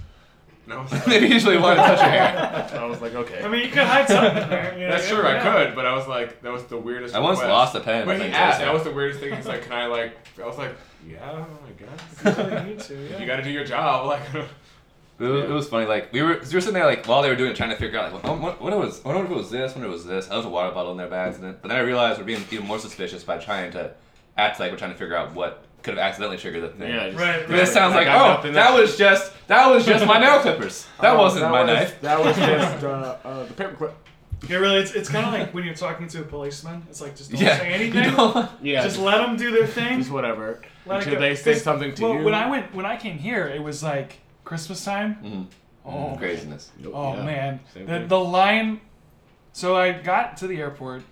Speaker 3: and I was like,
Speaker 2: Maybe usually want to touch your hair.
Speaker 3: I was like okay.
Speaker 1: I mean, you could hide something in there. you know,
Speaker 3: That's
Speaker 1: you
Speaker 3: true,
Speaker 1: never
Speaker 3: I
Speaker 1: know.
Speaker 3: could, but I was like, that was the weirdest.
Speaker 2: I once
Speaker 3: request.
Speaker 2: lost a pen.
Speaker 3: But he
Speaker 2: Like,
Speaker 3: asked,
Speaker 2: so-
Speaker 3: that was the weirdest thing. He's like, "Can I like?" I was like, "Yeah, I
Speaker 1: You
Speaker 3: guess."
Speaker 1: really need to, yeah.
Speaker 3: you got to do your job, like.
Speaker 2: It was, it was funny. Like we were, 'cause we were sitting there, like while they were doing it, trying to figure out like what, what, what it was, what if it was this, what if it was this. I was a water bottle in their by accident, but then I realized we're being even more suspicious by trying to act like we're trying to figure out what could have accidentally triggered the thing.
Speaker 5: Yeah, just-
Speaker 1: Right,
Speaker 2: This sounds
Speaker 5: I
Speaker 2: like
Speaker 5: got
Speaker 2: oh,
Speaker 5: nothing
Speaker 2: that
Speaker 5: else.
Speaker 2: was just that was just my nail clippers. That
Speaker 1: Oh,
Speaker 2: wasn't my knife.
Speaker 3: That was just uh, uh, the paperclip.
Speaker 1: Yeah, really, it's, it's kind of like when you're talking to a policeman. It's like just don't
Speaker 2: yeah.
Speaker 1: say
Speaker 2: you
Speaker 1: anything.
Speaker 2: know?
Speaker 5: Yeah,
Speaker 1: just
Speaker 5: just,
Speaker 1: let them do their thing.
Speaker 5: just whatever.
Speaker 1: Let
Speaker 5: Until
Speaker 1: it go.
Speaker 5: they say
Speaker 1: 'Cause-
Speaker 5: something to
Speaker 1: uh, well,
Speaker 5: you.
Speaker 1: When I went, when I came here, it was like Christmas time.
Speaker 2: Mhm.
Speaker 1: Oh,
Speaker 2: craziness.
Speaker 1: Oh
Speaker 5: Yeah.
Speaker 1: man,
Speaker 5: Same
Speaker 1: the,
Speaker 5: thing.
Speaker 1: the line. So I got to the airport,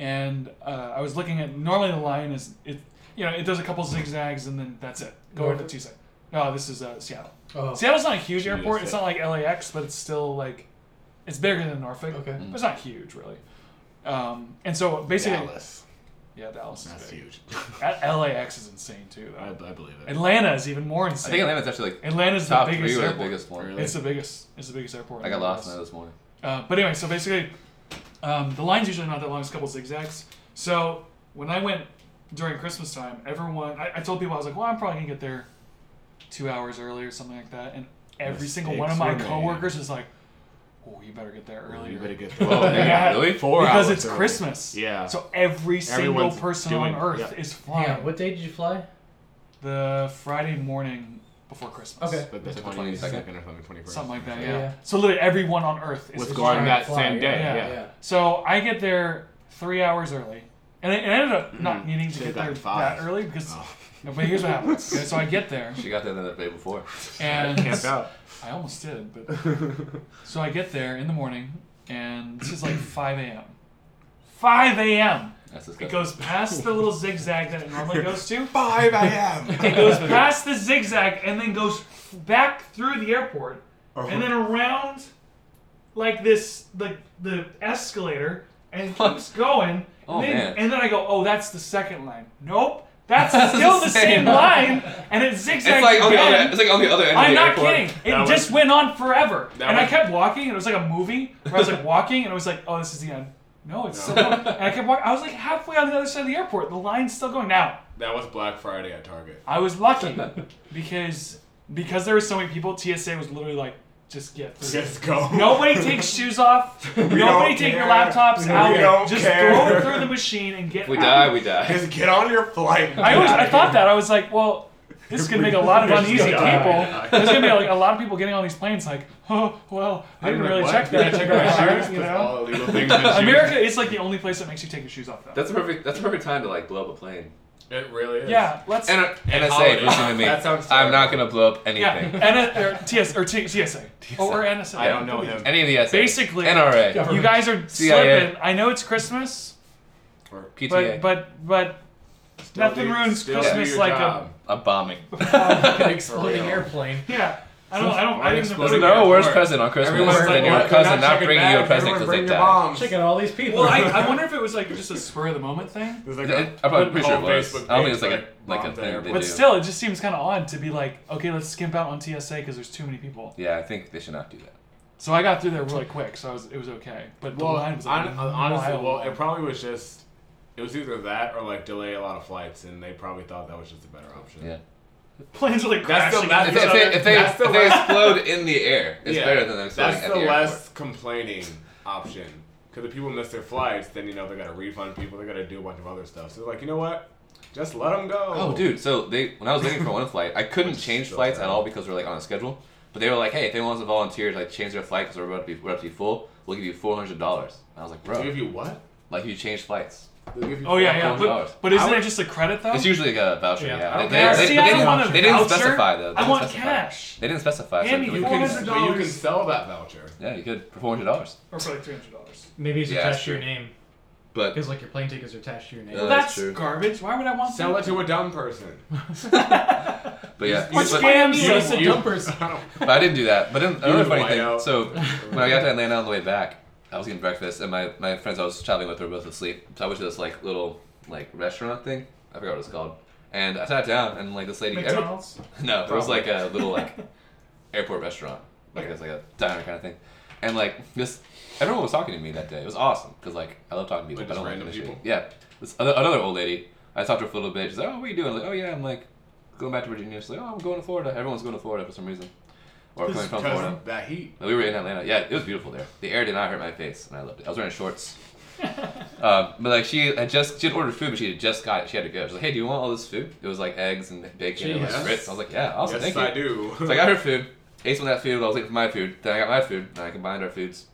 Speaker 1: and uh, I was looking at. Normally the line is it, you know, it does a couple zigzags and then that's it. Go over to
Speaker 4: Norfolk?
Speaker 1: Tuesday. No, this is uh, Seattle.
Speaker 4: Oh,
Speaker 1: Seattle's not a huge airport.
Speaker 5: that's
Speaker 1: It's
Speaker 5: it.
Speaker 1: not like LAX, but it's still like, it's bigger than Norfolk.
Speaker 2: Mm.
Speaker 4: okay.
Speaker 1: But it's not huge really. Um, and so basically,
Speaker 5: Dallas.
Speaker 1: Yeah, Dallas is
Speaker 3: That's
Speaker 1: big.
Speaker 3: huge.
Speaker 1: A- LAX is insane too.
Speaker 3: I, I
Speaker 1: Though.
Speaker 3: believe it.
Speaker 1: Atlanta is even more
Speaker 2: I
Speaker 1: insane.
Speaker 2: think Atlanta's actually like
Speaker 1: Atlanta's the
Speaker 2: top
Speaker 1: biggest
Speaker 2: three or the
Speaker 1: airport.
Speaker 2: biggest one.
Speaker 3: Really?
Speaker 1: It's the biggest. It's the biggest airport.
Speaker 2: I
Speaker 1: in
Speaker 2: got
Speaker 1: the
Speaker 2: lost
Speaker 1: US.
Speaker 2: in it this morning.
Speaker 1: Uh, but anyway, so basically, um, the line's usually not that long. It's a couple zigzags. So when I went during Christmas time, everyone, I, I told people, I was like, well, I'm probably going to get there two hours early or something like that. And every single one of my
Speaker 3: Mistakes were made.
Speaker 1: coworkers is like, oh, you better get there early.
Speaker 3: You better get
Speaker 2: Whoa, man,
Speaker 1: Yeah.
Speaker 2: really?
Speaker 3: four
Speaker 1: because
Speaker 3: hours
Speaker 1: it's
Speaker 3: early.
Speaker 1: Christmas.
Speaker 3: Yeah.
Speaker 1: So every single
Speaker 3: Everyone's
Speaker 1: person
Speaker 3: doing-
Speaker 1: on earth
Speaker 3: yeah.
Speaker 1: is
Speaker 4: Hang on,
Speaker 1: flying
Speaker 4: what day did you fly?
Speaker 1: the Friday morning before Christmas.
Speaker 4: Okay.
Speaker 3: But the
Speaker 2: It's the
Speaker 3: 22nd
Speaker 2: 22nd
Speaker 3: or something, 21st.
Speaker 1: Something like that, yeah.
Speaker 4: Yeah, yeah.
Speaker 1: So literally everyone on earth is
Speaker 3: Was
Speaker 1: is
Speaker 3: going
Speaker 1: trying-
Speaker 3: that
Speaker 4: Fly,
Speaker 3: same day,
Speaker 1: yeah. So I get there three hours early, and I, and I ended up not
Speaker 3: Mhm.
Speaker 1: needing to
Speaker 3: Should've
Speaker 1: get there
Speaker 3: gotten five.
Speaker 1: that early because.
Speaker 3: Oh.
Speaker 1: no, But here's what happens. Okay, so I get there,
Speaker 2: She got there the day before.
Speaker 1: and
Speaker 3: Camped out.
Speaker 1: I almost did, but so I get there in the morning, and this is like 5 a.m. 5 a.m.
Speaker 2: That's
Speaker 1: It
Speaker 2: disgusting.
Speaker 1: goes past the little zigzag that it normally goes to.
Speaker 3: 5 a.m.
Speaker 1: It goes past the zigzag and then goes f- back through the airport and then around like this like the escalator and keeps going.
Speaker 2: Oh,
Speaker 1: and, then,
Speaker 2: man.
Speaker 1: and then I go, oh, that's the second line. Nope, that's still the same line, and it zigzags
Speaker 2: It's like on the other,
Speaker 1: again.
Speaker 2: it's like on the other end of
Speaker 1: I'm
Speaker 2: the
Speaker 1: not
Speaker 2: airport.
Speaker 1: kidding. It
Speaker 3: That was-
Speaker 1: just went on forever,
Speaker 3: That
Speaker 1: and I
Speaker 3: was-
Speaker 1: kept walking, and it was like a movie where I was like walking, and I was like, oh, this is the end. No, it's still going. And I kept walking. I was like halfway on the other side of the airport. The line's still going. Now
Speaker 3: That was Black Friday at Target.
Speaker 1: I was lucky because because there were so many people. TSA was literally like, just get through.
Speaker 3: Just go.
Speaker 1: Nobody takes shoes off. Nobody
Speaker 3: don't
Speaker 1: take your
Speaker 3: care.
Speaker 1: laptops
Speaker 3: We
Speaker 1: out.
Speaker 3: don't
Speaker 1: Just
Speaker 3: care.
Speaker 1: throw it through the machine and get
Speaker 2: If we
Speaker 1: out.
Speaker 2: die, we die.
Speaker 3: Just get on your flight.
Speaker 1: I always I thought that I was like, well, this is gonna make a lot of
Speaker 3: We're just
Speaker 1: uneasy people.
Speaker 3: gonna die.
Speaker 1: There's gonna be like a lot of people getting on these planes like, oh well, I didn't really check that. I checked my shoes, you know.
Speaker 3: All illegal things in shoes.
Speaker 1: America is like the only place that makes you take your shoes off though.
Speaker 2: That's a perfect. That's a perfect time to like blow up a plane.
Speaker 3: It really is.
Speaker 1: yeah, let's.
Speaker 2: And
Speaker 3: And
Speaker 2: NSA,
Speaker 3: holidays.
Speaker 2: listen to me.
Speaker 3: That sounds
Speaker 2: I'm not gonna
Speaker 3: terrible.
Speaker 2: blow up
Speaker 1: yeah,
Speaker 2: anything.
Speaker 1: N- or TS or T- TSA or NSA.
Speaker 3: I don't know him.
Speaker 2: Any of the SA.
Speaker 1: Basically-
Speaker 2: NRA,
Speaker 1: You guys are
Speaker 2: CIA.
Speaker 1: slipping. I know it's Christmas,
Speaker 3: Or-
Speaker 2: PTA,
Speaker 1: but but but
Speaker 3: Still
Speaker 1: nothing
Speaker 3: do-
Speaker 1: ruins
Speaker 3: still do
Speaker 1: Christmas
Speaker 3: your
Speaker 1: like a-
Speaker 3: job.
Speaker 2: a bombing.
Speaker 4: An exploding
Speaker 3: real.
Speaker 4: airplane.
Speaker 1: yeah. I don't. I don't. I
Speaker 3: Mine
Speaker 1: didn't.
Speaker 3: exploded.
Speaker 1: know-
Speaker 2: No,
Speaker 3: Everyone-
Speaker 2: worst present on Christmas.
Speaker 3: Everyone's
Speaker 2: and
Speaker 3: like,
Speaker 2: your
Speaker 3: "What?
Speaker 2: cousin
Speaker 3: They're
Speaker 2: not
Speaker 3: checking
Speaker 2: bringing you a
Speaker 3: bags.
Speaker 2: present
Speaker 3: Everyone
Speaker 2: because
Speaker 3: bring
Speaker 2: they
Speaker 3: your
Speaker 2: died.
Speaker 3: bombs.
Speaker 4: Check out all these people.
Speaker 1: Well, I, I wonder if it was like just a spur of the moment thing.
Speaker 3: There's
Speaker 2: It-
Speaker 3: like a-
Speaker 2: it- I'm probably
Speaker 3: whole
Speaker 2: pretty sure it was.
Speaker 3: Facebook
Speaker 2: I don't think
Speaker 3: page,
Speaker 2: it's like a like a
Speaker 3: bomb
Speaker 2: thing
Speaker 3: there.
Speaker 2: they
Speaker 1: But
Speaker 2: do.
Speaker 1: still, it just seems kind of odd to be like, okay, let's skimp out on TSA because there's too many people.
Speaker 2: Yeah, I think they should not do that.
Speaker 1: So I got through there really quick, so I was, it was okay. But the
Speaker 3: Well,
Speaker 1: line was like
Speaker 3: hon- honestly,
Speaker 1: mile
Speaker 3: well,
Speaker 1: long.
Speaker 3: it probably was just. It was either that or like delay a lot of flights, and they probably thought that was just a better option.
Speaker 2: Yeah.
Speaker 1: planes are like
Speaker 3: That's the
Speaker 1: crashing.
Speaker 3: last-
Speaker 2: If
Speaker 1: into
Speaker 2: they,
Speaker 1: each
Speaker 2: if they,
Speaker 1: other.
Speaker 2: if they,
Speaker 3: That's the
Speaker 2: if they
Speaker 3: last-
Speaker 2: explode in the air, it's
Speaker 3: Yeah,
Speaker 2: better than them exploding
Speaker 3: That's
Speaker 2: at
Speaker 3: the
Speaker 2: the,
Speaker 3: less complaining option. Because if people miss their flights, then you know they got to refund people, they got to do a bunch of other stuff. So they're like, you know what? Just let them go.
Speaker 2: airport. Oh, dude. So they, when I was waiting for one flight, I couldn't change
Speaker 3: still
Speaker 2: flights at
Speaker 3: terrible.
Speaker 2: all because we're like on a schedule. But they were like, hey, if anyone wants to volunteer to like change their flight because we're about to be we're about to be full, we'll give you four hundred dollars. I was like,
Speaker 3: They give
Speaker 2: bro,
Speaker 3: you what?
Speaker 2: like if you change flights,
Speaker 3: They give you
Speaker 1: oh yeah, yeah.
Speaker 2: $400.
Speaker 1: But, but isn't
Speaker 3: I
Speaker 1: it just a credit though?
Speaker 2: it's usually like a voucher.
Speaker 4: Yeah.
Speaker 2: Yeah.
Speaker 3: I don't
Speaker 2: They,
Speaker 3: care.
Speaker 2: they,
Speaker 1: See,
Speaker 2: they,
Speaker 1: I
Speaker 2: they
Speaker 1: don't
Speaker 2: didn't,
Speaker 1: want a
Speaker 2: they didn't
Speaker 1: voucher.
Speaker 2: specify though. They
Speaker 1: I
Speaker 2: didn't
Speaker 1: want
Speaker 2: specify.
Speaker 1: cash.
Speaker 2: They didn't specify. so
Speaker 1: Hand
Speaker 2: it's
Speaker 1: me
Speaker 2: like,
Speaker 3: You
Speaker 2: we
Speaker 1: $400.
Speaker 2: couldn't-
Speaker 3: can, but you can sell that voucher.
Speaker 2: Yeah, you could for four hundred dollars.
Speaker 1: Or for like three hundred dollars.
Speaker 4: Maybe it's
Speaker 2: Yeah,
Speaker 4: attached
Speaker 2: that's
Speaker 4: to your
Speaker 2: true.
Speaker 4: name
Speaker 2: But
Speaker 4: because like your plane tickets are attached to your name.
Speaker 2: Yeah. that's
Speaker 1: That's
Speaker 2: true.
Speaker 1: garbage. Why would I want
Speaker 3: Sell
Speaker 1: that?
Speaker 3: it to a dumb person.
Speaker 2: but yeah,
Speaker 1: What
Speaker 2: but-
Speaker 1: scams?
Speaker 4: So it's a
Speaker 3: You-
Speaker 4: dumb person.
Speaker 3: I don't-
Speaker 2: But I didn't do that. But then another
Speaker 3: You
Speaker 2: funny
Speaker 3: white
Speaker 2: thing.
Speaker 3: out.
Speaker 2: So when I got to Atlanta on the way back, I was eating breakfast, and my, my friends I was traveling with were both asleep. So I went to this like little like restaurant thing. I forgot what it's called. And I sat down, and like this lady. every-
Speaker 1: McDonald's.
Speaker 2: no, it was like
Speaker 3: Probably.
Speaker 2: a little like airport restaurant, like it's like a diner kind of thing. And like this, everyone was talking to me that day. It was awesome because like I love talking to people.
Speaker 3: Like
Speaker 2: but I
Speaker 3: just
Speaker 2: don't
Speaker 3: random
Speaker 2: like initiate.
Speaker 3: people?
Speaker 2: Yeah, this other, another old lady. I talked to her for a little bit. She's like, "Oh, what are you doing?" I'm like, "Oh yeah, I'm like going back to Virginia." She's like, "Oh, I'm going to Florida." Everyone's going to Florida for some reason, or coming
Speaker 3: Just
Speaker 2: from
Speaker 3: because
Speaker 2: Florida.
Speaker 3: of that heat.
Speaker 2: But we were in Atlanta. Yeah, it was beautiful there. The air did not hurt my face, and I loved it. I was wearing shorts. um, but like she had just she had ordered food, but she had just got it. She had to go. She's like, "Hey, do you want all this food?" It was like eggs and bacon and like
Speaker 4: Jeez.
Speaker 2: grits. I was like, "Yeah, awesome,
Speaker 3: yes,
Speaker 2: thank you."
Speaker 3: I do.
Speaker 2: So I got her food, ate some of that food while I was waiting for my food. Then I got my food, and I combined our foods.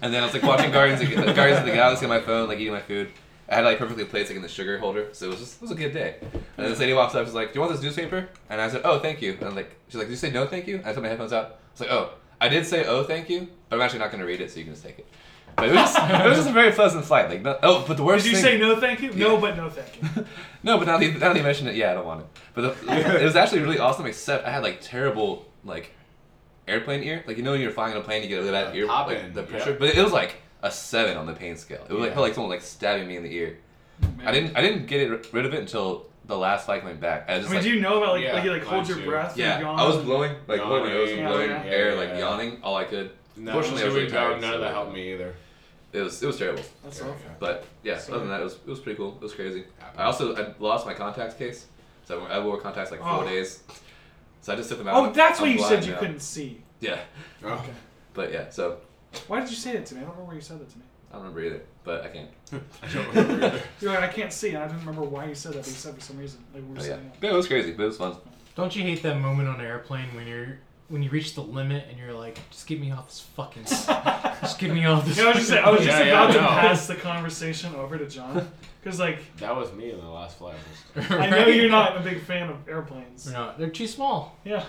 Speaker 2: And then I was like watching Guardians of, Guardians of the Galaxy on my phone, like eating my food. I had like perfectly placed like in the sugar holder, so it was just it was a good day. And then this lady walks up, she's like, "Do you want this newspaper?" And I said, "Oh, thank you." And like she's like, "Did you say no, thank you?" And I took my headphones out. I was like, "Oh, I did say oh, thank you, but I'm actually not gonna read it, so you can just take it." But it was just, it was just a very pleasant flight. Like, no, oh, but the worst
Speaker 1: Did you
Speaker 2: thing.
Speaker 1: say no? Thank you. No, but no, thank you.
Speaker 2: No, but now that, you, now that you mention it, yeah, I don't want it. But the, it was actually really awesome, except I had like terrible like airplane ear. Like you know when you're flying on a plane, you get a little bit of ear
Speaker 3: Pop
Speaker 2: like,
Speaker 3: in,
Speaker 2: the
Speaker 3: yep.
Speaker 2: pressure. But it was like a seven on the pain scale. It was like
Speaker 3: Yeah.
Speaker 2: felt like someone like stabbing me in the ear.
Speaker 1: Man.
Speaker 2: I didn't I didn't get it, rid of it until the last flight came back. I was
Speaker 1: I
Speaker 2: just
Speaker 1: mean,
Speaker 2: like,
Speaker 1: do you know about like,
Speaker 3: Yeah,
Speaker 1: like you like hold
Speaker 3: mine
Speaker 1: your
Speaker 3: too.
Speaker 1: breath?
Speaker 2: yeah,
Speaker 1: and yawn
Speaker 2: I was
Speaker 1: and-
Speaker 2: blowing like
Speaker 3: Yawning,
Speaker 2: blowing, I was
Speaker 3: yeah,
Speaker 2: blowing
Speaker 1: yeah,
Speaker 2: air, like
Speaker 3: yeah.
Speaker 2: yawning all I could.
Speaker 3: No,
Speaker 2: Fortunately, I was
Speaker 3: we
Speaker 2: really tired,
Speaker 3: don't. None of
Speaker 2: so-
Speaker 3: that helped me either.
Speaker 2: It was it was terrible.
Speaker 1: That's
Speaker 3: Yeah,
Speaker 1: awful.
Speaker 3: yeah.
Speaker 2: But yeah,
Speaker 1: So-
Speaker 2: other than that, it was it was pretty cool. It was crazy.
Speaker 3: Happens.
Speaker 2: I also I lost my contacts case, so I wore- I wore contacts like four
Speaker 1: Oh.
Speaker 2: days. So I just took them out.
Speaker 1: Oh, that's
Speaker 2: I'm
Speaker 1: why you
Speaker 2: blind
Speaker 1: said you
Speaker 2: now.
Speaker 1: couldn't see.
Speaker 2: Yeah,
Speaker 3: Okay.
Speaker 2: but yeah, so
Speaker 1: Why did you say that to me? I don't remember why you said that to me.
Speaker 2: I don't remember either, but I can.
Speaker 3: I don't remember either.
Speaker 1: You're like, I can't see, and I didn't remember why you said that, but you said for some reason. Like, we were
Speaker 2: But yeah,
Speaker 1: saying
Speaker 2: but it was crazy, but it was fun.
Speaker 4: Don't you hate that moment on an airplane when you're when you reach the limit and you're like, just get me off this fucking, s- just get me off this.
Speaker 1: Yeah, I was just,
Speaker 4: fucking
Speaker 1: I was
Speaker 3: Yeah,
Speaker 1: just
Speaker 3: yeah,
Speaker 1: about to
Speaker 3: no.
Speaker 1: pass the conversation over to John. Because, like,
Speaker 3: That was me in the last flight.
Speaker 4: plane."
Speaker 1: I know
Speaker 4: Right?
Speaker 1: you're not a big fan of airplanes.
Speaker 4: They're not. They're too small.
Speaker 1: Yeah.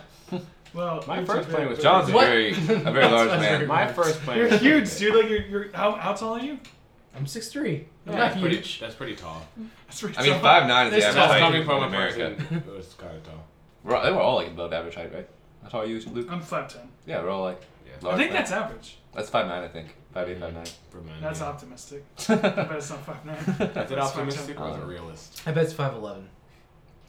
Speaker 1: Well,
Speaker 3: My
Speaker 1: you're
Speaker 3: first
Speaker 1: too
Speaker 3: plane
Speaker 1: big,
Speaker 3: was
Speaker 1: but-
Speaker 2: John's a
Speaker 4: What?
Speaker 2: very a very
Speaker 4: That's
Speaker 2: large
Speaker 4: what I
Speaker 2: man.
Speaker 4: figured.
Speaker 3: My first plane.
Speaker 1: You're huge, dude. Like, you're, you're how, how tall are you?
Speaker 4: I'm six three. I'm
Speaker 3: Yeah,
Speaker 4: not
Speaker 3: that's pretty-
Speaker 4: huge.
Speaker 3: That's pretty tall.
Speaker 1: That's really
Speaker 2: I mean,
Speaker 1: tall.
Speaker 2: five nine is the
Speaker 1: That's
Speaker 2: average
Speaker 1: tough
Speaker 2: height
Speaker 3: coming
Speaker 2: in
Speaker 3: from a
Speaker 2: America.
Speaker 3: person who is kind of tall.
Speaker 2: We're all- they were all like above average height, right? That's how you, Luke?
Speaker 1: I'm 5'10.
Speaker 2: Yeah, we're all like
Speaker 3: Yeah.
Speaker 1: I
Speaker 2: large.
Speaker 1: think
Speaker 2: men.
Speaker 1: that's average.
Speaker 2: that's five nine, I think. Five eight, five nine.
Speaker 3: For men,
Speaker 1: That's
Speaker 3: yeah.
Speaker 1: optimistic. I bet it's not 5'9.
Speaker 3: Is it
Speaker 1: That's
Speaker 3: optimistic or is it
Speaker 2: Um,
Speaker 3: realist?
Speaker 4: I bet it's five eleven.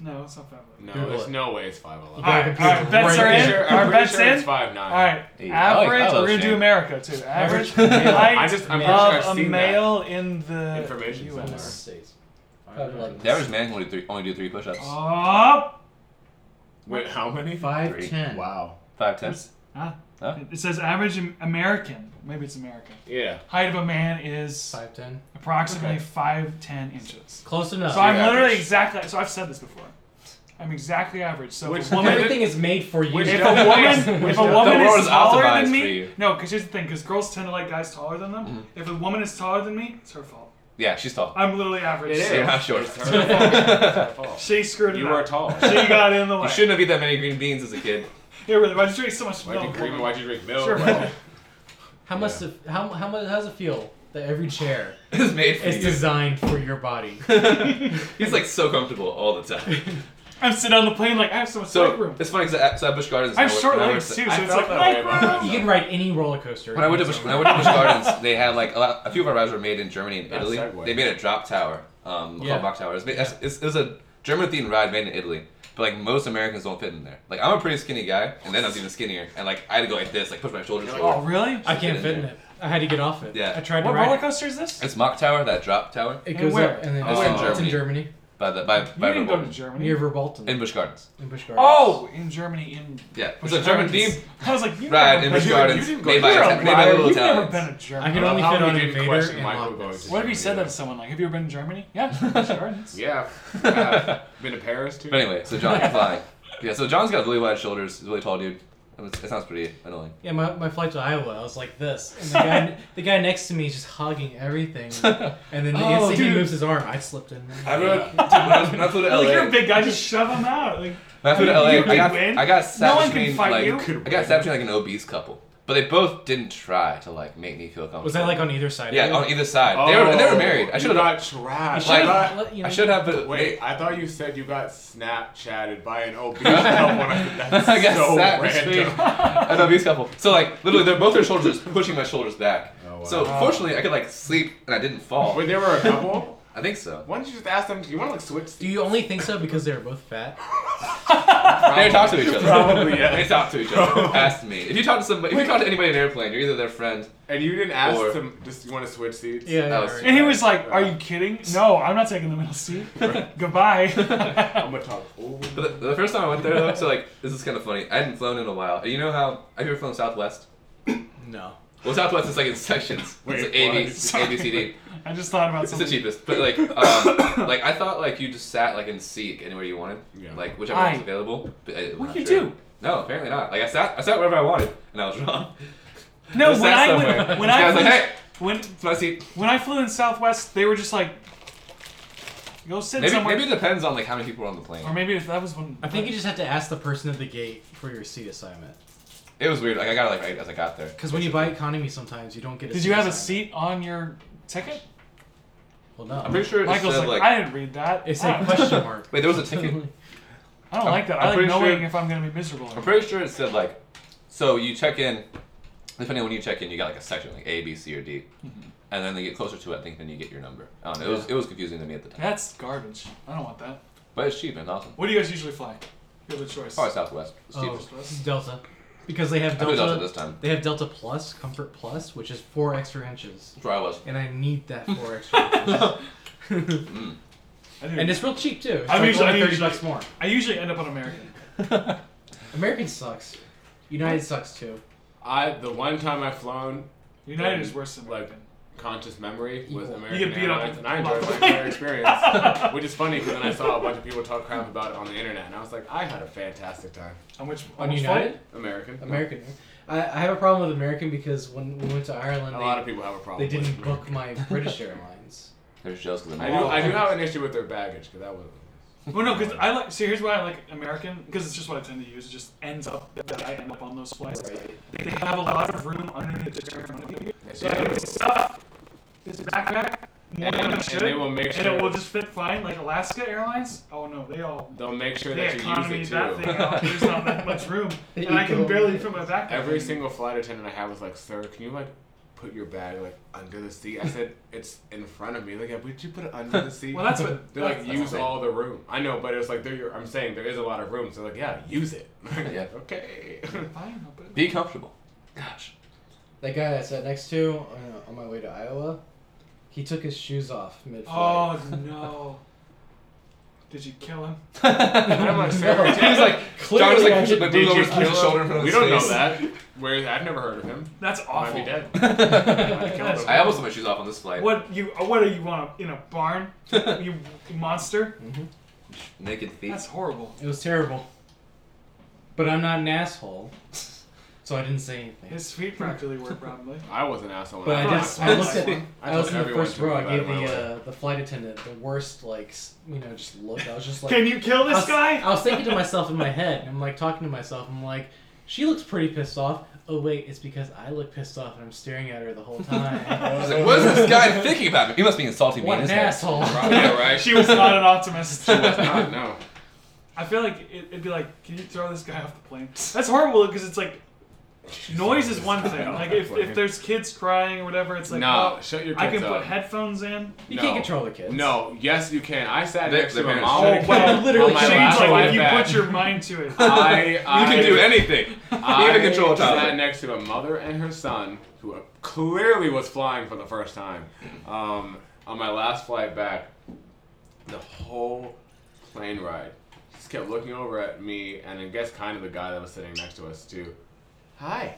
Speaker 1: No, it's not 5'9.
Speaker 3: No,
Speaker 4: Google
Speaker 3: there's
Speaker 4: it.
Speaker 3: no way it's 5'11.
Speaker 4: Okay.
Speaker 1: Alright, alright, bets
Speaker 4: Right
Speaker 1: are in.
Speaker 4: there.
Speaker 3: I'm
Speaker 1: Our
Speaker 3: pretty
Speaker 1: bets
Speaker 3: sure it's
Speaker 1: in.
Speaker 3: 5'9.
Speaker 1: All right,
Speaker 2: Hey, I like- I
Speaker 1: average.
Speaker 2: love
Speaker 1: We're gonna do
Speaker 2: Shane.
Speaker 1: America too. Average
Speaker 4: Average
Speaker 1: height
Speaker 4: male.
Speaker 3: I just- I'm pretty sure I've
Speaker 1: of a
Speaker 3: seen
Speaker 1: male in the
Speaker 3: Information somewhere.
Speaker 1: US.
Speaker 4: States.
Speaker 2: The average man can only, three, only do three push ups.
Speaker 1: Oh. Up.
Speaker 3: Wait, how many?
Speaker 4: Five
Speaker 2: Three.
Speaker 4: ten.
Speaker 3: Wow.
Speaker 2: Five ten.
Speaker 1: Ah,
Speaker 2: Huh?
Speaker 1: It says average Am- American. Maybe it's American.
Speaker 3: Yeah.
Speaker 1: Height of a man is
Speaker 4: Five ten.
Speaker 1: approximately
Speaker 3: Okay.
Speaker 1: five ten inches.
Speaker 4: Close enough.
Speaker 1: So I'm
Speaker 2: average.
Speaker 1: literally exactly. So I've said this before. I'm exactly average. So
Speaker 3: Which-
Speaker 1: if a woman,
Speaker 4: Everything is made for you.
Speaker 3: Which
Speaker 1: if
Speaker 3: does-
Speaker 1: a woman, if a
Speaker 4: The
Speaker 1: woman
Speaker 2: world
Speaker 1: is
Speaker 2: is
Speaker 1: taller
Speaker 2: optimized
Speaker 1: than
Speaker 2: for
Speaker 1: me,
Speaker 2: you.
Speaker 1: no. Because here's the thing. Because girls tend to like guys taller than them. If a woman is taller than me, it's her fault.
Speaker 2: Yeah, she's tall.
Speaker 1: I'm literally average.
Speaker 3: It is.
Speaker 2: You're not short.
Speaker 3: It's her
Speaker 1: so
Speaker 3: fault.
Speaker 1: She screwed it
Speaker 3: You
Speaker 1: up.
Speaker 3: were tall.
Speaker 1: She got in the way.
Speaker 2: You shouldn't have eaten that many green beans as a kid.
Speaker 1: Yeah, really. Why'd you drink so much
Speaker 3: Why'd you
Speaker 1: milk?
Speaker 3: drink? Why'd you drink milk?
Speaker 1: Sure.
Speaker 3: Why'd
Speaker 4: how much? does- How how much? How's it feel that every chair
Speaker 2: It's made for
Speaker 4: is
Speaker 2: you.
Speaker 4: designed for your body?
Speaker 2: He's like so comfortable all the time.
Speaker 1: I'm sitting on the plane like I have so much leg
Speaker 2: So
Speaker 1: room.
Speaker 2: it's funny because so at Busch Gardens.
Speaker 1: I have
Speaker 2: when
Speaker 1: short
Speaker 2: when I
Speaker 1: legs
Speaker 2: worked-
Speaker 1: too, so
Speaker 3: I
Speaker 1: it's like
Speaker 3: felt that way
Speaker 1: leg
Speaker 3: about
Speaker 1: room.
Speaker 4: You can ride any roller coaster.
Speaker 2: When I went to Busch, when I went to Busch Gardens, they had like a, lot, a few of our rides were made in Germany and
Speaker 3: That's
Speaker 2: Italy.
Speaker 3: Segway.
Speaker 2: They made a drop tower, um,
Speaker 4: Yeah.
Speaker 2: called Mach Tower. It was, made, it's- it's- it was a German themed ride made in Italy, but like most Americans don't fit in there. Like I'm a pretty skinny guy, and then I was even skinnier, and like I had to go like this, like push my shoulders
Speaker 1: Oh,
Speaker 2: forward.
Speaker 1: really?
Speaker 4: I can't fit in it. I had to get off it.
Speaker 2: Yeah.
Speaker 4: I tried to
Speaker 1: What
Speaker 4: ride
Speaker 1: roller
Speaker 4: it.
Speaker 1: coaster is this?
Speaker 2: It's Mach Tower, that drop tower
Speaker 4: It
Speaker 1: And
Speaker 4: goes
Speaker 1: where?
Speaker 4: up and then
Speaker 2: Oh,
Speaker 4: it's,
Speaker 2: it's in
Speaker 4: it's in Germany,
Speaker 2: by the by
Speaker 1: You
Speaker 2: by
Speaker 1: didn't go to
Speaker 2: Revolver.
Speaker 1: Germany.
Speaker 4: near Verbolten,
Speaker 2: in Busch Gardens.
Speaker 4: in Busch Gardens.
Speaker 1: Oh, in Germany, in
Speaker 2: Yeah,
Speaker 1: Busch
Speaker 2: it's a German
Speaker 1: Gardens.
Speaker 2: themed
Speaker 1: I was like, you
Speaker 2: ride in
Speaker 1: never,
Speaker 2: Busch
Speaker 1: been,
Speaker 3: you-
Speaker 2: Gardens
Speaker 3: you didn't go-
Speaker 2: made by
Speaker 1: you're
Speaker 2: Ita-
Speaker 1: a
Speaker 2: made by
Speaker 1: liar.
Speaker 2: little
Speaker 1: You've never
Speaker 2: Italians.
Speaker 1: been to
Speaker 4: I
Speaker 1: Germany.
Speaker 4: can
Speaker 3: love
Speaker 4: only
Speaker 3: how
Speaker 4: fit
Speaker 3: you
Speaker 4: on
Speaker 3: didn't
Speaker 4: Invader
Speaker 3: question
Speaker 4: and
Speaker 3: Michael
Speaker 4: Loch
Speaker 3: going
Speaker 4: Ness.
Speaker 3: to
Speaker 1: What if you
Speaker 3: Germany,
Speaker 1: said
Speaker 3: yeah.
Speaker 1: that to someone like, have you ever been to Germany? Yeah, Busch Gardens.
Speaker 3: Yeah. yeah. Been to Paris too.
Speaker 2: But anyway, so John you're flying. Yeah, so John's got really wide shoulders. He's a really tall dude. It was- it sounds pretty annoying.
Speaker 4: Yeah, my, my flight to Iowa, I was like this, and the guy the guy next to me is just hogging everything, and then the
Speaker 1: Oh,
Speaker 4: instant he
Speaker 1: dude.
Speaker 4: moves his arm, I slipped in.
Speaker 2: I rode dude, when I was- when I flew to LA.
Speaker 1: Like, you're a big guy, just shove him out. Like,
Speaker 2: When I flew to
Speaker 1: You-
Speaker 2: LA,
Speaker 1: you
Speaker 2: I got
Speaker 1: win.
Speaker 2: I got
Speaker 1: No
Speaker 2: sat
Speaker 1: one
Speaker 2: between
Speaker 1: can fight
Speaker 2: like
Speaker 1: you.
Speaker 3: could
Speaker 2: I got sat between like an obese couple, but they both didn't try to like make me feel comfortable.
Speaker 4: Was that like on either side?
Speaker 2: yeah on either side? they were and they were married. I
Speaker 1: Oh.
Speaker 3: you
Speaker 2: should have
Speaker 3: got trashed.
Speaker 4: You should've
Speaker 3: I
Speaker 2: like
Speaker 3: thought-
Speaker 4: Uh, let- you know,
Speaker 2: I should have but
Speaker 3: Wait, I thought you said you got Snapchatted by an obese couple. That's
Speaker 2: I got
Speaker 3: so
Speaker 2: sat between
Speaker 3: random.
Speaker 2: an obese couple. So like literally, they're both their shoulders just pushing my shoulders back.
Speaker 3: Oh, wow.
Speaker 2: So fortunately, I could like sleep and I didn't fall.
Speaker 3: Wait, they were a couple.
Speaker 2: I think so.
Speaker 3: Why don't you just ask them? Do you want to like switch?
Speaker 4: Do you only think so because they were both fat?
Speaker 2: They talk to each other.
Speaker 3: Probably, yeah.
Speaker 2: They talk to each other. Ask me if you talk to somebody. If you talk to anybody in an airplane, you're either their friend.
Speaker 3: And you didn't ask
Speaker 2: Or-
Speaker 3: them. Just you want to switch seats?
Speaker 4: Yeah,
Speaker 2: That
Speaker 4: yeah,
Speaker 2: was-
Speaker 4: right.
Speaker 1: and he was like, "Are you kidding? No, I'm not taking the middle seat. Goodbye."
Speaker 3: I'm gonna talk. over you.
Speaker 2: But the, the first time I went there, though, so like this is kind of funny. I hadn't flown in a while. You know how have you ever flown Southwest?
Speaker 4: no.
Speaker 2: Well, Southwest is like in sections.
Speaker 3: Wait,
Speaker 2: it's A, B,
Speaker 3: what?
Speaker 2: C- A, B, C, D.
Speaker 1: I just thought about
Speaker 2: It's the
Speaker 1: something.
Speaker 2: cheapest. But like, um, like I thought like you just sat like in seat anywhere you wanted,
Speaker 3: Yeah.
Speaker 2: like whichever
Speaker 1: I-
Speaker 2: was available. But I,
Speaker 1: What
Speaker 2: not
Speaker 1: you
Speaker 2: sure.
Speaker 1: do?
Speaker 2: No, apparently not. Like I sat, I sat wherever I wanted, and I was wrong.
Speaker 1: No,
Speaker 2: Just
Speaker 1: when
Speaker 2: sat
Speaker 1: I
Speaker 2: somewhere.
Speaker 1: went, when
Speaker 2: This
Speaker 1: I
Speaker 2: guy's
Speaker 1: flew,
Speaker 2: like, hey,
Speaker 1: when
Speaker 2: it's my seat.
Speaker 1: when I flew in Southwest, they were just like, "Go sit
Speaker 2: Maybe,
Speaker 1: somewhere."
Speaker 2: maybe it depends on like how many people are on the plane.
Speaker 1: or maybe if that was when
Speaker 4: I think you just have to ask the person at the gate for your seat assignment.
Speaker 2: It was weird. Like I got it like right as I got there.
Speaker 4: Because when you buy economy, sometimes you don't get. A
Speaker 1: Did
Speaker 4: seat
Speaker 1: you have a
Speaker 4: assignment.
Speaker 1: seat on your ticket?
Speaker 4: Well, no.
Speaker 2: I'm pretty sure it
Speaker 1: Michael's
Speaker 2: said
Speaker 1: like,
Speaker 2: like.
Speaker 1: I didn't read that.
Speaker 4: It's
Speaker 1: I
Speaker 4: a
Speaker 1: don't-
Speaker 4: question mark.
Speaker 2: Wait, there was a ticket.
Speaker 1: I don't like that.
Speaker 2: I'm
Speaker 1: i like
Speaker 2: pretty
Speaker 1: knowing
Speaker 2: sure-
Speaker 1: if I'm gonna be miserable. Or
Speaker 2: I'm
Speaker 1: not.
Speaker 2: pretty sure it said like, so you check in. Depending on when you check in, you got like a section like A, B, C, or D. and then they get closer to it. I think then you get your number. I don't know. It was it was confusing to me at the time,
Speaker 1: That's garbage. I don't want that.
Speaker 2: but it's cheap and awesome.
Speaker 1: What do you guys usually fly? You have a choice.
Speaker 2: Probably Southwest. It's
Speaker 4: Oh,
Speaker 2: cheapest.
Speaker 4: Delta, because they have
Speaker 2: I
Speaker 4: Delta.
Speaker 2: did Delta this time.
Speaker 4: They have Delta Plus, Comfort Plus, which is four extra inches,
Speaker 2: That's where I was.
Speaker 4: and I need that four extra inches.
Speaker 1: I, do.
Speaker 4: and it's real cheap too. It's
Speaker 1: I'm
Speaker 4: like
Speaker 1: usually-
Speaker 4: only
Speaker 1: I'm
Speaker 4: thirty
Speaker 1: usually-
Speaker 4: bucks more.
Speaker 1: I usually end up on American.
Speaker 4: American sucks. United sucks too.
Speaker 3: I the one time I've flown
Speaker 1: United
Speaker 3: Yeah.
Speaker 1: is worse than
Speaker 3: Like,
Speaker 1: American.
Speaker 3: conscious memory was
Speaker 4: Equal.
Speaker 3: American
Speaker 1: You get beat up
Speaker 3: Airlines,
Speaker 1: at
Speaker 3: and
Speaker 1: the
Speaker 3: I enjoyed my
Speaker 1: mall.
Speaker 3: entire experience, which is funny because then I saw a bunch of people talk crap about it on the internet, and I was like, I had a fantastic time.
Speaker 1: on which
Speaker 4: On
Speaker 1: which
Speaker 4: United,
Speaker 1: flight?
Speaker 3: American.
Speaker 4: American. I, I have a problem with American because when we went to Ireland,
Speaker 3: A
Speaker 4: they,
Speaker 3: lot of people have a problem.
Speaker 4: they didn't
Speaker 3: with
Speaker 4: book my British Airlines.
Speaker 2: They're just jealous because
Speaker 3: I do. I do have an issue with their baggage because that was.
Speaker 1: Well, no, because I like. See, here's why I like American because it's just what I tend to use. It just ends up that I end up on those flights. They have a lot of room underneath the chair in front of you, so I put stuff this backpack more than
Speaker 3: And,
Speaker 1: I
Speaker 3: and
Speaker 1: should,
Speaker 3: they will make
Speaker 1: and it will
Speaker 3: sure.
Speaker 1: just fit fine. Like Alaska Airlines. Oh no, they all
Speaker 3: They'll make sure
Speaker 1: they
Speaker 3: that you
Speaker 1: economy
Speaker 3: use
Speaker 1: that
Speaker 3: it
Speaker 1: thing
Speaker 3: too.
Speaker 1: out. There's not that much room,
Speaker 4: They
Speaker 1: and I can
Speaker 4: equal.
Speaker 1: barely fit my backpack.
Speaker 3: Every
Speaker 1: in.
Speaker 3: single flight attendant I had was like, "Sir, can you like put your bag like under the seat?" I said, "It's in front of me." Like, yeah, would you put it under the seat?
Speaker 1: Well, that's what-
Speaker 3: they're like.
Speaker 1: that's-
Speaker 2: that's
Speaker 3: use
Speaker 2: insane.
Speaker 3: all the room. I know, but it's like they're. Your, I'm saying there is a lot of room, so like, yeah, use it.
Speaker 2: Yeah.
Speaker 3: Okay.
Speaker 1: Fine, I'll put it-
Speaker 2: Be comfortable.
Speaker 1: Gosh.
Speaker 4: That guy I sat next to uh, on my way to Iowa, he took his shoes off mid-flight.
Speaker 1: Oh no. Did you kill him?
Speaker 3: I'm like, "Sir,
Speaker 4: No.
Speaker 3: did you,
Speaker 2: He was like, John was
Speaker 4: Clearly I
Speaker 2: like,
Speaker 4: did-
Speaker 2: like
Speaker 3: did
Speaker 2: moved over
Speaker 3: you
Speaker 2: his
Speaker 3: kill him?"
Speaker 2: shoulder. in front of
Speaker 3: We
Speaker 2: his
Speaker 3: don't know
Speaker 2: face.
Speaker 3: that. Where I've never heard of him.
Speaker 1: That's
Speaker 3: He Might
Speaker 1: awful.
Speaker 3: be dead.
Speaker 1: That's
Speaker 2: I almost put my shoes off on this flight.
Speaker 1: What you? What do you want in a barn? you monster!
Speaker 2: Naked feet.
Speaker 1: That's horrible.
Speaker 4: It was terrible. But I'm not an asshole, so I didn't say anything.
Speaker 1: His feet practically were probably.
Speaker 3: I was an asshole. when
Speaker 4: But I
Speaker 3: was
Speaker 4: just
Speaker 3: on
Speaker 4: I
Speaker 3: that
Speaker 4: looked
Speaker 3: flight.
Speaker 4: at
Speaker 3: I
Speaker 4: I,
Speaker 3: told
Speaker 4: was in the
Speaker 3: everyone
Speaker 4: first
Speaker 3: to move
Speaker 4: row. I
Speaker 3: out
Speaker 4: gave
Speaker 3: of my
Speaker 4: the
Speaker 3: way.
Speaker 4: uh, the flight attendant the worst like s- you know just look. I was just like,
Speaker 1: Can you kill
Speaker 4: I
Speaker 1: this
Speaker 4: was,
Speaker 1: guy?
Speaker 4: I was thinking to myself in my head, and I'm like talking to myself. I'm like, she looks pretty pissed off. Oh wait, it's because I look pissed off and I'm staring at her the whole
Speaker 2: I was
Speaker 4: time.
Speaker 2: like, what is this guy thinking about me? He must be insulting me
Speaker 4: what
Speaker 2: in
Speaker 4: an
Speaker 2: his head.
Speaker 4: asshole!
Speaker 1: uh,
Speaker 3: Right, yeah, right.
Speaker 1: She was not an optimist.
Speaker 3: She was not. No.
Speaker 1: I feel like it, it'd be like, can you throw this guy off the plane? That's horrible because it's like noise is one thing. Like if, if there's kids crying or whatever, it's like
Speaker 3: no,
Speaker 1: oh,
Speaker 3: shut your
Speaker 1: I
Speaker 3: kids
Speaker 1: can
Speaker 3: up.
Speaker 1: put headphones in.
Speaker 4: You
Speaker 3: No.
Speaker 4: can't control the kids.
Speaker 3: No, yes, you can. I sat
Speaker 2: They-
Speaker 3: next
Speaker 2: they
Speaker 3: to a
Speaker 2: managed
Speaker 3: mom.
Speaker 2: to
Speaker 1: Oh, wow.
Speaker 4: Literally,
Speaker 3: on my
Speaker 1: Shane's
Speaker 3: last
Speaker 1: like
Speaker 3: flight
Speaker 1: if you
Speaker 3: back.
Speaker 1: put your mind to it.
Speaker 3: I, I,
Speaker 2: You can do anything.
Speaker 3: I
Speaker 2: You have a control
Speaker 3: sat
Speaker 2: tower.
Speaker 3: next to a mother and her son who clearly was flying for the first time. Um, on my last flight back, the whole plane ride just kept looking over at me and I guess kind of the guy that was sitting next to us too. Hi.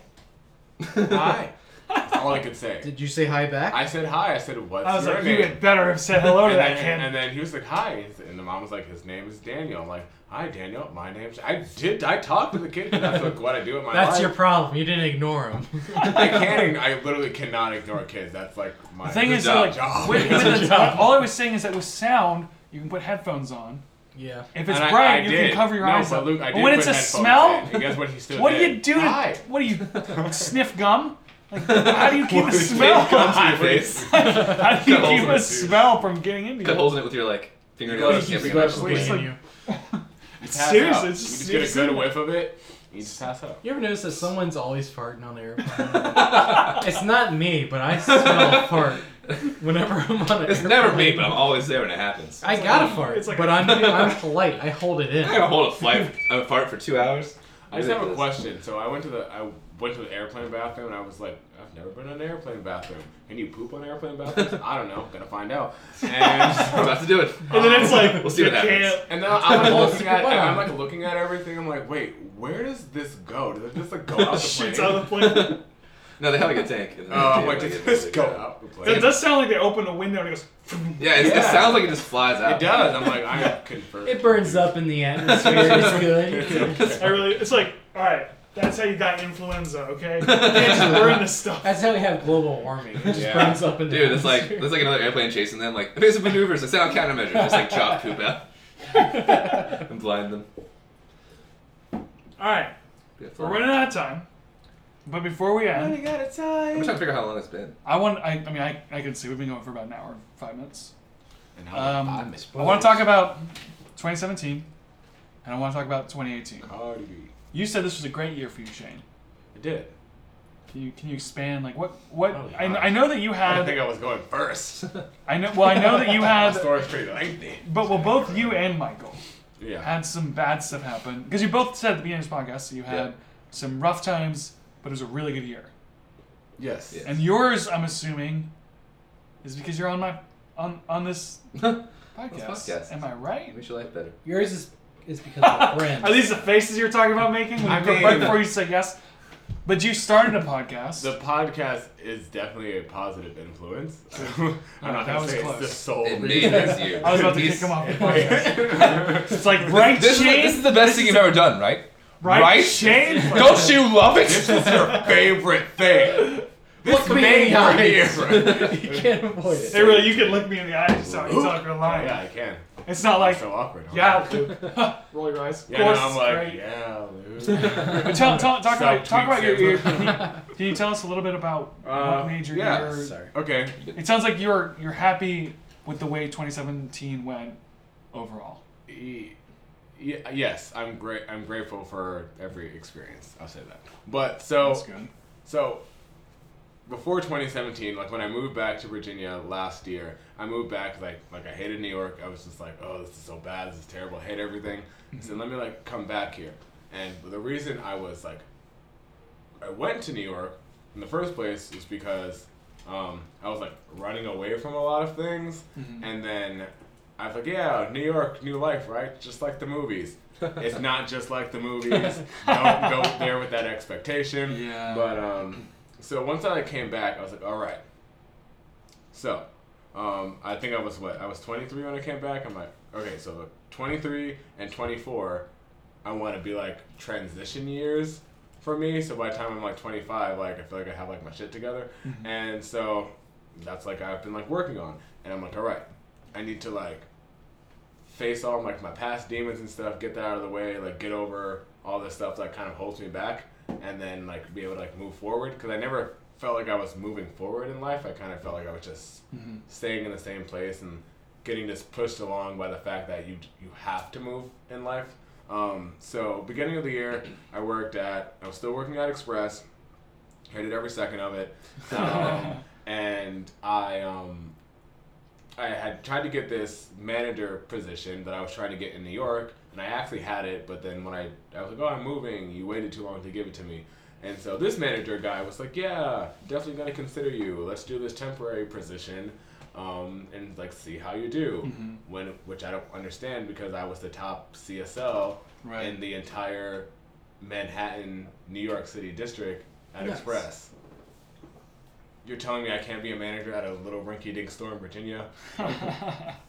Speaker 3: Hi. That's all I could say.
Speaker 4: Did you say hi back?
Speaker 3: I said hi. I said, what's
Speaker 1: I was
Speaker 3: your
Speaker 1: like,
Speaker 3: name?
Speaker 1: you had better have said hello to
Speaker 3: and,
Speaker 1: that
Speaker 3: then,
Speaker 1: kid.
Speaker 3: and then he was like, "Hi," and the mom was like, "His name is Daniel." I'm like, "Hi, Daniel. My name's." I did. I talked to the kid. 'cause That's like what I do in my
Speaker 4: That's your
Speaker 3: life.
Speaker 4: problem. You didn't ignore him.
Speaker 3: I can't. ign- I literally cannot ignore kids. That's like my
Speaker 1: The thing is,
Speaker 2: job,
Speaker 1: like,
Speaker 3: job.
Speaker 1: with, with
Speaker 4: Good
Speaker 1: the-
Speaker 4: job.
Speaker 1: all I was saying is that with sound, you can put headphones on.
Speaker 4: yeah.
Speaker 1: If it's
Speaker 3: And I-
Speaker 1: bright,
Speaker 3: I
Speaker 1: you
Speaker 3: did.
Speaker 1: can cover your
Speaker 3: no,
Speaker 1: eyes
Speaker 3: But
Speaker 1: up.
Speaker 3: Luke, I
Speaker 1: But
Speaker 3: did
Speaker 1: when
Speaker 3: put
Speaker 1: it's a
Speaker 3: headphones
Speaker 1: smell,
Speaker 3: in, and guess what? He still
Speaker 1: what do
Speaker 3: did.
Speaker 1: you do? To,
Speaker 3: Hi.
Speaker 1: what do you sniff gum? Like, how do you keep a
Speaker 3: What did
Speaker 1: smell?
Speaker 3: Jake come to your
Speaker 1: How
Speaker 3: face?
Speaker 1: do you
Speaker 2: Cut holes
Speaker 1: keep
Speaker 2: in
Speaker 1: a
Speaker 2: it, too.
Speaker 1: smell from getting into
Speaker 2: Cut
Speaker 1: you?
Speaker 2: holes in it with your like fingernails.
Speaker 3: Yeah,
Speaker 2: and
Speaker 3: you
Speaker 2: everything.
Speaker 3: just Wait,
Speaker 1: it's like-
Speaker 4: you.
Speaker 3: You pass
Speaker 1: Seriously,
Speaker 3: out.
Speaker 1: it's just
Speaker 3: you just get a
Speaker 1: sneezing.
Speaker 3: good whiff of it. You just pass out.
Speaker 4: You ever notice that someone's always farting on the airplane? it's not me, but I smell a fart whenever I'm on an
Speaker 2: It's
Speaker 4: airplane.
Speaker 2: never me, but I'm always there when it happens.
Speaker 4: I got a fart,
Speaker 1: it's like-
Speaker 4: but I'm I'm polite. I hold it in.
Speaker 2: I gotta hold a flight a fart for two hours.
Speaker 3: I just have a question. So I went to the I went to the airplane bathroom and I was like, I've never been in an airplane bathroom. Can you poop on airplane bathrooms? I don't know. Gonna find out.
Speaker 2: I'm
Speaker 3: And
Speaker 2: about to do it.
Speaker 1: And then it's like,
Speaker 2: We'll see
Speaker 1: you
Speaker 2: what happens.
Speaker 1: can't.
Speaker 3: and then I'm like
Speaker 4: Well,
Speaker 3: looking at
Speaker 4: wow.
Speaker 3: and I'm like looking at everything. I'm like, wait, where does this go? Does it just like go out the plane?
Speaker 1: Shit's out of the plane.
Speaker 2: No, they have like a tank. and then
Speaker 3: Oh, I'm
Speaker 2: they
Speaker 3: like,
Speaker 2: do,
Speaker 3: does
Speaker 2: like,
Speaker 3: this
Speaker 2: a-
Speaker 3: go out the plane?
Speaker 1: It does sound like they open a window and it goes.
Speaker 2: Yeah, it's, it
Speaker 3: Yeah.
Speaker 2: sounds like it just flies out.
Speaker 3: It does. I'm like, I am confirmed.
Speaker 4: It burns up in the atmosphere. It's good.
Speaker 1: I really, it's like, all right, that's how you got influenza. Okay, you can't just burn this stuff.
Speaker 4: That's how we have global warming. It just
Speaker 3: Yeah.
Speaker 4: burns up in the
Speaker 2: Dude, it's like
Speaker 4: atmosphere.
Speaker 2: it's like another airplane chasing them. Like evasive maneuvers, the sound countermeasures, just like chop poop out and blind them.
Speaker 1: All right,
Speaker 2: Yeah,
Speaker 1: we're running out of time. But before we end,
Speaker 2: I'm trying to figure out how long it's been.
Speaker 1: I want. I, I mean, I, I can see we've been going for about an hour, and five minutes.
Speaker 3: And I'm
Speaker 1: Um,
Speaker 3: like,
Speaker 1: I
Speaker 3: I'm Miss
Speaker 1: want to talk about 2017, and I want to talk about 2018.
Speaker 3: Cardi B.
Speaker 1: You said this was a great year for you, Shane.
Speaker 3: I did.
Speaker 1: Can you, can you expand? Like what what?
Speaker 4: Oh,
Speaker 1: I,
Speaker 3: yeah.
Speaker 1: I know that you
Speaker 3: I didn't
Speaker 1: had.
Speaker 3: think I was going first.
Speaker 1: I know. Well, I know that you
Speaker 3: My
Speaker 1: had.
Speaker 3: story's pretty lengthy.
Speaker 1: But well, both you and Michael
Speaker 3: Yeah.
Speaker 1: had some bad stuff happen because you both said at the beginning of this podcast so you had
Speaker 2: Yeah.
Speaker 1: some rough times, but it was a really good year.
Speaker 3: Yes.
Speaker 2: Yeah.
Speaker 1: And yours, I'm assuming, is because you're on my on on this podcast.
Speaker 2: podcast.
Speaker 1: Am I right?
Speaker 2: Makes your life better.
Speaker 4: Yours is is because of friends.
Speaker 1: Are these the faces you're talking about making when
Speaker 3: I
Speaker 1: you go- right
Speaker 3: mean-
Speaker 1: before you say yes? But you started a podcast.
Speaker 3: The podcast is definitely a positive influence. I'm
Speaker 1: that
Speaker 3: not gonna
Speaker 1: was
Speaker 3: say
Speaker 1: close.
Speaker 3: it's the sole
Speaker 2: It made
Speaker 3: reason.
Speaker 2: this year.
Speaker 1: I was about to
Speaker 2: He's-
Speaker 1: kick him off the podcast.
Speaker 3: Wait.
Speaker 1: It's like right
Speaker 2: This is,
Speaker 1: Shane,
Speaker 2: this is the best thing you've ever done, right?
Speaker 1: right,
Speaker 2: right?
Speaker 1: Shane.
Speaker 2: Don't you love it?
Speaker 3: this is your favorite thing. This made your year.
Speaker 4: you can't avoid
Speaker 1: Hey,
Speaker 4: it.
Speaker 1: really, you can look me in the eye. That's how you talk a line.
Speaker 3: Yeah, I can.
Speaker 1: It's not like
Speaker 3: It's so awkward. huh?
Speaker 1: yeah, Luke. Roll your eyes. Of
Speaker 3: Yeah, no,
Speaker 1: course,
Speaker 3: I'm
Speaker 1: it's
Speaker 3: like,
Speaker 1: great.
Speaker 3: yeah, Lou.
Speaker 1: But tell, tell, talk about talk about your. your
Speaker 3: Subtweets
Speaker 1: can, you, can you tell us a little bit about
Speaker 3: Uh,
Speaker 1: what made your
Speaker 3: yeah,
Speaker 1: year?
Speaker 4: Sorry.
Speaker 3: okay.
Speaker 1: It sounds like you're you're happy with the way 2017 went overall.
Speaker 3: E- ye- Yes, I'm great. I'm grateful for every experience. I'll say that. But so
Speaker 1: That's good.
Speaker 3: So, before 2017, like when I moved back to Virginia last year, I moved back like like I hated New York. I was just like, oh, this is so bad. This is terrible. I hate everything.
Speaker 1: Mm-hmm.
Speaker 3: I said, let me like come back here. And the reason I was like, I went to New York in the first place is because um, I was like running away from a lot of things, and then. I was like, yeah, New York, new life, right? Just like the movies. it's not just like the movies. Don't go there with that expectation.
Speaker 1: Yeah.
Speaker 3: But um, so once I came back, I was like, all right. So, um, I think I was what I was 23 when I came back. I'm like, okay, so look, 23 and 24, I want to be like transition years for me. So by the time I'm like 25, like I feel like I have like my shit together, and so that's like I've been like working on, and I'm like, all right, I need to like face all like my past demons and stuff, get that out of the way, like get over all this stuff that kind of holds me back, and then like be able to like move forward. Because I never felt like I was moving forward in life. I kind of felt like I was just staying in the same place and getting just pushed along by the fact that you you have to move in life. Um, so beginning of the year, I worked at. I was still working at Express. Hated every second of it. Um, and I um, I had tried to get this manager position that I was trying to get in New York, and I actually had it, but then when I, I was like, oh, I'm moving, you waited too long to give it to me. And so this manager guy was like, yeah, definitely gonna consider you. Let's do this temporary position, um, and like see how you do. When which I don't understand because I was the top CSL
Speaker 1: Right.
Speaker 3: in the entire Manhattan, New York City district at
Speaker 4: Nice.
Speaker 3: Express. You're telling me I can't be a manager at a little rinky-dink store in Virginia?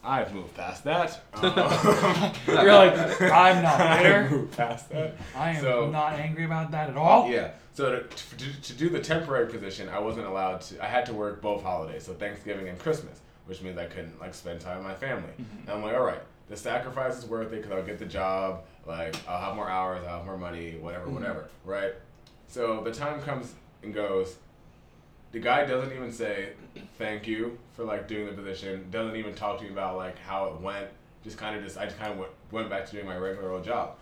Speaker 3: I've moved past that. Um,
Speaker 1: You're like, I'm not
Speaker 3: I've
Speaker 1: bitter.
Speaker 3: moved past that.
Speaker 1: I am
Speaker 3: So-
Speaker 1: not angry about that at all.
Speaker 3: Yeah. So to, to, to do the temporary position, I wasn't allowed to. I had to work both holidays, so Thanksgiving and Christmas, which means I couldn't like spend time with my family. And I'm like, all right, the sacrifice is worth it because I'll get the job. Like I'll have more hours, I'll have more money, whatever, whatever. Right. So the time comes and goes. The guy doesn't even say thank you for like doing the position. Doesn't even talk to me about like how it went. Just kind of just I just kind of went, went back to doing my regular old job.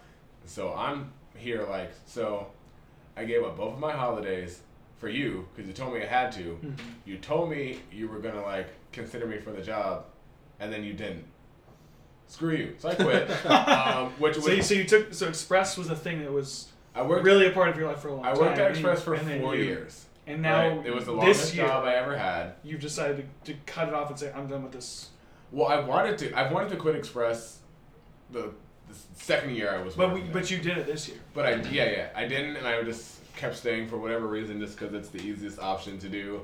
Speaker 3: So I'm here like so I gave up both of my holidays for you because you told me I had to.
Speaker 1: Mm-hmm.
Speaker 3: You told me you were gonna like consider me for the job, and then you didn't. Screw you. So I quit. um, which was
Speaker 1: So you, so you took so Express was a thing that was
Speaker 3: I worked.
Speaker 1: really a part of your life for a long
Speaker 3: I
Speaker 1: time.
Speaker 3: worked at
Speaker 1: and-
Speaker 3: Express for
Speaker 1: and then
Speaker 3: four
Speaker 1: you-
Speaker 3: years.
Speaker 1: And now
Speaker 3: right? it was the
Speaker 1: this
Speaker 3: longest
Speaker 1: year
Speaker 3: job I ever had.
Speaker 1: you've decided to, to cut it off and say I'm done with this.
Speaker 3: Well, I wanted to. I wanted to quit Express, the, the second year I was.
Speaker 1: But we,
Speaker 3: working there.
Speaker 1: but you did it this year.
Speaker 3: But I yeah yeah I didn't and I just kept staying for whatever reason just because it's the easiest option to do.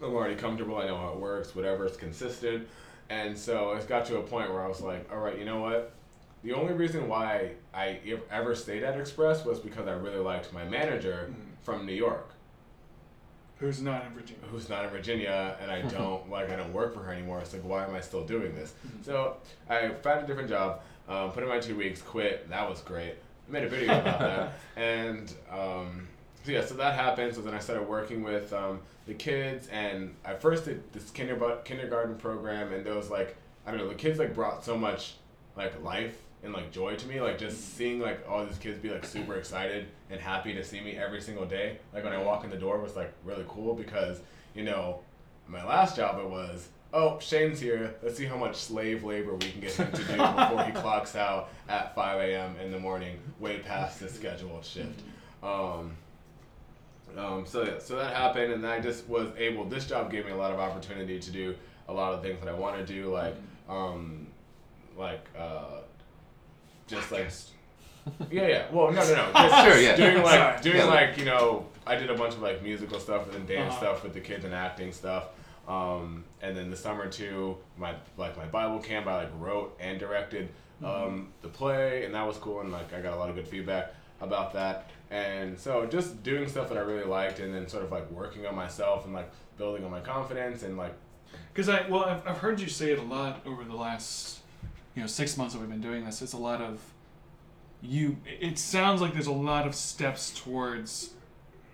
Speaker 3: I'm already comfortable. I know how it works. Whatever it's consistent, and so it's got to a point where I was like, all right, you know what? The only reason why I e- ever stayed at Express was because I really liked my manager from New York,
Speaker 1: Who's not in Virginia?
Speaker 3: who's not in Virginia, and I don't like I don't work for her anymore. It's like why am I still doing this? So I found a different job, um, put in my two weeks, quit. That was great. I made a video about that, and um, so yeah, so that happened. So then I started working with um, the kids, and I first did this kinder- kindergarten program, and those like I don't know the kids like brought so much like life and like joy to me. Like just seeing like all these kids be like super excited and happy to see me every single day. Like when I walk in the door was like really cool because you know my last job it was oh Shane's here. Let's see how much slave labor we can get him to do before he clocks out at 5 a.m. in the morning, way past his scheduled shift. Um, um, so yeah, so that happened, and I just was able. This job gave me a lot of opportunity to do a lot of things that I want to do, like, um, like uh, just like, yeah, yeah. Well, no, no, no. Just
Speaker 2: Sure, yeah.
Speaker 3: Doing like
Speaker 1: Sorry.
Speaker 3: doing
Speaker 2: Yeah.
Speaker 3: like you know, I did a bunch of like musical stuff and then dance
Speaker 1: Uh-huh.
Speaker 3: stuff with the kids and acting stuff. Um, and then the summer too, my like my Bible camp, I like wrote and directed
Speaker 1: Mm-hmm.
Speaker 3: um, the play, and that was cool, and like I got a lot of good feedback about that. And so just doing stuff that I really liked, and then sort of like working on myself and like building on my confidence and like
Speaker 1: Because I well, I've, I've heard you say it a lot over the last you know six months that we've been doing this. It's a lot of you. It sounds like there's a lot of steps towards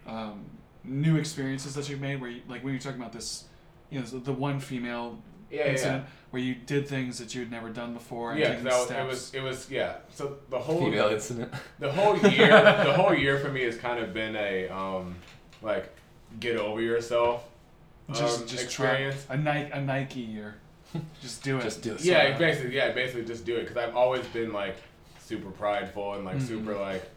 Speaker 1: um, new experiences that you've made. Where you, like when you're talking about this, you know, the- the one female
Speaker 3: yeah, yeah, yeah.
Speaker 1: incident where you did things that you had never done before. And
Speaker 3: Yeah, 'cause
Speaker 1: taking
Speaker 3: that was,
Speaker 1: steps.
Speaker 3: it was it was yeah. So the whole
Speaker 2: Female incident.
Speaker 3: the whole year the whole year for me has kind of been a um like get over yourself um,
Speaker 1: just just try
Speaker 3: experience.
Speaker 1: a Nike a Nike year. Just do it.
Speaker 2: Just do it.
Speaker 3: yeah,
Speaker 2: Sorry.
Speaker 3: basically yeah, basically just do it because I've always been like super prideful and like super like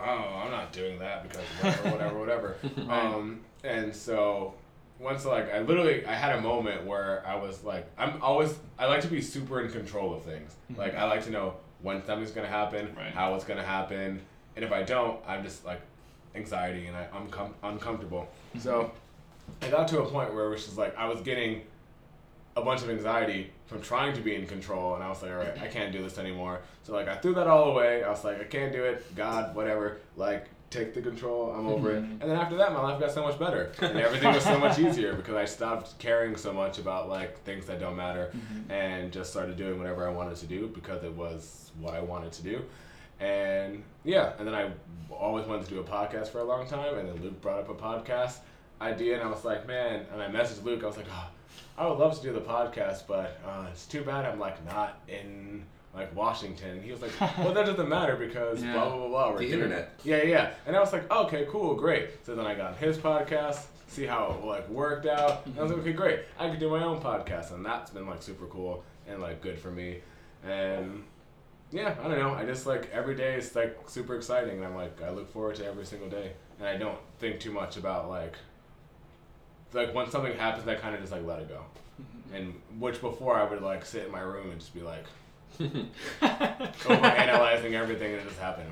Speaker 3: oh I'm not doing that because whatever whatever whatever. um, and so once like I literally I had a moment where I was like I'm always I like to be super in control of things. Like I like to know when something's gonna happen,
Speaker 1: Right.
Speaker 3: how it's gonna happen, and if I don't, I'm just like anxiety and I, I'm com- uncomfortable. So I got to a point where it was just like I was getting a bunch of anxiety from trying to be in control, and I was like, all right, I can't do this anymore. So like I threw that all away. I was like, I can't do it. God, whatever. Like take the control. I'm over it. And then after that, my life got so much better, and everything was so much easier because I stopped caring so much about like things that don't matter, and just started doing whatever I wanted to do because it was what I wanted to do. And yeah, and then I always wanted to do a podcast for a long time, and then Luke brought up a podcast idea, and I was like, man, and I messaged Luke. I was like, oh, I would love to do the podcast, but uh, it's too bad I'm like not in like Washington. And he was like, well, that doesn't matter because
Speaker 1: Yeah.
Speaker 3: blah blah blah blah. we're
Speaker 2: The
Speaker 3: doing it."
Speaker 2: internet.
Speaker 3: Yeah, yeah. And I was like, oh, okay, cool, great. So then I got his podcast, see how it like worked out. And I was like, okay, great. I could do my own podcast, and that's been like super cool and like good for me. And yeah, I don't know. I just like every day is like super exciting, and I'm like I look forward to every single day, and I don't think too much about like like when something happens, I kind of just like let it go. And which before I would like sit in my room and just be like over analyzing everything that just happened.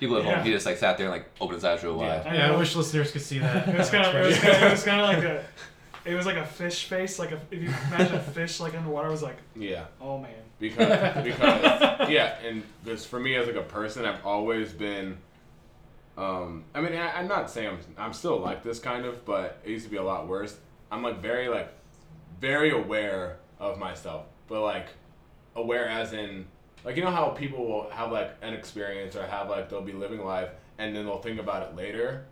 Speaker 2: People at home,
Speaker 1: Yeah.
Speaker 2: he just like sat there and like opened his eyes real wide.
Speaker 1: I
Speaker 4: Yeah, I
Speaker 1: know.
Speaker 4: wish listeners could see that.
Speaker 1: It was
Speaker 4: that
Speaker 1: kind of, it was
Speaker 4: expression.
Speaker 1: kind of, it was kind of like a, it was like a fish face. Like a, if you imagine a fish like underwater, it was like,
Speaker 3: Yeah.
Speaker 1: oh man.
Speaker 3: because because yeah, and this for me as like a person, I've always been. Um, I mean, I, I'm not saying I'm, I'm still like this kind of, but it used to be a lot worse. I'm like very like very aware of myself, but like aware as in like you know how people will have like an experience or have like they'll be living life and then they'll think about it later.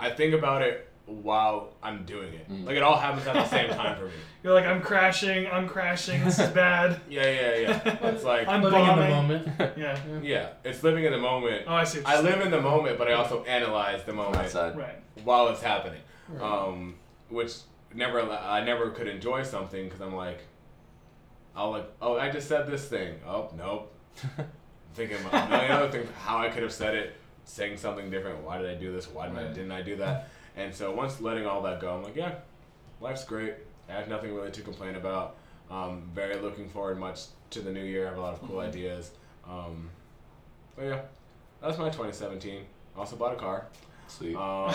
Speaker 3: I think about it while I'm doing it. Like it all happens at the same time for me.
Speaker 1: You're like, I'm crashing. I'm crashing. This is bad.
Speaker 3: Yeah, yeah, yeah. It's like
Speaker 1: I'm
Speaker 4: living in the
Speaker 1: bombing.
Speaker 4: moment.
Speaker 1: Yeah.
Speaker 3: yeah, it's living in the moment.
Speaker 1: Oh, I see. what
Speaker 3: I
Speaker 1: you're
Speaker 3: live in the moment, but I also analyze the moment
Speaker 2: Outside.
Speaker 1: saying. Right.
Speaker 3: while it's happening, um, which never allo- I never could enjoy something because I'm like, I'll like, oh, I just said this thing. Oh, nope. Thinking about a million other things, how I could have said it, saying something different. Why did I do this? Why did I,
Speaker 1: Right.
Speaker 3: didn't I do that? And so once letting all that go, I'm like, yeah, life's great. I have nothing really to complain about. Um, very looking forward much to the new year. I have a lot of cool ideas. Um, but yeah, that's my 2017. Also bought a car.
Speaker 2: Sweet.
Speaker 3: Um,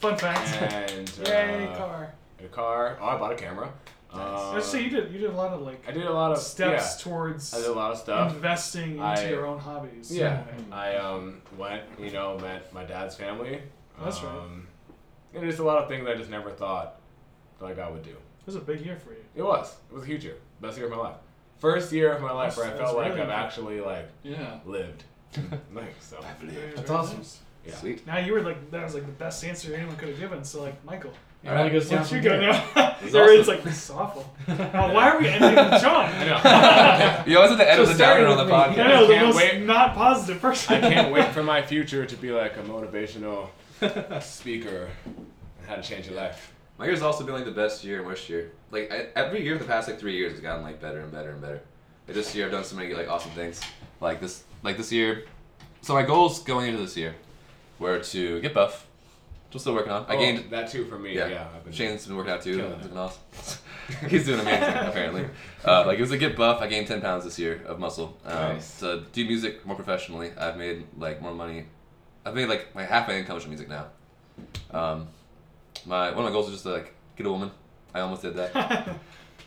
Speaker 1: Fun fact.
Speaker 3: and uh,
Speaker 1: Yay, car.
Speaker 3: a car. Oh, I bought a camera. Um,
Speaker 1: Let's see. You did. You did a lot of like
Speaker 3: I did a lot of
Speaker 1: steps
Speaker 3: Yeah, I did a
Speaker 1: towards
Speaker 3: lot of stuff.
Speaker 1: investing into
Speaker 3: I-
Speaker 1: your own hobbies.
Speaker 3: Yeah,
Speaker 1: Right.
Speaker 3: I um went, you know, met my dad's family.
Speaker 1: That's right.
Speaker 3: um, right. And just a lot of things I just never thought like I would do.
Speaker 1: It was a big year for you.
Speaker 3: It was. It was a huge year. Best year of my life. First year of my life where I
Speaker 1: That's-
Speaker 3: felt
Speaker 1: that's
Speaker 3: like
Speaker 1: really
Speaker 3: I've
Speaker 1: good.
Speaker 3: actually like
Speaker 1: Yeah.
Speaker 3: lived. like so.
Speaker 1: Very,
Speaker 4: That's
Speaker 1: very
Speaker 4: awesome.
Speaker 1: nice.
Speaker 3: Yeah.
Speaker 2: Sweet.
Speaker 1: Now you were like that was like the best answer anyone could have given. So like Michael,
Speaker 4: It only goes down
Speaker 1: Once you
Speaker 4: from
Speaker 1: go
Speaker 4: here.
Speaker 1: now,
Speaker 2: This is
Speaker 1: everyone's
Speaker 2: awesome.
Speaker 1: like, this is awful. Now, why are we ending with John?
Speaker 3: I know.
Speaker 2: You always at the end
Speaker 4: So
Speaker 2: of the downer
Speaker 4: starting
Speaker 2: on the
Speaker 4: with me.
Speaker 1: I
Speaker 2: podcast.
Speaker 1: know, the
Speaker 3: can't
Speaker 1: most
Speaker 3: wait.
Speaker 1: not positive person.
Speaker 3: I can't wait for my future to be like a motivational speaker and how to change your life.
Speaker 2: My year's also been like the best year and worst year. Like I, every year for the past like three years has gotten like better and better and better. But this year I've done so many like awesome things. Like this, like this year. So my goals going into this year were to get buff, which I'm still working on. I
Speaker 3: Oh,
Speaker 2: gained.
Speaker 3: that too for me.
Speaker 2: Yeah,
Speaker 3: Yeah, I've been
Speaker 2: Shane's been working out too.
Speaker 3: killing
Speaker 2: It's
Speaker 3: it.
Speaker 2: been awesome. He's doing amazing apparently. Uh, like it was a get buff. I gained ten pounds this year of muscle. Um,
Speaker 3: Nice.
Speaker 2: To do music more professionally, I've made like more money. I've made like my half my income is from music now. Um, my one of my goals is just to like get a woman. I almost did that.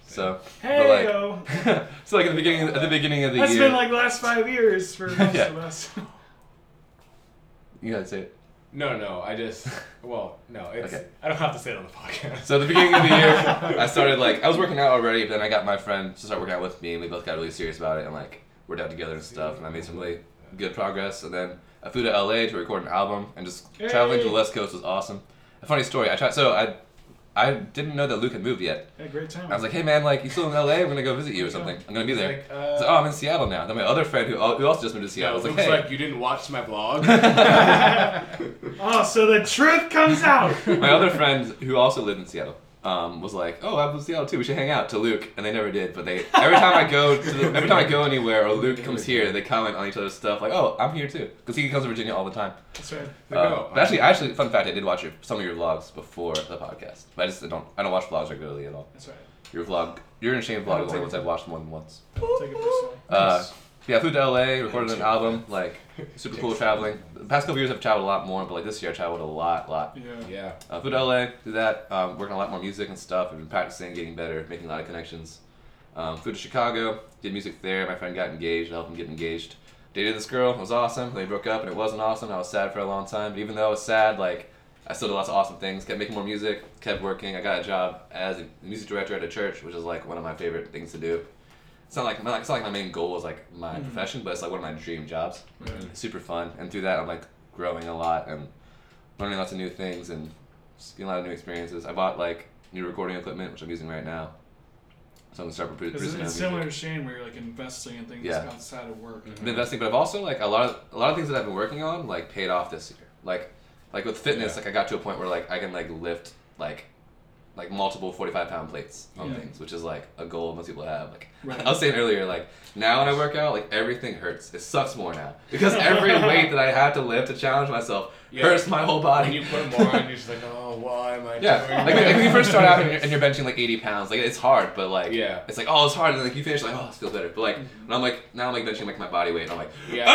Speaker 2: So,
Speaker 1: hey,
Speaker 2: but
Speaker 1: yo.
Speaker 2: like, so like at the beginning, at the beginning of the
Speaker 1: That's
Speaker 2: year,
Speaker 1: been like the last five years for most
Speaker 2: Yeah.
Speaker 1: of us.
Speaker 2: you gotta say it.
Speaker 3: No, no, I just. Well, no, it's.
Speaker 2: Okay.
Speaker 3: I don't have to say it on the podcast.
Speaker 2: So at the beginning of the year, I started like I was working out already, but then I got my friend to start working out with me, and we both got really serious about it and like worked out together and stuff, and I made some really good progress. And then I flew to LA to record an album, and just traveling to the
Speaker 1: Hey.
Speaker 2: West Coast was awesome. A funny story, I tried so I. I didn't know that Luke had moved yet.
Speaker 1: Had a great time.
Speaker 2: I was like, "Hey man, like you still in LA? I'm gonna go visit you or something. I'm gonna be there."
Speaker 3: Like, uh,
Speaker 2: So, oh, I'm in Seattle now. Then my other friend who, al- who also just moved to
Speaker 3: yeah, it
Speaker 2: Seattle
Speaker 3: looks
Speaker 2: was like,
Speaker 3: like,
Speaker 2: "Hey,
Speaker 3: you didn't watch my vlog.
Speaker 1: oh, so the truth comes out.
Speaker 2: My other friend, who also lived in Seattle, um, was like, "Oh, I live in Seattle too. We should hang out." To Luke, and they never did. But they every time I go, to the, every time I go anywhere, or Luke comes here, they comment on each other's stuff. Like, "Oh, I'm here too," because he comes to Virginia all the time.
Speaker 1: That's right.
Speaker 3: Like,
Speaker 2: Uh,
Speaker 3: oh,
Speaker 2: but actually, actually, fun fact: I did watch your, some of your vlogs before the podcast. But I just don't. I don't watch vlogs regularly at all.
Speaker 1: That's right.
Speaker 2: Your vlog, your and Shane's
Speaker 1: I
Speaker 2: vlog
Speaker 1: don't
Speaker 2: is the
Speaker 1: take
Speaker 2: ones I've watched more than once.
Speaker 1: I'll Take it personally.
Speaker 2: Uh, yeah, I flew to LA, recorded an album. Like, super cool traveling. The past couple years, I've traveled a lot more, but like this year, I traveled a lot, lot.
Speaker 1: Yeah.
Speaker 3: yeah.
Speaker 2: Uh, flew to LA, do that, um, working on a lot more music and stuff. I've been practicing, getting better, making a lot of connections. Um, flew to Chicago, did music there. My friend got engaged, I helped him get engaged. Dated this girl, it was awesome. They broke up and it wasn't awesome. I was sad for a long time, but even though I was sad, like I still did lots of awesome things. Kept making more music, kept working. I got a job as a music director at a church, which is like one of my favorite things to do. It's not like, not- it's not like my main goal is like my profession, but it's like one of my dream jobs
Speaker 1: Right.
Speaker 2: super fun. And through that, I'm like growing a lot and learning lots of new things and just getting a lot of new experiences. I bought like new recording equipment, which I'm using right now. So I'm gonna start produ-
Speaker 1: 'Cause
Speaker 2: producing. my
Speaker 1: It's
Speaker 2: own
Speaker 1: similar to
Speaker 2: music.
Speaker 1: Shane, where you're like investing in things
Speaker 2: Yeah.
Speaker 1: outside of work.
Speaker 2: I've been investing, but I've also like a lot of a lot of things that I've been working on like paid off this year. Like like with fitness,
Speaker 3: Yeah.
Speaker 2: like I got to a point where like I can like lift like like multiple 45 pound plates on
Speaker 1: Yeah.
Speaker 2: things which is like a goal most people have like
Speaker 1: Right.
Speaker 2: i was saying earlier like now when i work out like everything hurts it sucks more now because every weight that i have to lift to challenge myself
Speaker 3: Yeah.
Speaker 2: hurts my whole body
Speaker 3: When you put more on, you're just like, oh, why am I
Speaker 2: yeah,
Speaker 3: doing
Speaker 2: like, like when you
Speaker 3: this?"
Speaker 2: first start out and you're, and you're benching like 80 pounds, like it's hard, but like
Speaker 3: Yeah. Mm-hmm.
Speaker 2: it's like oh it's hard, and like you finish like oh this feels better, but like and I'm like now I'm like benching like my body weight, and I'm like
Speaker 3: Yeah.
Speaker 2: I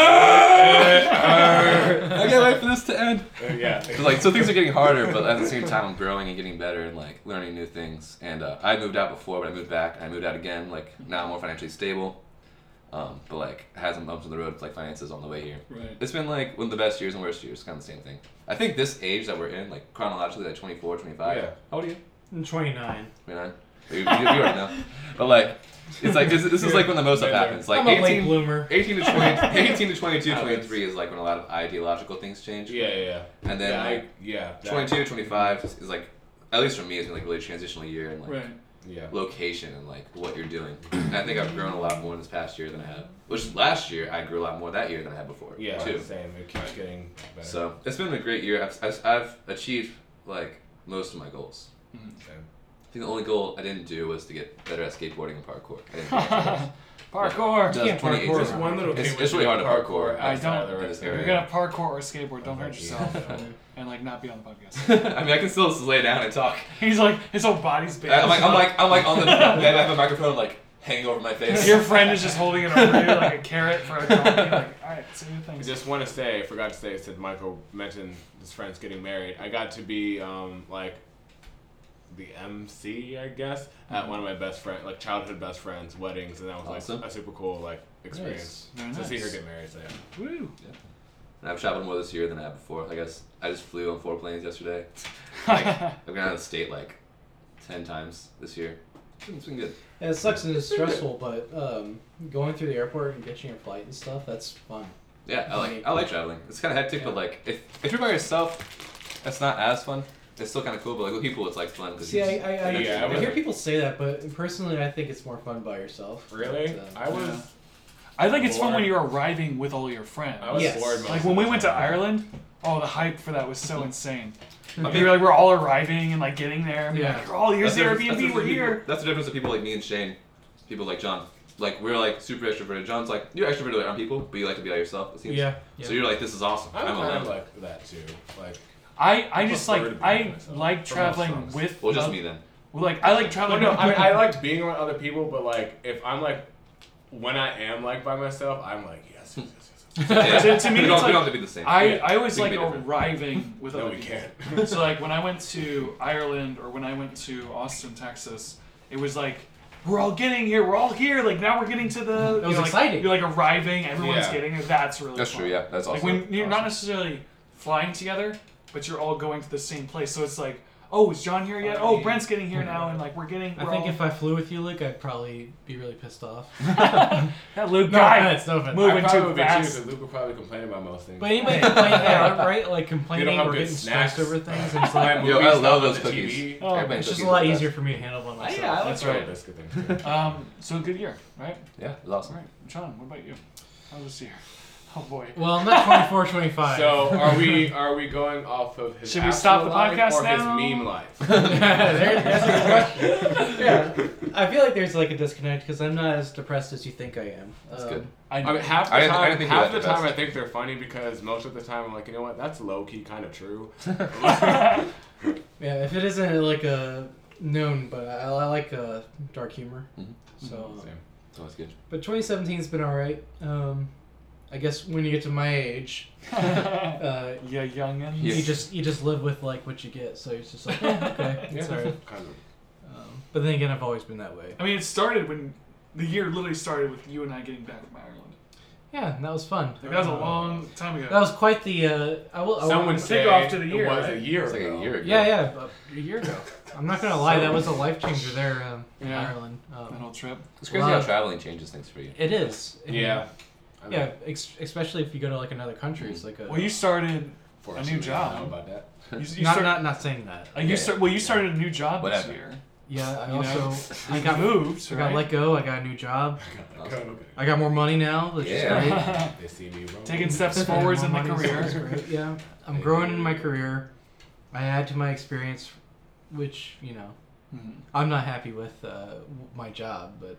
Speaker 2: can't Uh, wait for this to end.
Speaker 3: Uh, yeah.
Speaker 2: But, like so things are getting harder, but at the same time I'm growing and getting better and like learning new things. And uh, I moved out before, but I moved back. and I moved out again. Like now I'm more financially stable, um, but like had some bumps in the road with like finances on the way here.
Speaker 1: Right.
Speaker 2: It's been like one of the best years and worst years, kind of the same thing. I think this age that we're in, like chronologically, like 24, 25.
Speaker 3: Yeah.
Speaker 2: How old are you?
Speaker 4: I'm 29.
Speaker 2: 29. You, you, you already know. But like, it's like this, this is like when the most stuff
Speaker 3: Been there.
Speaker 2: happens. Like
Speaker 4: I'm a late
Speaker 2: 18,
Speaker 4: bloomer.
Speaker 2: 18 to 20, 18 to 22,
Speaker 3: Happens.
Speaker 2: 23 is like when a lot of ideological things change.
Speaker 3: Yeah, yeah, yeah.
Speaker 2: And then
Speaker 3: yeah,
Speaker 2: like
Speaker 3: I, yeah, that-
Speaker 2: 22, 25 is like, at least for me, it's been like really transitional year and like
Speaker 1: Right.
Speaker 3: Yeah.
Speaker 2: location and like what you're doing. And I think I've grown a lot more this past year than I have. Which last year I grew a lot more that year than I had before.
Speaker 3: Yeah,
Speaker 2: Too.
Speaker 3: same. It keeps getting better.
Speaker 2: So it's been a great year. I've, I've, I've achieved like most of my goals.
Speaker 3: Same.
Speaker 2: I think the only goal I didn't do was to get better at skateboarding and parkour. I didn't do much else.
Speaker 1: parkour.
Speaker 2: Does
Speaker 4: can't
Speaker 2: 28 just
Speaker 4: parkour.
Speaker 3: Just one little
Speaker 2: It's-
Speaker 3: kid
Speaker 2: it's
Speaker 3: would
Speaker 2: really
Speaker 3: do
Speaker 2: hard to parkour.
Speaker 1: I
Speaker 3: outside
Speaker 1: don't-
Speaker 3: of the
Speaker 2: in
Speaker 3: rest
Speaker 2: this
Speaker 3: of the
Speaker 2: area.
Speaker 1: You're gonna parkour or skateboard. Don't hurt
Speaker 3: Yeah.
Speaker 1: yourself. and like not be on the podcast.
Speaker 2: I mean, I can still just lay down and talk.
Speaker 1: He's like his whole body's big.
Speaker 2: I'm like, I'm like, I'm like on the bed. I have a microphone like hanging over my face.
Speaker 1: Your friend is just holding it over you like a carrot for a dog. You're like, all right, say your
Speaker 3: I
Speaker 1: things.
Speaker 3: just want to say, I forgot to say, said Michael mentioned his friend's getting married. I got to be um, like the MC, I guess,
Speaker 1: Mm-hmm.
Speaker 3: at one of my best friend, like childhood best friends' weddings, and that was
Speaker 2: Awesome.
Speaker 3: like a super cool like experience.
Speaker 1: Very
Speaker 3: to see her
Speaker 1: nice.
Speaker 3: get married, so yeah.
Speaker 1: Woo.
Speaker 2: And I've traveled more this year than I have before. Like I guess I just flew on four planes yesterday. Like, I've gone out of the state like ten times this year. It's been- It's been good.
Speaker 4: Yeah, it sucks and it's stressful, but um, going through the airport and catching your flight and stuff, that's fun.
Speaker 2: Yeah, I like I like traveling. It's kind of hectic, but like if if you're by yourself, that's not as fun. It's still kind of cool, but like with people, it's like fun. Cause
Speaker 4: See,
Speaker 2: you
Speaker 4: I,
Speaker 2: just-
Speaker 4: I, I,
Speaker 3: Yeah, I
Speaker 4: I hear
Speaker 3: would-
Speaker 4: people say that, but personally, I think it's more fun by yourself.
Speaker 3: Really?
Speaker 4: But, uh,
Speaker 3: I was.
Speaker 1: Yeah. I think it's fun when
Speaker 3: Bored.
Speaker 1: you're arriving with all your friends.
Speaker 3: I was
Speaker 4: Yes.
Speaker 3: bored. Most
Speaker 1: Like
Speaker 3: of
Speaker 1: when we
Speaker 3: the
Speaker 1: went to
Speaker 3: time.
Speaker 1: Ireland, oh the hype for that was so insane.
Speaker 2: I
Speaker 1: Like,
Speaker 2: think-
Speaker 1: we were like we're all arriving and like getting there. And yeah.
Speaker 4: Yeah.
Speaker 1: Like, oh, here's
Speaker 2: That's
Speaker 1: the
Speaker 2: the difference-
Speaker 1: Airbnb.
Speaker 2: that's the
Speaker 1: We're
Speaker 2: difference with
Speaker 1: here.
Speaker 2: people- That's the difference of people like me and Shane, people like John. Like we're like super extroverted. John's like you're extroverted around people, but you like to be by yourself. It seems.
Speaker 4: yeah. yeah.
Speaker 2: So you're like this is awesome.
Speaker 3: I'm, kind
Speaker 2: alone.
Speaker 3: of like that too. Like
Speaker 1: I, I
Speaker 3: I
Speaker 1: just
Speaker 3: prefer
Speaker 1: like
Speaker 3: to be by
Speaker 1: I
Speaker 3: myself.
Speaker 1: like
Speaker 3: For most
Speaker 1: traveling
Speaker 3: songs.
Speaker 1: with.
Speaker 2: well, just
Speaker 1: oth-
Speaker 2: me then.
Speaker 1: Well, like I like
Speaker 3: Well,
Speaker 1: traveling.
Speaker 3: Oh, no,
Speaker 1: with
Speaker 3: I mean
Speaker 1: people.
Speaker 3: I liked being around other people, but like if I'm like when I am like by myself, I'm like yes, yes, yes. yes, yes.
Speaker 2: Yeah.
Speaker 1: To- to me,
Speaker 2: we don't,
Speaker 1: it's
Speaker 2: we
Speaker 1: like-
Speaker 2: don't have to be the same.
Speaker 1: I,
Speaker 3: Yeah,
Speaker 1: I always
Speaker 2: we can
Speaker 1: like
Speaker 2: be different.
Speaker 1: arriving with
Speaker 3: no,
Speaker 1: other
Speaker 3: we
Speaker 1: people.
Speaker 3: can't.
Speaker 1: so like when I went to Ireland or when I went to Austin, Texas, it was like we're all getting here. We're all here. Like now we're getting to the.
Speaker 4: That was
Speaker 1: you know, like,
Speaker 4: exciting.
Speaker 1: You're like arriving. Everyone's
Speaker 3: Yeah.
Speaker 1: getting there. That's really.
Speaker 2: that's
Speaker 1: fun.
Speaker 2: true. Yeah, that's awesome.
Speaker 1: Like when you're not necessarily flying together, but you're all going to the same place. So it's like, oh, is John here yet? Oh, Brent's getting here now, and like we're getting.
Speaker 4: I
Speaker 1: we're
Speaker 4: think
Speaker 1: all-
Speaker 4: if I flew with you, Luke, I'd probably be really pissed off.
Speaker 1: that Luke
Speaker 4: No
Speaker 1: guy.
Speaker 4: offense, no offense.
Speaker 1: Move. Moving
Speaker 3: I probably
Speaker 1: too
Speaker 3: would be too
Speaker 1: fast.
Speaker 3: because Luke would probably complain about most things.
Speaker 4: But anyway, complaining, yeah, right? Like complaining
Speaker 3: have
Speaker 4: or
Speaker 3: good
Speaker 4: getting
Speaker 3: snacks.
Speaker 4: stressed over things. It's like
Speaker 3: My
Speaker 2: Yo, I
Speaker 3: movies
Speaker 2: love
Speaker 3: on
Speaker 2: those
Speaker 3: the
Speaker 2: cookies.
Speaker 3: TV.
Speaker 1: Oh,
Speaker 2: Everybody
Speaker 4: it's just
Speaker 2: cookies
Speaker 4: a
Speaker 2: are
Speaker 4: lot
Speaker 2: the
Speaker 4: easier
Speaker 2: best.
Speaker 4: for me to handle by myself.
Speaker 3: I like
Speaker 1: That's
Speaker 3: little
Speaker 1: right.
Speaker 3: biscuit things.
Speaker 1: Um, so good year, right?
Speaker 2: Yeah, it's
Speaker 1: All
Speaker 2: awesome.
Speaker 1: right, John. What about you? How was this year? Oh boy.
Speaker 4: Well, I'm not 24, 25.
Speaker 3: so are we? Are we going off of his?
Speaker 1: Should we stop
Speaker 3: actual
Speaker 1: the
Speaker 3: life
Speaker 1: podcast
Speaker 3: or
Speaker 1: now?
Speaker 3: His meme life.
Speaker 4: There- that's a good question. Yeah, I feel like there's like a disconnect because I'm not as depressed as you think I am.
Speaker 2: That's
Speaker 4: Um,
Speaker 2: good.
Speaker 3: I mean, half the
Speaker 2: I didn't- I
Speaker 3: time,
Speaker 2: didn't think you
Speaker 3: half
Speaker 2: were
Speaker 3: the
Speaker 2: that
Speaker 3: time I
Speaker 2: depressed.
Speaker 3: think they're funny because most of the time I'm like, you know what? That's low key kind of true.
Speaker 4: Yeah, if it isn't like a known, but I, I like uh, dark humor.
Speaker 2: Mhm.
Speaker 4: So,
Speaker 3: Mm-hmm. Same.
Speaker 2: It's always good.
Speaker 4: but 2017's been all right. Um, I guess when you get to my age, uh,
Speaker 1: yeah, youngins.
Speaker 2: Yeah.
Speaker 4: you just you just live with like what you get. So it's just like eh, okay, it's all right.
Speaker 3: Kind of.
Speaker 4: Um, but then again, I've always been that way.
Speaker 1: I mean, it started when the year literally started with you and I getting back from Ireland.
Speaker 4: Yeah, and that was fun.
Speaker 1: Like, that
Speaker 3: Uh,
Speaker 1: was a long time ago.
Speaker 4: That was quite the. Uh, I will. I will-
Speaker 3: Some would
Speaker 1: Take
Speaker 3: say
Speaker 1: off to the year,
Speaker 3: it was
Speaker 1: right?
Speaker 3: a year.
Speaker 2: It's like
Speaker 3: ago.
Speaker 2: a year ago.
Speaker 4: Yeah, yeah, about a year ago. I'm not gonna lie, that was a life changer there um, in
Speaker 1: Yeah.
Speaker 4: Ireland.
Speaker 1: that
Speaker 4: Um,
Speaker 1: whole trip.
Speaker 2: It's crazy how
Speaker 4: Wow.
Speaker 2: traveling changes things for you.
Speaker 4: it is. I mean,
Speaker 3: Yeah. I mean,
Speaker 4: Yeah, ex- especially if you go to like another country, it's like a.
Speaker 1: Well, you started.
Speaker 3: fortunately,
Speaker 1: A new job.
Speaker 3: I don't know about that.
Speaker 1: You, you
Speaker 4: not,
Speaker 1: start,
Speaker 4: not not saying that.
Speaker 1: uh, you
Speaker 2: Yeah.
Speaker 1: start. Well, you started a new job this
Speaker 2: Whatever.
Speaker 1: year.
Speaker 4: Yeah, I
Speaker 1: You know,
Speaker 4: also I
Speaker 1: You
Speaker 4: got
Speaker 1: moved.
Speaker 4: I got
Speaker 1: right?
Speaker 4: let go. I got a new job.
Speaker 2: Awesome.
Speaker 3: Okay.
Speaker 4: I got more money now. Which
Speaker 2: Yeah.
Speaker 4: is great.
Speaker 3: They see me wrong.
Speaker 1: Taking steps
Speaker 4: Spending
Speaker 1: forwards
Speaker 4: more
Speaker 1: in the
Speaker 4: money, so it's
Speaker 1: career.
Speaker 4: great, Yeah, I'm growing in my career. I add to my experience, which you know
Speaker 1: Mhm.
Speaker 4: I'm not happy with uh, w- my job, but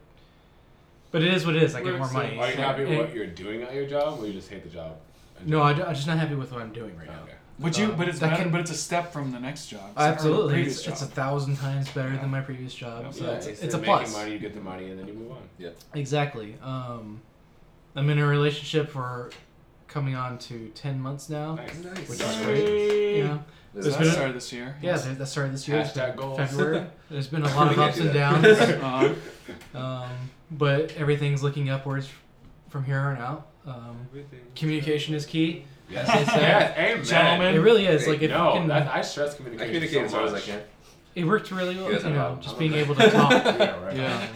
Speaker 4: but it is what it is. I get
Speaker 1: Works
Speaker 4: more
Speaker 1: out.
Speaker 4: money.
Speaker 3: Are you
Speaker 4: so-
Speaker 3: happy with
Speaker 4: and-
Speaker 3: what you're doing at your job, or you just hate the job?
Speaker 4: No, I, am just not happy with what I'm doing right
Speaker 3: Okay.
Speaker 4: now.
Speaker 1: But you,
Speaker 4: Um,
Speaker 1: but it's
Speaker 4: that
Speaker 1: better,
Speaker 4: can-
Speaker 1: but it's a step from the next job. Uh, It's- or the
Speaker 4: Absolutely,
Speaker 1: previous
Speaker 4: it's,
Speaker 1: job.
Speaker 4: it's a thousand times better
Speaker 1: Yeah.
Speaker 4: than my previous job.
Speaker 1: Yeah.
Speaker 4: So
Speaker 3: Yeah,
Speaker 4: it's,
Speaker 3: instead
Speaker 4: it's a
Speaker 3: of making
Speaker 4: plus.
Speaker 3: Money, you get the money, and then you move on.
Speaker 4: Exactly. Um, I'm in a relationship for coming on to ten months now.
Speaker 3: Nice.
Speaker 2: Nice.
Speaker 4: Which is great.
Speaker 1: Yay.
Speaker 4: Yeah,
Speaker 1: So
Speaker 4: There's
Speaker 1: that
Speaker 4: been a-
Speaker 1: started this year.
Speaker 4: yeah. That, that started this year. It's
Speaker 3: Hashtag
Speaker 4: been
Speaker 3: goals.
Speaker 4: February. There's been a lot of
Speaker 2: We can't
Speaker 4: ups
Speaker 2: do
Speaker 4: and
Speaker 2: that.
Speaker 4: downs,
Speaker 1: Uh,
Speaker 4: um, but everything's looking upwards from here on out. Um, communication is key.
Speaker 3: Yes.
Speaker 4: As they say.
Speaker 3: yes. Amen.
Speaker 1: Gentlemen.
Speaker 4: It really is. Like if
Speaker 3: no,
Speaker 4: you can,
Speaker 3: that, I stress
Speaker 2: I
Speaker 3: communication.
Speaker 2: communicate as
Speaker 3: so
Speaker 2: hard
Speaker 3: much.
Speaker 2: as I can.
Speaker 4: it worked really well.
Speaker 2: You guys
Speaker 4: You
Speaker 2: have
Speaker 4: know,
Speaker 2: problems.
Speaker 4: just being able to talk.
Speaker 3: Yeah, right.
Speaker 1: yeah.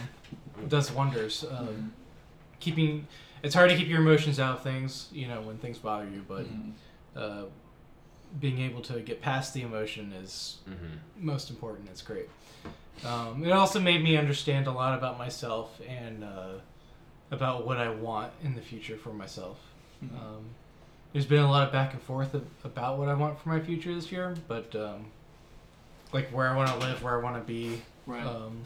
Speaker 4: um, does wonders. Um, keeping it's hard to keep your emotions out of things, you know, when things bother you, but
Speaker 1: Mhm.
Speaker 4: uh, being able to get past the emotion is
Speaker 3: Mm-hmm.
Speaker 4: most important. It's great. Um, it also made me understand a lot about myself and uh, about what I want in the future for myself.
Speaker 1: Mhm.
Speaker 4: Um, there's been a lot of back and forth ab- about what I want for my future this year, but um, like where I want to live, where I want to be,
Speaker 1: Right.
Speaker 4: um,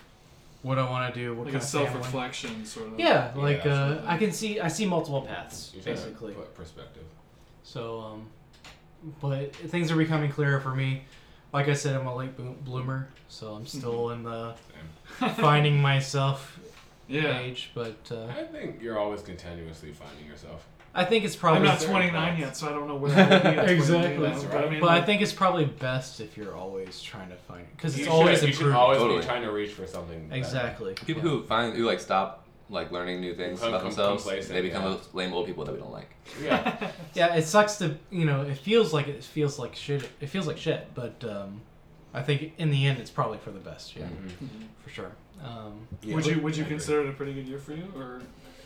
Speaker 4: what I want to do, what
Speaker 1: like a
Speaker 4: kind of family.
Speaker 1: self-reflection sort of.
Speaker 4: Yeah, like uh,
Speaker 1: absolutely.
Speaker 4: I can see I see multiple paths basically.
Speaker 3: Perspective.
Speaker 4: So, um, but things are becoming clearer for me. Like I said, I'm a late boom- bloomer, so I'm still in the finding myself
Speaker 1: Yeah.
Speaker 4: age. But uh,
Speaker 3: I think you're always continuously finding yourself.
Speaker 4: I think it's
Speaker 1: I'm
Speaker 4: probably
Speaker 1: not 29 yet, so I don't know where I would be at 29,
Speaker 4: Exactly.
Speaker 3: That's
Speaker 1: But I
Speaker 3: right.
Speaker 1: mean,
Speaker 4: but I
Speaker 1: like,
Speaker 4: think it's probably best if you're always trying to find because
Speaker 3: You
Speaker 4: it's
Speaker 3: should-
Speaker 4: always
Speaker 3: you should
Speaker 4: improving.
Speaker 3: always
Speaker 2: Totally.
Speaker 3: be trying to reach for something. better.
Speaker 4: exactly.
Speaker 2: People
Speaker 4: Yeah.
Speaker 2: who find who like stop like learning new things
Speaker 3: Become
Speaker 2: about themselves,
Speaker 3: complacent,
Speaker 2: they become
Speaker 3: yeah.
Speaker 2: those lame old people that we don't like.
Speaker 3: Yeah.
Speaker 4: Yeah, it sucks to you know. It feels like it feels like shit. It feels like shit, but um, I think in the end, it's probably for the best. Yeah,
Speaker 3: Mhm.
Speaker 4: for sure. Um,
Speaker 3: Yeah,
Speaker 1: would
Speaker 3: but-
Speaker 1: you would you
Speaker 3: I agree.
Speaker 1: consider it a pretty good year for you, or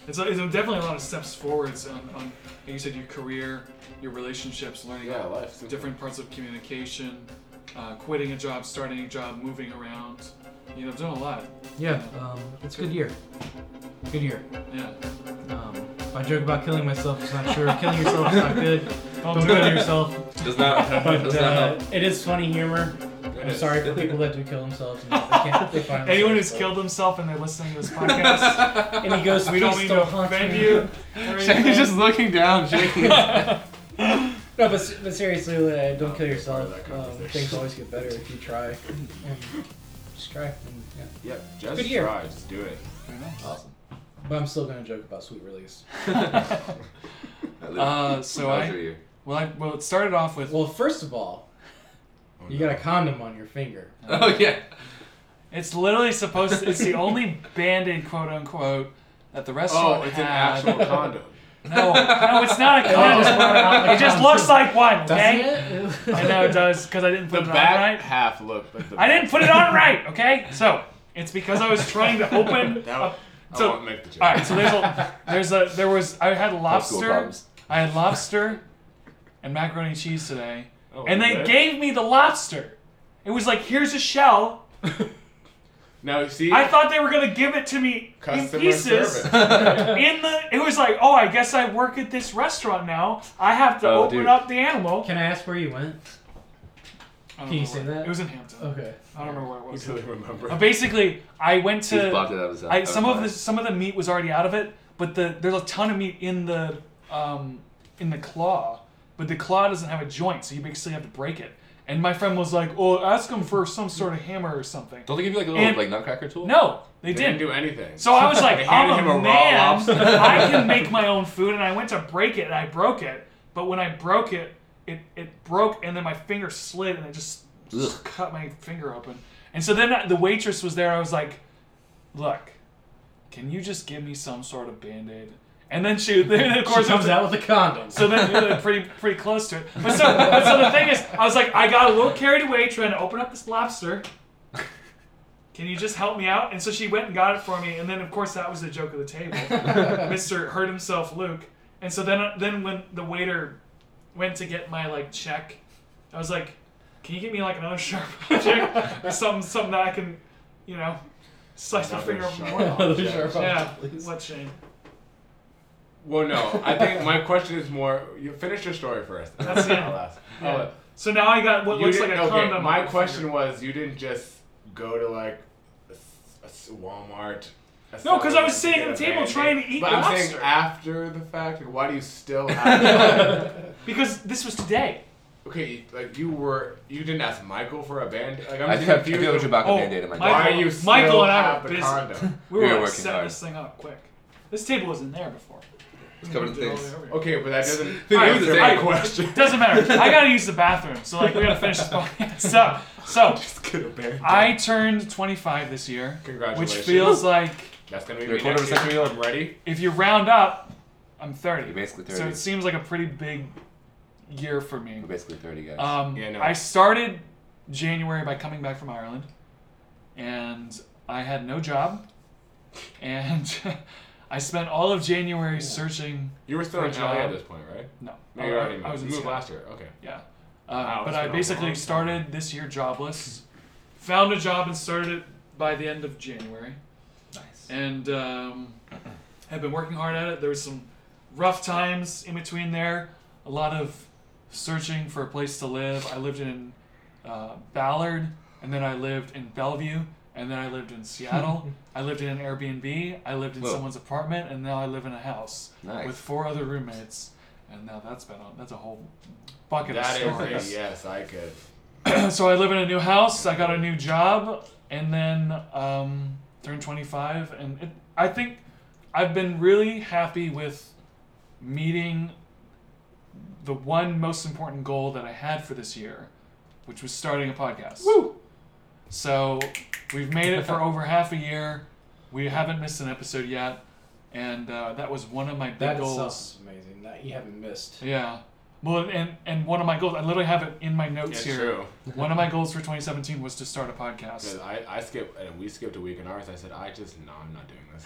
Speaker 1: it's, a, it's definitely a lot of steps forwards on, on like you said your career, your relationships, learning
Speaker 3: Yeah,
Speaker 1: about
Speaker 3: life.
Speaker 1: different parts of communication,
Speaker 6: uh, quitting a job, starting a job, moving around. You know, I've done a lot.
Speaker 4: Yeah, um, it's a good year. Good year.
Speaker 6: Yeah.
Speaker 4: Um, if I joke about killing myself, it's not true. Killing yourself is not good. Don't do it to yourself.
Speaker 2: Does not,
Speaker 4: But
Speaker 2: does not
Speaker 4: uh,
Speaker 2: help.
Speaker 4: it is funny humor. I'm sorry for people that do kill themselves. And they can't, they find
Speaker 6: Anyone who's
Speaker 4: themselves,
Speaker 6: killed himself and they're listening to this podcast,
Speaker 4: but- And he goes,
Speaker 6: we don't
Speaker 4: "Please
Speaker 6: mean to
Speaker 4: haunt
Speaker 6: offend
Speaker 4: me."
Speaker 6: you. or anything.
Speaker 2: Shaggy's just looking down, shaking. his head.
Speaker 4: No, but, se- but seriously, like, don't kill yourself.
Speaker 3: Part of that
Speaker 4: Um,
Speaker 3: conversation.
Speaker 4: things always get better if you try. And just try. And, yeah.
Speaker 3: Yep, just
Speaker 4: Good year.
Speaker 3: try, just do it.
Speaker 2: awesome.
Speaker 4: But I'm still gonna joke about sweet release.
Speaker 6: Uh, so
Speaker 2: How was
Speaker 6: I-
Speaker 2: your year?
Speaker 6: Well, I, well, it started off with
Speaker 4: Well, first of all,
Speaker 3: Oh,
Speaker 4: you
Speaker 3: no.
Speaker 4: got a condom on your finger.
Speaker 2: Oh yeah.
Speaker 6: it's literally supposed. To, it's the only band-aid, quote unquote, that the
Speaker 3: Oh,
Speaker 6: restaurant
Speaker 3: it's an
Speaker 6: had.
Speaker 3: actual condom.
Speaker 6: No, no, it's not a
Speaker 4: Oh, it's brought out
Speaker 6: condom.
Speaker 4: like
Speaker 6: it just
Speaker 4: condoms.
Speaker 6: looks like one. Okay,
Speaker 4: Doesn't it?
Speaker 6: I know it does because I didn't
Speaker 3: The
Speaker 6: put it on
Speaker 3: back
Speaker 6: right.
Speaker 3: half looked like the
Speaker 6: I didn't put it on right. Okay, so it's because I was trying to open.
Speaker 3: That
Speaker 6: up-
Speaker 3: I
Speaker 6: So-
Speaker 3: won't make the joke.
Speaker 6: All right, so there's a there's a there was I had
Speaker 2: Post-school
Speaker 6: lobster.
Speaker 2: problems.
Speaker 6: I had lobster and macaroni and cheese today,
Speaker 3: Oh,
Speaker 6: and they
Speaker 3: okay.
Speaker 6: gave me the lobster. It was like here's a shell.
Speaker 3: Now see,
Speaker 6: I thought they were gonna give it to me
Speaker 3: customer
Speaker 6: in pieces.
Speaker 3: service.
Speaker 6: In the, it was like, oh, I guess I work at this restaurant now. I have to
Speaker 2: Oh,
Speaker 6: open
Speaker 2: dude.
Speaker 6: up the animal.
Speaker 4: Can I ask where you went?
Speaker 6: I don't
Speaker 4: Can you
Speaker 6: know
Speaker 4: say
Speaker 6: where-
Speaker 4: that?
Speaker 6: It was in Hampton.
Speaker 4: Okay.
Speaker 6: I don't remember where it
Speaker 3: You
Speaker 6: was.
Speaker 3: really remember?
Speaker 6: But basically, I went
Speaker 2: He's blocked
Speaker 6: to.
Speaker 2: it out of his uh, out
Speaker 6: I,
Speaker 2: his
Speaker 6: some of
Speaker 2: mind.
Speaker 6: the some of the meat was already out of it, but the there's a ton of meat in the um, in the claw, but the claw doesn't have a joint, so you basically have to break it. And my friend was like, "Oh, ask him for some sort of hammer or something."
Speaker 2: Don't they give you like a little
Speaker 6: And-
Speaker 2: like nutcracker tool?
Speaker 6: No, they
Speaker 3: They didn't
Speaker 6: didn't.
Speaker 3: do anything.
Speaker 6: So I was like,
Speaker 3: They handed
Speaker 6: I'm
Speaker 3: him
Speaker 6: a,
Speaker 3: a raw
Speaker 6: man.
Speaker 3: lobster.
Speaker 6: I can make my own food, and I went to break it, and I broke it. But when I broke it, it, it broke, and then my finger slid, and it just, just cut my finger open. And so then the waitress was there. I was like, "Look, can you just give me some sort of band aid?" And then she, then of
Speaker 4: Of course,
Speaker 6: course,
Speaker 4: she comes out with a condom.
Speaker 6: so then you know, pretty pretty close to it. But so, but so the thing is, I was like, I got a little carried away trying to open up this lobster. Can you just help me out? And so she went and got it for me. And then of course that was the joke of the table, Mister hurt himself, Luke. And so then then when the waiter went to get my like check, I was like, Can you get me like another sharp object or something something that I can, you know, slice my
Speaker 3: Another
Speaker 6: finger up
Speaker 3: sharp Oh,
Speaker 6: more?
Speaker 4: Another
Speaker 3: Yeah.
Speaker 4: sharp
Speaker 6: Yeah,
Speaker 4: object, please.
Speaker 6: what shame?
Speaker 3: Well, no. I think my question is more. You finish your story first.
Speaker 6: That's
Speaker 3: I'll
Speaker 6: it.
Speaker 3: ask.
Speaker 6: Yeah.
Speaker 3: Oh,
Speaker 6: So now I got what
Speaker 3: you
Speaker 6: looks like
Speaker 3: didn't-
Speaker 6: a
Speaker 3: okay,
Speaker 6: condom. on
Speaker 3: My
Speaker 6: finger.
Speaker 3: question was, you didn't just go to like a, s- a s- Walmart. a
Speaker 6: No, 'cause I
Speaker 3: 7-Eleven to
Speaker 6: was sitting
Speaker 3: get
Speaker 6: at the
Speaker 3: a
Speaker 6: table
Speaker 3: Band-Aid.
Speaker 6: trying to eat
Speaker 3: But I'm
Speaker 6: lobster.
Speaker 3: saying after the fact, like, why do you still have?
Speaker 6: Because this was today.
Speaker 3: okay, like you were, you didn't ask Michael for a band. Like I'm
Speaker 2: I feel, I
Speaker 3: confused.
Speaker 2: feel like Chewbacca
Speaker 6: Oh,
Speaker 2: band-aid in my
Speaker 6: Michael-
Speaker 3: why
Speaker 2: jacket.
Speaker 3: are you
Speaker 6: Michael
Speaker 3: still
Speaker 6: and I
Speaker 3: have
Speaker 6: were
Speaker 3: the
Speaker 6: busy.
Speaker 3: condom?
Speaker 2: We
Speaker 6: We were
Speaker 2: were
Speaker 6: like
Speaker 2: working
Speaker 6: setting
Speaker 2: hard.
Speaker 6: this thing up quick. This table was in there before.
Speaker 2: It's covered in
Speaker 6: Moved it all
Speaker 2: things.
Speaker 6: over here.
Speaker 3: Okay, but that doesn't
Speaker 2: Dude,
Speaker 6: it was
Speaker 3: answer
Speaker 6: the
Speaker 3: my
Speaker 6: same.
Speaker 3: question.
Speaker 6: Doesn't matter. I gotta use the bathroom, so like we gotta finish this podcast. So, so I turned 25 this year, which
Speaker 3: Congratulations.
Speaker 6: feels like
Speaker 3: That's gonna be
Speaker 2: You're
Speaker 3: me
Speaker 2: a quarter
Speaker 3: next
Speaker 2: of a century
Speaker 3: year.
Speaker 2: old.
Speaker 3: I'm ready.
Speaker 6: if you round up, I'm
Speaker 2: You're
Speaker 6: 30.
Speaker 2: basically 30.
Speaker 6: So it seems like a pretty big year for me.
Speaker 2: You're basically 30, guys.
Speaker 6: Um,
Speaker 3: Yeah, no.
Speaker 6: I started January by coming back from Ireland, and I had no job, and I spent all of January searching.
Speaker 3: You were still in
Speaker 6: Right
Speaker 3: Charlie
Speaker 6: now.
Speaker 3: at this point, right?
Speaker 6: No, Uh,
Speaker 3: No, you already
Speaker 6: I was in
Speaker 3: moved
Speaker 6: Seattle.
Speaker 3: last year. Okay.
Speaker 6: Yeah, uh,
Speaker 3: Wow,
Speaker 6: but
Speaker 3: it's
Speaker 6: I
Speaker 3: been a
Speaker 6: basically
Speaker 3: long time.
Speaker 6: started this year jobless, found a job and started it by the end of January,
Speaker 2: nice.
Speaker 6: and um, have been working hard at it. There was some rough times in between there, a lot of searching for a place to live. I lived in uh, Ballard, and then I lived in Bellevue, and then I lived in Seattle. I lived in an Airbnb. I lived in
Speaker 2: Whoa.
Speaker 6: someone's apartment, and now I live in a house
Speaker 2: Nice.
Speaker 6: with four other roommates. And now that's been on. That's a whole bucket
Speaker 3: That
Speaker 6: of
Speaker 3: is
Speaker 6: stories.
Speaker 3: a yes, I could.
Speaker 6: so I live in a new house. I got a new job, and then um, turned 25. And it, I think I've been really happy with meeting the one most important goal that I had for this year, which was starting a podcast. Woo! So we've made it for over half a year. We haven't missed an episode yet, and uh, that was one of my big
Speaker 4: That
Speaker 6: goals.
Speaker 4: itself is amazing. That you haven't missed.
Speaker 6: Yeah. Well, and and one of my goals, I literally have it in my
Speaker 3: It's
Speaker 6: notes here.
Speaker 3: true.
Speaker 6: One of my goals for 2017 was to start a podcast.
Speaker 3: Because I, I skipped, and we skipped a week in ours. I said, I just, no, I'm not doing this.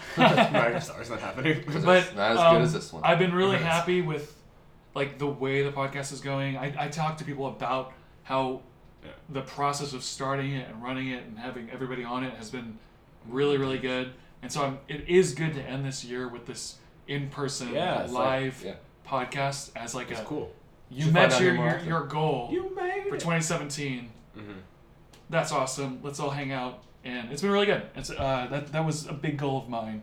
Speaker 3: I'm sorry, it's not happening.
Speaker 6: But
Speaker 2: not as
Speaker 6: um,
Speaker 2: good as this one.
Speaker 6: I've been really
Speaker 3: Yes.
Speaker 6: happy with like the way the podcast is going. I, I talk to people about how
Speaker 3: Yeah.
Speaker 6: the process of starting it and running it and having everybody on it has been really, really good. And so I'm, it is good to end this year with this in-person
Speaker 3: Yeah, it's like-
Speaker 6: live
Speaker 2: yeah.
Speaker 6: podcast as like
Speaker 3: It's
Speaker 6: a
Speaker 3: cool.
Speaker 6: you
Speaker 2: Should
Speaker 6: met
Speaker 2: find out
Speaker 6: your
Speaker 2: more
Speaker 6: your,
Speaker 2: often.
Speaker 6: your goal
Speaker 3: made
Speaker 6: for 2017.
Speaker 3: hmm
Speaker 6: That's awesome. Let's all hang out, and it's been really good. It's uh, that that was a big goal of mine,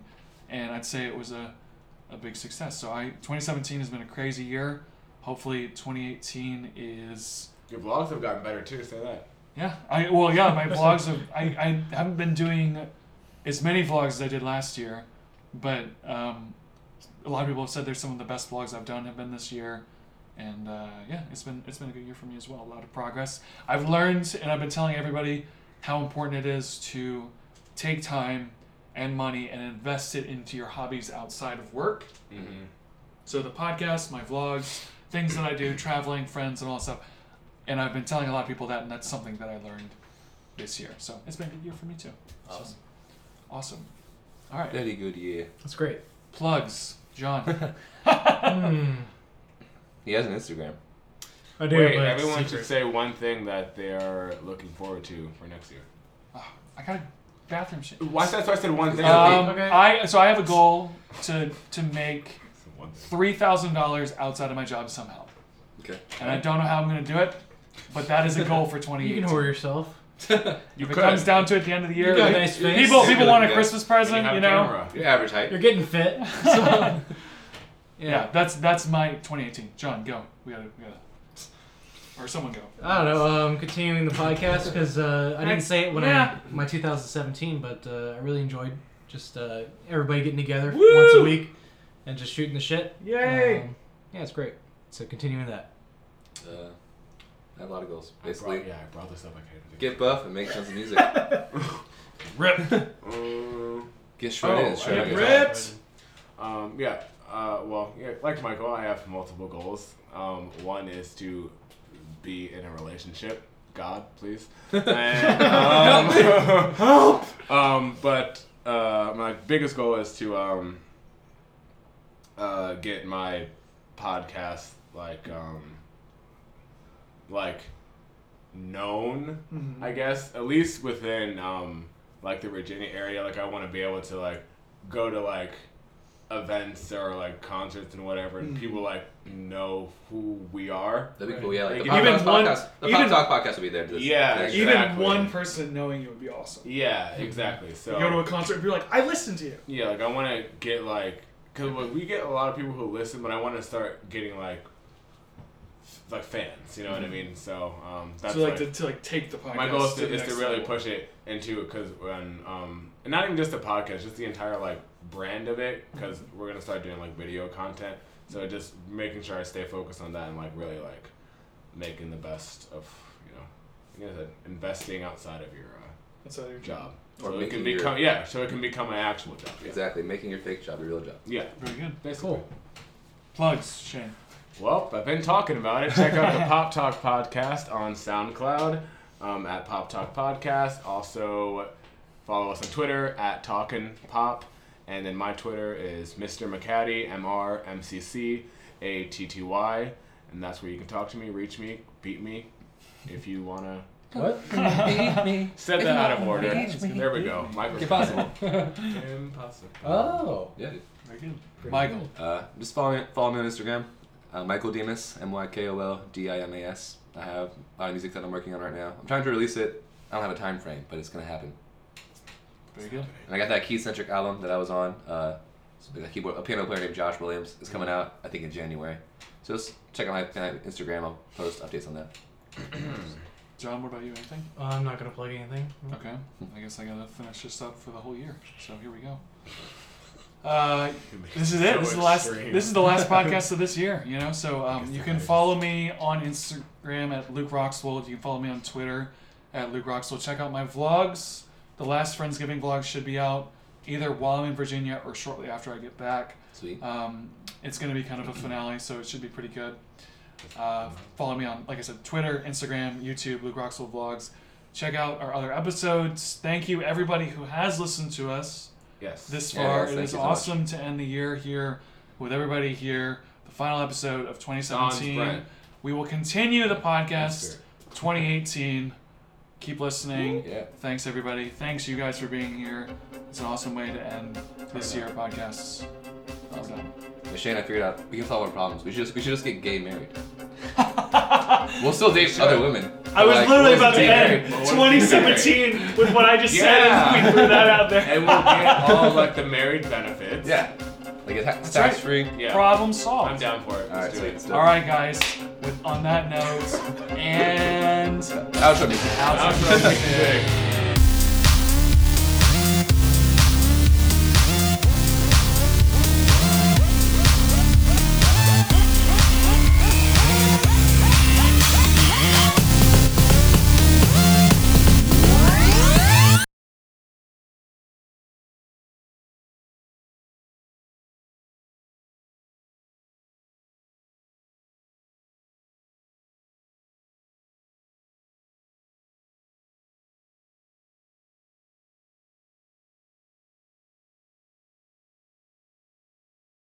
Speaker 6: and I'd say it was a a big success. So I 2017 has been a crazy year. Hopefully 2018 is
Speaker 3: Your vlogs have gotten better too. Say that.
Speaker 6: yeah. I well yeah my vlogs have I, I haven't been doing as many vlogs as I did last year, but um, a lot of people have said they're some of the best vlogs I've done have been this year, and uh, yeah, it's been it's been a good year for me as well. A lot of progress. I've learned, and I've been telling everybody how important it is to take time and money and invest it into your hobbies outside of work.
Speaker 3: Mm-hmm.
Speaker 6: So the podcast, my vlogs, things that I do, traveling, friends, and all that stuff. And I've been telling a lot of people that, and that's something that I learned this year. So it's been a good year for me too. So,
Speaker 2: Awesome.
Speaker 6: awesome. All right.
Speaker 2: Very good year.
Speaker 4: That's great.
Speaker 6: Plugs, John.
Speaker 4: Mm,
Speaker 2: He has an Instagram.
Speaker 4: I do,
Speaker 3: Wait,
Speaker 4: but it's
Speaker 3: everyone
Speaker 4: secret.
Speaker 3: should say one thing that they are looking forward to for next year.
Speaker 6: Ah, I got a bathroom shit.
Speaker 3: Why? That's why I said one thing.
Speaker 6: Um,
Speaker 4: Okay.
Speaker 6: I so I have a goal to to make
Speaker 3: one thing.
Speaker 6: three thousand dollars outside of my job somehow,
Speaker 2: Okay.
Speaker 6: and I don't know how I'm gonna do it, but that is a goal for
Speaker 4: You
Speaker 6: 2018.
Speaker 4: can whore yourself.
Speaker 3: You
Speaker 6: if it
Speaker 3: could.
Speaker 6: comes down to it at the end of the year,
Speaker 4: got a
Speaker 6: like,
Speaker 4: nice face.
Speaker 6: people people want a
Speaker 2: Yeah.
Speaker 6: Christmas
Speaker 3: And
Speaker 6: present,
Speaker 3: have
Speaker 6: you
Speaker 3: a
Speaker 6: know.
Speaker 3: camera.
Speaker 2: You're average height.
Speaker 4: You're getting fit. so-
Speaker 6: Yeah, that's that's my 2018. John, go. We gotta, we gotta, or someone go.
Speaker 4: I don't know. Um, continuing the podcast because uh, I didn't say it when
Speaker 6: Yeah.
Speaker 4: I my 2017, but uh, I really enjoyed just uh, everybody getting together
Speaker 6: Woo!
Speaker 4: once a week and just shooting the shit.
Speaker 6: Yay!
Speaker 4: Um, yeah, it's great. So continuing that.
Speaker 2: Uh, I have a lot of goals.
Speaker 3: I brought,
Speaker 2: Basically,
Speaker 3: yeah, I brought this up. I can't
Speaker 2: get buff and make tons of music.
Speaker 6: Rip.
Speaker 3: Um,
Speaker 2: Get shredded.
Speaker 3: Oh,
Speaker 2: and
Speaker 3: I
Speaker 2: shredded.
Speaker 6: get ripped.
Speaker 3: Um, yeah. Uh, well, yeah, like Michael, I have multiple goals. Um, one is to be in a relationship. God, please. And, um, help. Um, but uh, my biggest goal is to um, uh, get my podcast like um, like known. I guess at least within um, like the Virginia area, like I want to be able to like go to like events or like concerts and whatever,
Speaker 6: Hmm.
Speaker 3: and people like know who we are.
Speaker 2: That'd be cool. Yeah, like the
Speaker 6: Even
Speaker 2: podcast,
Speaker 6: one-
Speaker 2: podcast. The
Speaker 6: even-
Speaker 2: Pop Talk podcast would be there. This,
Speaker 3: Yeah,
Speaker 2: next year.
Speaker 6: Even
Speaker 3: Exactly.
Speaker 6: one person knowing you would be awesome.
Speaker 3: Yeah, exactly. So
Speaker 6: Hmm. You go to a concert and be like, I listened to you.
Speaker 3: yeah, like I want to get like because we get a lot of people who listen, but I want to start getting like f- like fans. You know what I mean? So um, that's
Speaker 6: Hmm. so like
Speaker 3: what-
Speaker 6: to, to like take the podcast.
Speaker 3: my goal is
Speaker 6: the
Speaker 3: to, is to
Speaker 6: next
Speaker 3: really
Speaker 6: level.
Speaker 3: push it into because when um and not even just the podcast just the entire like brand of it because we're gonna start doing like video content so just making sure i stay focused on that and like really like making the best of you know like I said, investing outside of your uh,
Speaker 6: That's how you-
Speaker 3: job
Speaker 2: Mm. Or
Speaker 3: so it
Speaker 2: making
Speaker 3: can
Speaker 2: your-
Speaker 3: become yeah so it can become an actual job yeah,
Speaker 2: Exactly. Making your fake job your real job.
Speaker 3: yeah
Speaker 6: Very good.
Speaker 3: basically.
Speaker 4: Cool.
Speaker 6: Plugs, Shane.
Speaker 3: Well, I've been talking about it. Check out the Pop Talk podcast on SoundCloud um, at Pop Talk Podcast. Also, follow us on Twitter at Talkin' Pop. And then my Twitter is Mr. McCaddy, M R M C C A T T Y. And that's where you can talk to me, reach me, beat me if you want to.
Speaker 4: What?
Speaker 3: Said that out of order.
Speaker 6: Reach me.
Speaker 3: There we go. Michael.
Speaker 2: Impossible.
Speaker 3: Impossible.
Speaker 4: Oh.
Speaker 2: Yeah. dude.
Speaker 6: Very good. Michael.
Speaker 2: Uh, just follow me, follow me on Instagram, uh, Michael Demas, M Y K O L D I M A S. I have a lot of music that I'm working on right now. I'm trying to release it. I don't have a time frame, but it's gonna happen.
Speaker 6: Very good.
Speaker 2: And I got that key centric album that I was on. Uh, it's a keyboard, a piano player named Josh Williams is coming out. I think in January. So just check out my my Instagram. I'll post updates on that.
Speaker 6: John, what about you? Anything?
Speaker 4: I'm not gonna plug anything.
Speaker 6: Okay. I guess I gotta finish this up for the whole year. So here we go. Uh, this is it.
Speaker 3: So
Speaker 6: this is the last.
Speaker 3: extreme.
Speaker 6: This is the last podcast of this year. You know, so um,
Speaker 3: Guess
Speaker 6: you
Speaker 3: that
Speaker 6: can
Speaker 3: is.
Speaker 6: follow me on Instagram at Luke Roxwold. You can follow me on Twitter at Luke Roxwold. Check out my vlogs. The last Friendsgiving vlog should be out either while I'm in Virginia or shortly after I get back.
Speaker 2: Sweet.
Speaker 1: Uh,
Speaker 6: Um, it's going to be kind of a finale, so it should be pretty good. Uh, follow me on, like I said, Twitter, Instagram, YouTube, Luke Roxwell Vlogs. Check out our other episodes. Thank you, everybody who has listened to us
Speaker 3: Yes.
Speaker 6: this
Speaker 2: Yeah,
Speaker 6: far.
Speaker 2: yes,
Speaker 6: it
Speaker 2: thank
Speaker 6: is
Speaker 2: you so much.
Speaker 6: awesome to end the year here with everybody here. The final episode of
Speaker 3: Don's
Speaker 6: 2017.
Speaker 3: Brent.
Speaker 6: We will continue the
Speaker 3: That's
Speaker 6: podcast
Speaker 3: good.
Speaker 6: 2018. Keep listening.
Speaker 2: Yeah.
Speaker 6: Thanks, everybody. Thanks, you guys, for being here. It's an awesome way to end this year um, of podcasts. I was done.
Speaker 2: But Shane, I figured out we can solve our problems. We should just we should just get gay married. We'll still date other women.
Speaker 6: I was
Speaker 2: Like,
Speaker 6: literally
Speaker 2: we'll just
Speaker 6: about to
Speaker 2: date
Speaker 6: end
Speaker 2: married.
Speaker 3: Well, what if we marry?
Speaker 6: 2017 with what I just
Speaker 2: Yeah.
Speaker 6: said. and We threw that out there.
Speaker 3: And we'll get all like the married benefits.
Speaker 2: Yeah. Like it's ha-
Speaker 6: right.
Speaker 2: tax free.
Speaker 3: Yeah.
Speaker 6: Problem solved.
Speaker 3: I'm down for it.
Speaker 2: All right,
Speaker 3: Let's do
Speaker 2: sweet.
Speaker 3: it.
Speaker 2: let's do it.
Speaker 6: All right, guys. With on that note, and
Speaker 2: Outro music.
Speaker 6: out.
Speaker 3: Outro music.